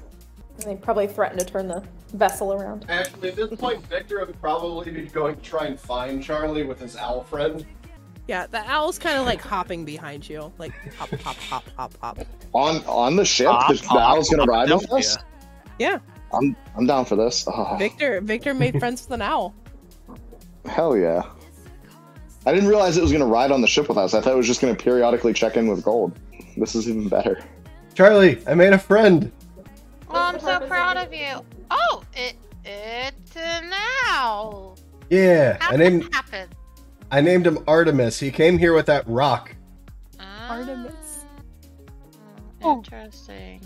Speaker 3: they probably threaten to turn the vessel around.
Speaker 2: Actually, at this point, Victor would probably be going to try and find Charlie with his owl friend.
Speaker 1: Yeah, the owl's kind of like hopping behind you, like hop, hop, hop, hop, hop.
Speaker 5: on on the ship,
Speaker 6: Pop,
Speaker 5: the, the
Speaker 6: pop,
Speaker 5: owl's gonna
Speaker 6: pop,
Speaker 5: ride with
Speaker 6: don't
Speaker 5: us.
Speaker 1: Yeah.
Speaker 5: I'm I'm down for this. Oh,
Speaker 1: Victor, Victor made friends with an owl.
Speaker 5: hell yeah. I didn't realize it was gonna ride on the ship with us. I thought it was just gonna periodically check in with gold. This is even better.
Speaker 2: Charlie, I made a friend.
Speaker 7: Well, I'm so proud of you. Oh, it it's an owl.
Speaker 2: Yeah,
Speaker 7: How
Speaker 2: I
Speaker 7: did
Speaker 2: named
Speaker 7: that happen?
Speaker 2: I named him Artemis. He came here with that [laughs] rock.
Speaker 1: Artemis. Oh.
Speaker 7: Ah, Interesting.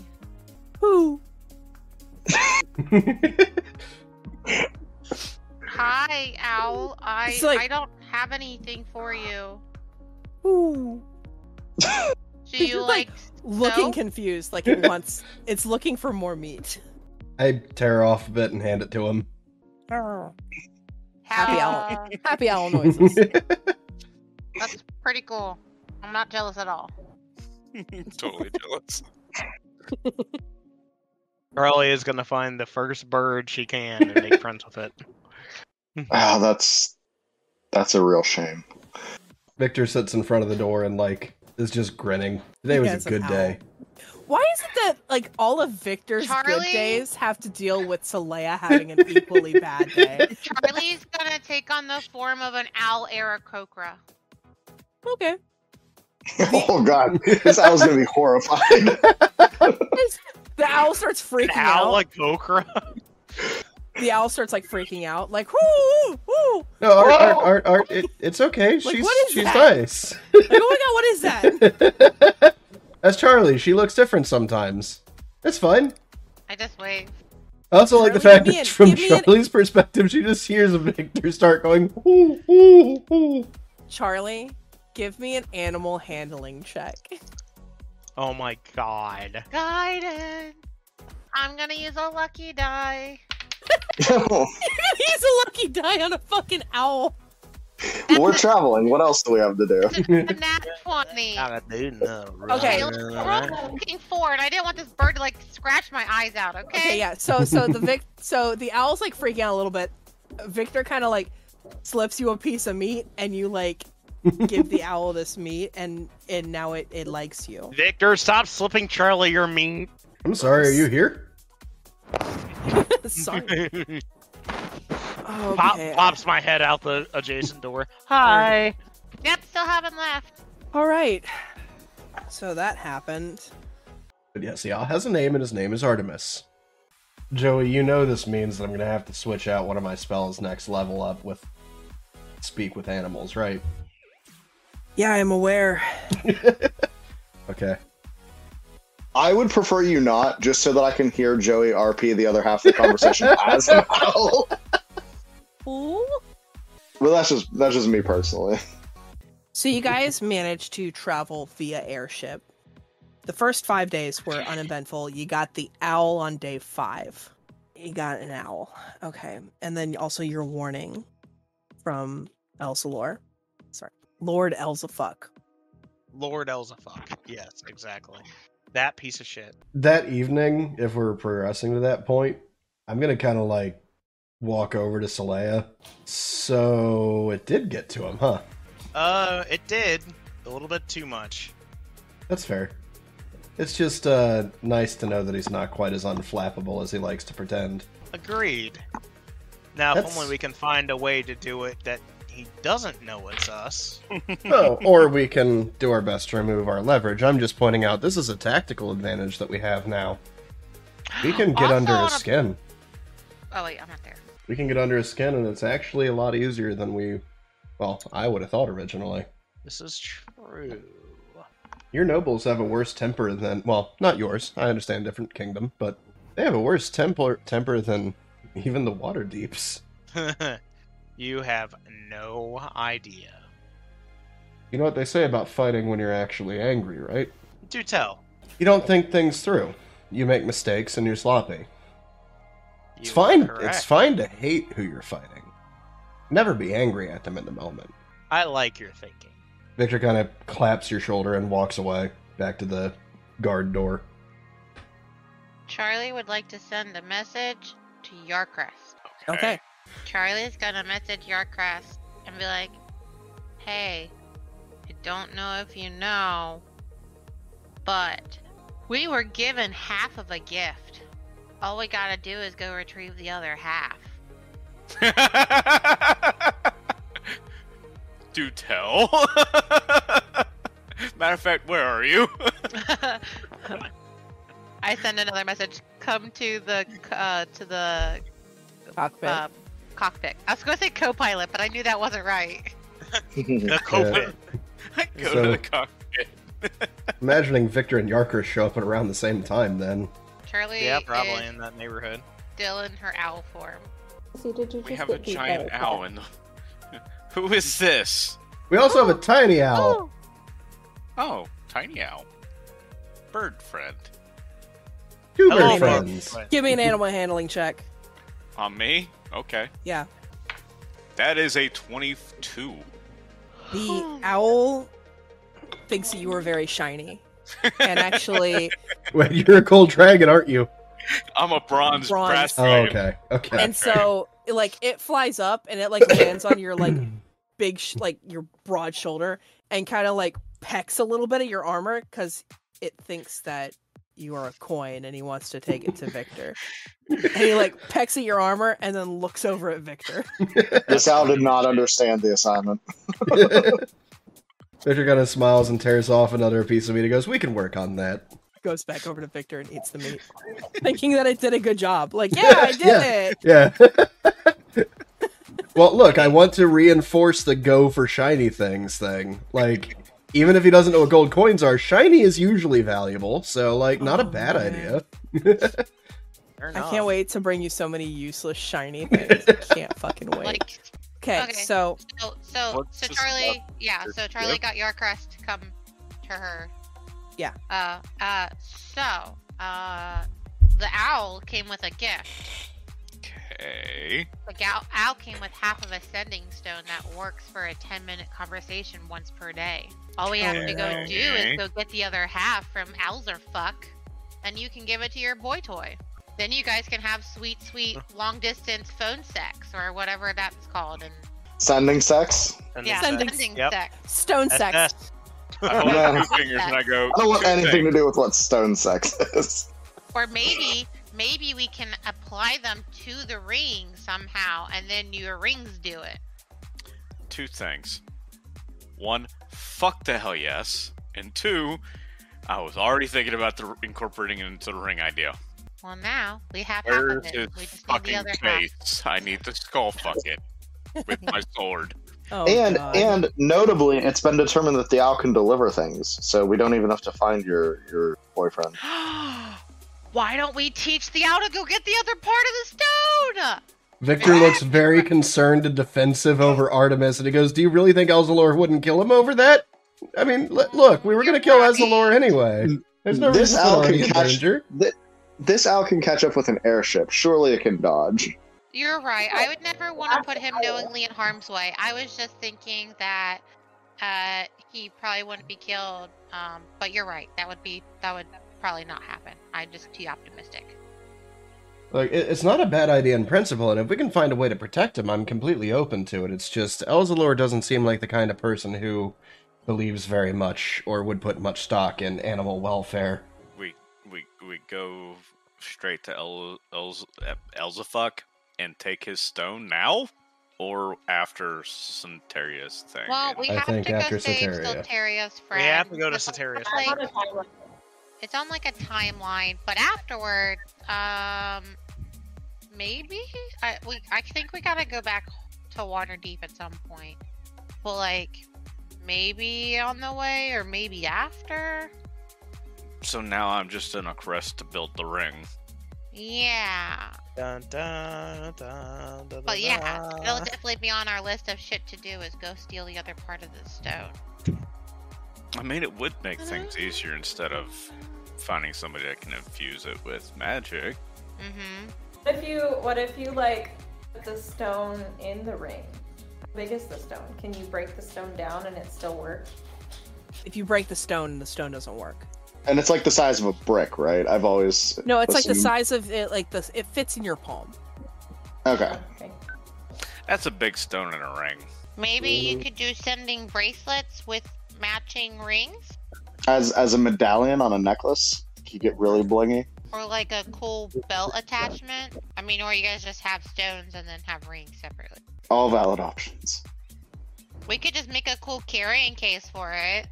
Speaker 1: Who?
Speaker 7: Hi, owl. I
Speaker 1: It's like-
Speaker 7: I don't have anything for you.
Speaker 1: Who?
Speaker 7: Do
Speaker 1: It's
Speaker 7: you
Speaker 1: just like
Speaker 7: like
Speaker 1: Looking
Speaker 7: No.
Speaker 1: confused, like it
Speaker 7: [laughs]
Speaker 1: wants, it's looking for more meat.
Speaker 2: I tear off a bit and hand it to him.
Speaker 1: happy owl.
Speaker 7: Uh,
Speaker 1: Happy owl noises.
Speaker 7: That's pretty cool. I'm not jealous at all.
Speaker 4: [laughs] totally jealous.
Speaker 6: Carly is gonna find the first bird she can and make friends with it.
Speaker 5: Ah, that's that's a real shame.
Speaker 2: Victor sits in front of the door and like is just grinning. Today
Speaker 1: You
Speaker 2: was
Speaker 1: guys
Speaker 2: a
Speaker 1: an
Speaker 2: good
Speaker 1: owl.
Speaker 2: day.
Speaker 1: [laughs] Why is it that like all of Victor's
Speaker 7: Charlie?
Speaker 1: good days have to deal with Saleya having an equally bad
Speaker 7: [laughs]
Speaker 1: day? [laughs]
Speaker 7: Charlie's gonna take on the form of an owl Aarakocra.
Speaker 1: Okay.
Speaker 5: [laughs] oh god, this owl's gonna be horrified.
Speaker 1: The owl starts freaking out.
Speaker 6: Alacocra.
Speaker 1: the owl starts like freaking out, like "Ooh, ooh, ooh."
Speaker 2: No, art, art, art, art. It, it's okay. she's
Speaker 1: what is
Speaker 2: she's
Speaker 1: that?
Speaker 2: nice.
Speaker 1: Like, oh my god, what is that?
Speaker 7: [laughs]
Speaker 2: That's Charlie. She looks different sometimes. It's fine.
Speaker 7: I just wave.
Speaker 2: I also like the
Speaker 1: Charlie,
Speaker 2: fact
Speaker 1: give me
Speaker 2: that
Speaker 1: an-
Speaker 2: from
Speaker 1: give me an-
Speaker 2: Charlie's perspective, she just hears Victor start going, ooh, ooh, ooh.
Speaker 1: Charlie, give me an animal handling check.
Speaker 6: [laughs]
Speaker 1: [laughs]
Speaker 6: Oh my god.
Speaker 7: Guidance. I'm gonna use a
Speaker 2: [laughs]
Speaker 7: lucky die.
Speaker 1: He's a lucky die on a fucking owl.
Speaker 5: [laughs] We're traveling. What else do we have to do?
Speaker 7: It's a nat 20.
Speaker 1: Okay.
Speaker 7: I rolled fucking four, and I didn't want this bird to like scratch my eyes out. Okay.
Speaker 1: Okay, yeah. So so the Vic so the owl's like freaking out a little bit. Victor kind of like slips you a piece of meat and you like give the owl this meat and and now it it likes you.
Speaker 6: Victor, stop slipping Charlie your meat.
Speaker 2: I'm sorry, are you here?
Speaker 6: [laughs]
Speaker 1: Sorry. Oh,
Speaker 6: Pop,
Speaker 1: Okay.
Speaker 6: pops my head out the adjacent door. Hi.
Speaker 7: Yep. Still haven't left.
Speaker 1: All right. So that happened.
Speaker 2: But yes, the owl has a name, and his name is Artemis. Joey, you know this means that I'm going to have to switch out one of my spells next level up with speak with animals, right?
Speaker 1: Yeah, I'm aware.
Speaker 2: Okay.
Speaker 5: I would prefer you not, just so that I can hear Joey RP the other half of the [laughs] conversation as an owl.
Speaker 1: Ooh.
Speaker 5: Well, that's just that's just me personally. [laughs]
Speaker 1: So you guys managed to travel via airship. The first five days were uneventful. You got the owl on day five. You got an owl. Okay. And then also your warning from Elsalor. Sorry. Lord Elzafuck.
Speaker 6: Lord Elzafuck. Yes, exactly. That piece of shit.
Speaker 2: That evening, if we're progressing to that point, I'm going to kind of like walk over to Saleya. So it did get to him, huh?
Speaker 6: Uh, it did a little bit too much.
Speaker 2: That's fair. It's just uh, nice to know that he's not quite as unflappable as he likes to pretend.
Speaker 6: Agreed. Now,
Speaker 2: That's-
Speaker 6: if only we can find a way to do it that he doesn't know it's us.
Speaker 2: oh, or we can do our best to remove our leverage. I'm just pointing out this is a tactical advantage that we have now. We can get
Speaker 7: Also
Speaker 2: under
Speaker 7: on
Speaker 2: his
Speaker 7: a-
Speaker 2: skin.
Speaker 7: Oh wait, I'm not there.
Speaker 2: We can get under his skin, and it's actually a lot easier than we, well, I would have thought originally.
Speaker 6: This is true. [laughs]
Speaker 2: Your nobles have a worse temper than, well, not yours. I understand different kingdom, but they have a worse temper temper than even the water deeps.
Speaker 6: you have no idea.
Speaker 2: You know what they say about fighting when you're actually angry, right?
Speaker 6: Do tell.
Speaker 2: You don't think things through. You make mistakes and you're sloppy. It's
Speaker 6: You are
Speaker 2: fine. It's
Speaker 6: correct.
Speaker 2: fine to hate who you're fighting. Never be angry at them in the moment.
Speaker 6: I like your
Speaker 9: [laughs]
Speaker 6: thinking.
Speaker 2: Victor kind of claps your shoulder and walks away back to the guard
Speaker 6: [laughs]
Speaker 2: door.
Speaker 7: Charlie would like to send a message to Yarkrest.
Speaker 1: Okay.
Speaker 7: Charlie's gonna message Yarkrest and be like, "Hey, I don't know if you know, but we were given half of a gift. All we gotta do is go retrieve the other half."
Speaker 1: [laughs]
Speaker 4: [laughs] Do tell. [laughs] Matter of fact, where are you? [laughs]
Speaker 7: I send another message. Come to the uh, to the
Speaker 1: Cockpit.
Speaker 7: uh, cockpit. I was gonna say co-pilot, but I knew that wasn't right.
Speaker 6: The COVID.
Speaker 4: Go
Speaker 2: So-
Speaker 4: to the cockpit.
Speaker 2: Imagining Victor and Yarker show up at around the same time, then
Speaker 7: Charlie
Speaker 6: Yeah, probably
Speaker 7: is
Speaker 6: in that neighborhood.
Speaker 7: still in her owl form.
Speaker 3: See, did you
Speaker 4: We
Speaker 3: just
Speaker 4: have a
Speaker 3: get beat by
Speaker 4: giant
Speaker 3: cat?
Speaker 4: owl in the. [laughs] Who is this?
Speaker 2: we also have a tiny owl.
Speaker 4: Oh, tiny owl. Bird friend.
Speaker 2: Two bird
Speaker 6: Hello, bird
Speaker 2: friends.
Speaker 6: friend.
Speaker 1: Give me an animal handling check.
Speaker 4: On me? Okay.
Speaker 1: Yeah.
Speaker 4: That is a 22.
Speaker 1: The owl thinks that you are very shiny. And actually
Speaker 2: [laughs] Wait, you're a cold dragon, aren't you?
Speaker 4: I'm a bronze,
Speaker 1: Bronze.
Speaker 4: brass
Speaker 2: Oh,
Speaker 4: dragon.
Speaker 2: okay, okay.
Speaker 1: and so like it flies up and it like lands on your like big sh- like your broad shoulder and kind of like pecks a little bit of your armor because it thinks that you are a coin and he wants to take it to Victor. and he like pecks at your armor and then looks over at Victor. [laughs]
Speaker 5: This owl did not understand the assignment.
Speaker 2: [laughs] Victor kind of smiles and tears off another piece of meat. He goes, "We can work on that."
Speaker 1: Goes back over to Victor and eats the meat, thinking that it did a good job. Like, yeah, I did
Speaker 2: Yeah.
Speaker 1: it.
Speaker 2: Yeah. [laughs] well, look, I want to reinforce the go for shiny things thing. Like, even if he doesn't know what gold coins are, shiny is usually valuable. So, like, not a
Speaker 1: Oh,
Speaker 2: bad
Speaker 1: man.
Speaker 2: idea.
Speaker 6: Fair
Speaker 1: I
Speaker 6: enough.
Speaker 1: can't wait to bring you so many useless shiny things. I can't fucking wait.
Speaker 7: Like
Speaker 1: okay,
Speaker 7: okay.
Speaker 1: so
Speaker 7: so, so,
Speaker 4: What's
Speaker 7: so
Speaker 4: this
Speaker 7: Charlie, yeah,
Speaker 4: Sure.
Speaker 7: so Charlie
Speaker 4: Yep.
Speaker 7: got your crest to come to her.
Speaker 1: Yeah.
Speaker 7: Uh, uh, so, uh, the owl came with a gift.
Speaker 4: Okay.
Speaker 7: The gal- owl came with half of a sending stone that works for a 10 minute conversation once per day. All we have to go do
Speaker 4: Okay.
Speaker 7: is go get the other half from Owlzerfuck, and you can give it to your boy toy. Then you guys can have sweet, sweet long distance phone sex or whatever that's called. And
Speaker 5: Sending sex.
Speaker 6: And
Speaker 7: yeah,
Speaker 6: then-
Speaker 7: sending,
Speaker 1: Sending-
Speaker 6: Yep.
Speaker 7: sex.
Speaker 1: stone
Speaker 6: That's
Speaker 1: sex.
Speaker 6: best.
Speaker 9: [laughs]
Speaker 4: I
Speaker 6: [laughs]
Speaker 4: hold up
Speaker 5: No.
Speaker 4: two fingers and I go.
Speaker 5: I don't want
Speaker 4: "Two
Speaker 5: anything to
Speaker 4: things."
Speaker 5: do with what stone sex is.
Speaker 7: Or maybe maybe we can apply them to the ring somehow and then your rings do it.
Speaker 4: Two things. One, fuck the hell yes. And two, I was already thinking about the, incorporating it into the ring idea.
Speaker 7: Well now we have half of
Speaker 4: Where's
Speaker 7: it.
Speaker 4: his
Speaker 7: We just need the
Speaker 4: fucking
Speaker 7: other half.
Speaker 4: face? I need the skull fuck it with
Speaker 7: [laughs]
Speaker 4: my sword.
Speaker 1: Oh,
Speaker 5: and
Speaker 1: God.
Speaker 5: and notably, it's been determined that the owl can deliver things, so we don't even have to find your your boyfriend.
Speaker 7: [gasps] Why don't we teach the owl to go get the other part of the stone?
Speaker 2: Victor looks very concerned and defensive over Artemis, and he goes, "Do you really think Elzalor wouldn't kill him over that? I mean, l- look, we were gonna kill Elzalor anyway. There's no
Speaker 5: This
Speaker 2: reason to
Speaker 5: owl
Speaker 2: put Artie
Speaker 5: can
Speaker 2: in
Speaker 5: catch-
Speaker 2: danger."
Speaker 5: Th- this owl can catch up with an airship. Surely it can dodge.
Speaker 7: You're right. I would never want to put him knowingly in harm's way. I was just thinking that uh, he probably wouldn't be killed. Um, but you're right. That would be that would probably not happen. I'm just too optimistic.
Speaker 2: Like it, it's not a bad idea in principle, and if we can find a way to protect him, I'm completely open to it. It's just Elzalor doesn't seem like the kind of person who believes very much or would put much stock in animal welfare.
Speaker 4: We we we go straight to El, Elz, Elzafuck and take his stone now, or after Centaria's thing.
Speaker 7: Well, we
Speaker 2: I
Speaker 7: have
Speaker 2: think
Speaker 7: to go
Speaker 2: after
Speaker 7: save
Speaker 2: Soteria.
Speaker 7: Soteria's
Speaker 6: We
Speaker 7: friend.
Speaker 6: have to go to
Speaker 7: It's on
Speaker 6: Soteria's
Speaker 7: like-
Speaker 6: friend.
Speaker 7: It's on like a timeline, but afterward, um, maybe I we I think we gotta go back to Waterdeep at some point. But like, maybe on the way, or maybe after.
Speaker 4: so now I'm just in a quest to build the ring.
Speaker 7: Yeah,
Speaker 6: Dun, dun, dun, dun,
Speaker 7: but yeah,
Speaker 6: dun,
Speaker 7: it'll
Speaker 6: dun.
Speaker 7: definitely be on our list of shit to do. Is go steal the other part of the stone.
Speaker 4: I mean, it would make things easier instead of finding somebody that can infuse it with magic.
Speaker 7: Mm-hmm.
Speaker 3: What if you what if you like put the stone in the ring? How big is the stone? Can you break the stone down and it still works?
Speaker 1: If you break the stone, the stone doesn't work.
Speaker 5: And it's like the size of a brick, right? I've always
Speaker 1: No, it's like the
Speaker 5: assumed-
Speaker 1: size of it. Like this, it fits in your palm.
Speaker 5: Okay,
Speaker 3: Okay.
Speaker 4: That's a big stone in a ring.
Speaker 7: Maybe you could do sending bracelets with matching rings,
Speaker 5: as as a medallion on a necklace, you get really blingy.
Speaker 7: or like a cool belt attachment. I mean, or you guys just have stones and then have rings separately.
Speaker 5: All valid options.
Speaker 7: We could just make a cool carrying case for it.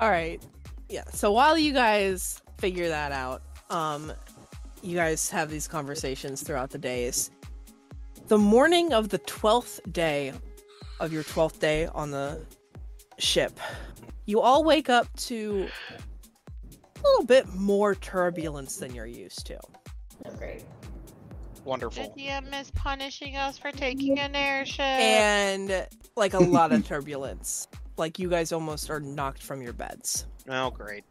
Speaker 1: All right. Yeah. So while you guys figure that out, um, you guys have these conversations throughout the days. The morning of the 12th day of your 12th day on the ship, you all wake up to a little bit more turbulence than you're used to.
Speaker 3: Oh, great.
Speaker 6: Wonderful.
Speaker 7: DM is punishing us for taking an airship.
Speaker 1: And like a lot of turbulence. Like you guys almost are knocked from your beds.
Speaker 6: Oh, great.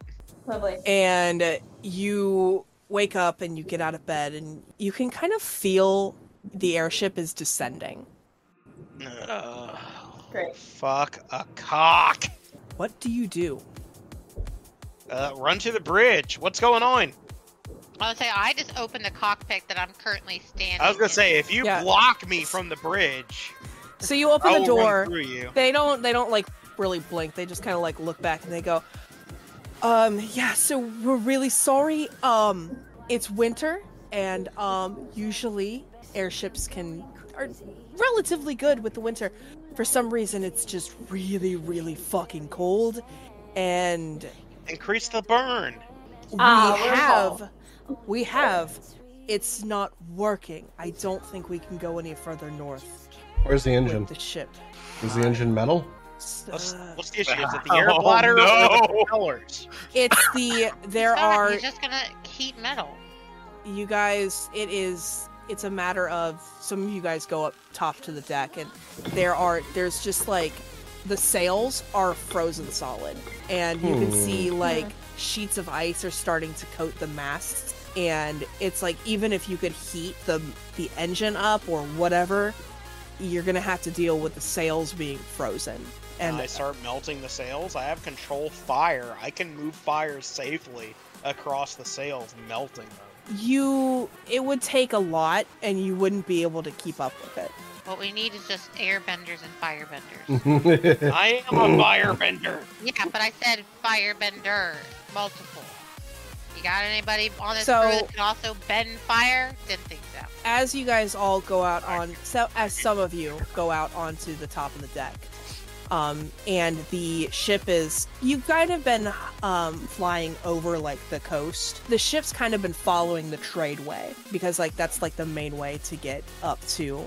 Speaker 3: Lovely.
Speaker 1: and you wake up and you get out of bed and you can kind of feel the airship is descending.
Speaker 6: Ugh.
Speaker 3: Great.
Speaker 6: Fuck a cock.
Speaker 1: What do you do?
Speaker 6: Uh, run to the bridge. What's going on?
Speaker 7: I would say I just opened the cockpit that I'm currently standing.
Speaker 6: I was gonna
Speaker 7: in.
Speaker 6: say if you
Speaker 1: Yeah.
Speaker 6: block me from the bridge,
Speaker 1: So you open
Speaker 6: I
Speaker 1: the
Speaker 6: will
Speaker 1: door.
Speaker 6: run through you.
Speaker 1: They don't they don't like really blink. They just kind of like look back and they go, "Um, yeah, so we're really sorry. Um, it's winter and um usually airships can are relatively good with the winter. For some reason it's just really really fucking cold and
Speaker 6: Increase the burn.
Speaker 1: we
Speaker 3: Ah,
Speaker 1: have we have it's not working i don't think we can go any further north
Speaker 2: Where's the engine?
Speaker 1: with the ship
Speaker 2: Is the engine metal? [laughs]
Speaker 1: S-
Speaker 6: What's,
Speaker 1: uh,
Speaker 6: what's the issue?
Speaker 9: [laughs]
Speaker 6: Is it the air
Speaker 9: Oh,
Speaker 6: bladder
Speaker 9: no.
Speaker 6: or the propellers?
Speaker 1: it's the there
Speaker 7: It's not,
Speaker 1: are
Speaker 7: You're just gonna heat metal.
Speaker 1: you guys it is it's a matter of some of you guys go up top to the deck and there are there's just like the sails are frozen solid and you can
Speaker 2: Hmm.
Speaker 1: see like sheets of ice are starting to coat the masts and it's like even if you could heat the the engine up or whatever you're gonna have to deal with the sails being frozen
Speaker 6: And
Speaker 1: and
Speaker 6: I start melting the sails. I have control fire. I can move fire safely across the sails, melting
Speaker 1: [laughs]
Speaker 6: them.
Speaker 1: you it would take a lot and you wouldn't be able to keep up with it
Speaker 7: What we need is just airbenders and firebenders.
Speaker 2: All
Speaker 9: I am a firebender.
Speaker 7: Yeah, but I said firebender, multiple. You got anybody on this
Speaker 1: So-
Speaker 7: crew that can also bend fire? Didn't think so.
Speaker 1: as you guys all go out on so as some of you go out onto the top of the deck um, and the ship is you've kind of been um, flying over like the coast the ship's kind of been following the trade way because like that's like the main way to get up to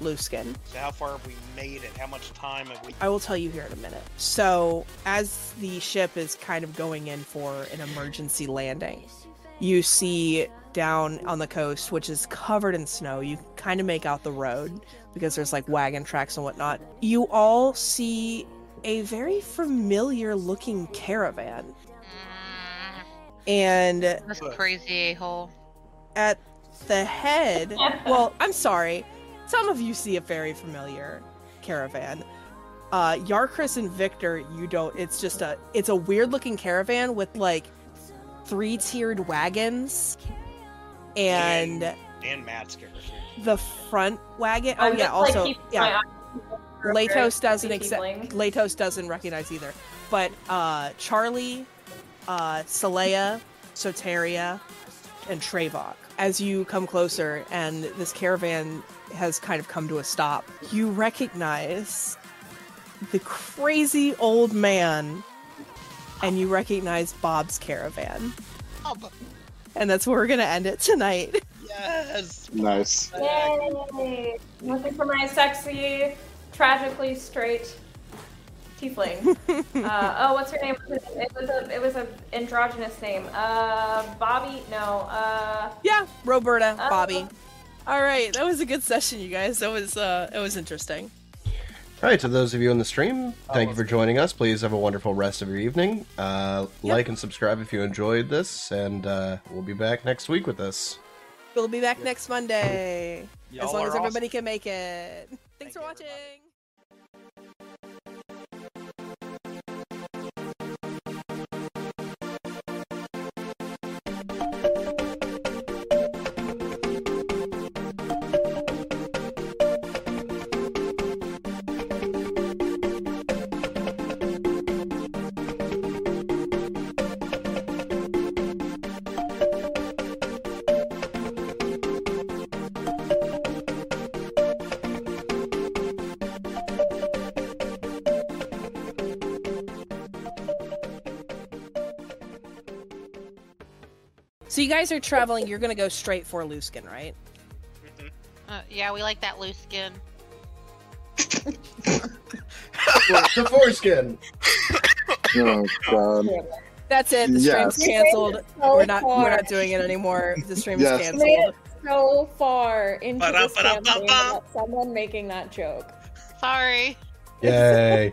Speaker 1: Luskin.
Speaker 6: So how far have we made it? How much time have we?
Speaker 1: I will tell you here in a minute. So, as the ship is kind of going in for an emergency landing, you see down on the coast, which is covered in snow, you kind of make out the road because there's like wagon tracks and whatnot. You all see a very familiar looking caravan.
Speaker 7: Mm,
Speaker 1: And
Speaker 7: this
Speaker 6: Look.
Speaker 7: crazy a hole.
Speaker 1: at the
Speaker 3: [laughs]
Speaker 1: head, well, I'm sorry, some of you see a very familiar caravan. Uh, Yarkris and Victor, you don't. It's just a. It's a weird looking caravan with like three tiered wagons, and
Speaker 6: and Matt's character.
Speaker 1: The front wagon. Oh
Speaker 3: I'm
Speaker 1: yeah.
Speaker 3: just, like,
Speaker 1: Also
Speaker 3: keeping my
Speaker 1: yeah.
Speaker 3: eyes-
Speaker 1: Latos doesn't
Speaker 3: Keeping
Speaker 1: accept.
Speaker 3: link.
Speaker 1: Latos doesn't recognize either. But uh, Charlie, uh, Saleya, Soteria, and Trayvok. As you come closer and this caravan has kind of come to a stop, you recognize the crazy old man, and you recognize Bob's caravan.
Speaker 9: Bob.
Speaker 1: And that's where we're gonna end it tonight. [laughs]
Speaker 9: Yes.
Speaker 5: Nice.
Speaker 3: Yay! Looking for my sexy, tragically straight
Speaker 1: [laughs]
Speaker 3: tiefling. uh, oh, what's her name? It was a it was a androgynous name. Uh, Bobby? No. Uh,
Speaker 1: Yeah, Roberta,
Speaker 3: Oh.
Speaker 1: Bobby.
Speaker 11: All right, that was a good session, you guys. That was uh, it was interesting.
Speaker 2: All right, to those of you in the stream, thank you for joining us. Please have a wonderful rest of your evening. Uh, Like and subscribe if you enjoyed this, and uh, we'll be back next week with this.
Speaker 1: We'll be back next Monday.
Speaker 9: Y'all
Speaker 1: as long
Speaker 9: are
Speaker 1: as
Speaker 9: awesome.
Speaker 1: everybody can make it.
Speaker 9: Thank
Speaker 1: Thanks for
Speaker 9: you,
Speaker 1: watching.
Speaker 9: everybody.
Speaker 1: So you guys are traveling. You're gonna go straight for Luskin, right?
Speaker 7: Uh, yeah, we like that loose skin.
Speaker 2: the foreskin.
Speaker 5: Oh, God.
Speaker 1: That's it. The stream's
Speaker 5: Yes.
Speaker 1: canceled.
Speaker 3: So
Speaker 1: We're not. We're
Speaker 3: far.
Speaker 1: not doing it anymore. The stream's
Speaker 5: Yes.
Speaker 3: You made
Speaker 1: canceled.
Speaker 3: it so far into this
Speaker 6: Ba-da-ba-da-ba-ba.
Speaker 3: campaign without someone making that joke.
Speaker 7: Sorry.
Speaker 2: [laughs] Yay.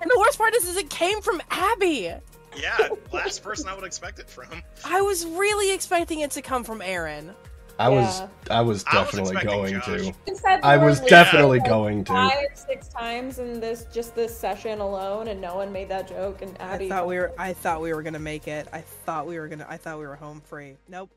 Speaker 1: And the worst part is, is it came from Abby.
Speaker 6: Yeah, last person I would expect it from.
Speaker 1: I was really expecting it to come from Aaron.
Speaker 2: I was
Speaker 3: Yeah.
Speaker 2: I was
Speaker 6: I was
Speaker 2: definitely
Speaker 6: expecting
Speaker 2: going
Speaker 6: Josh.
Speaker 2: to.
Speaker 3: You said
Speaker 2: I
Speaker 3: you
Speaker 2: was
Speaker 3: were
Speaker 2: definitely
Speaker 3: leaving, like,
Speaker 2: going to.
Speaker 3: Five, six times in this just this session alone, and no one made that joke. And
Speaker 1: I
Speaker 3: Abby
Speaker 1: thought we were. I thought we were gonna make it. I thought we were gonna. I thought we were home free. Nope.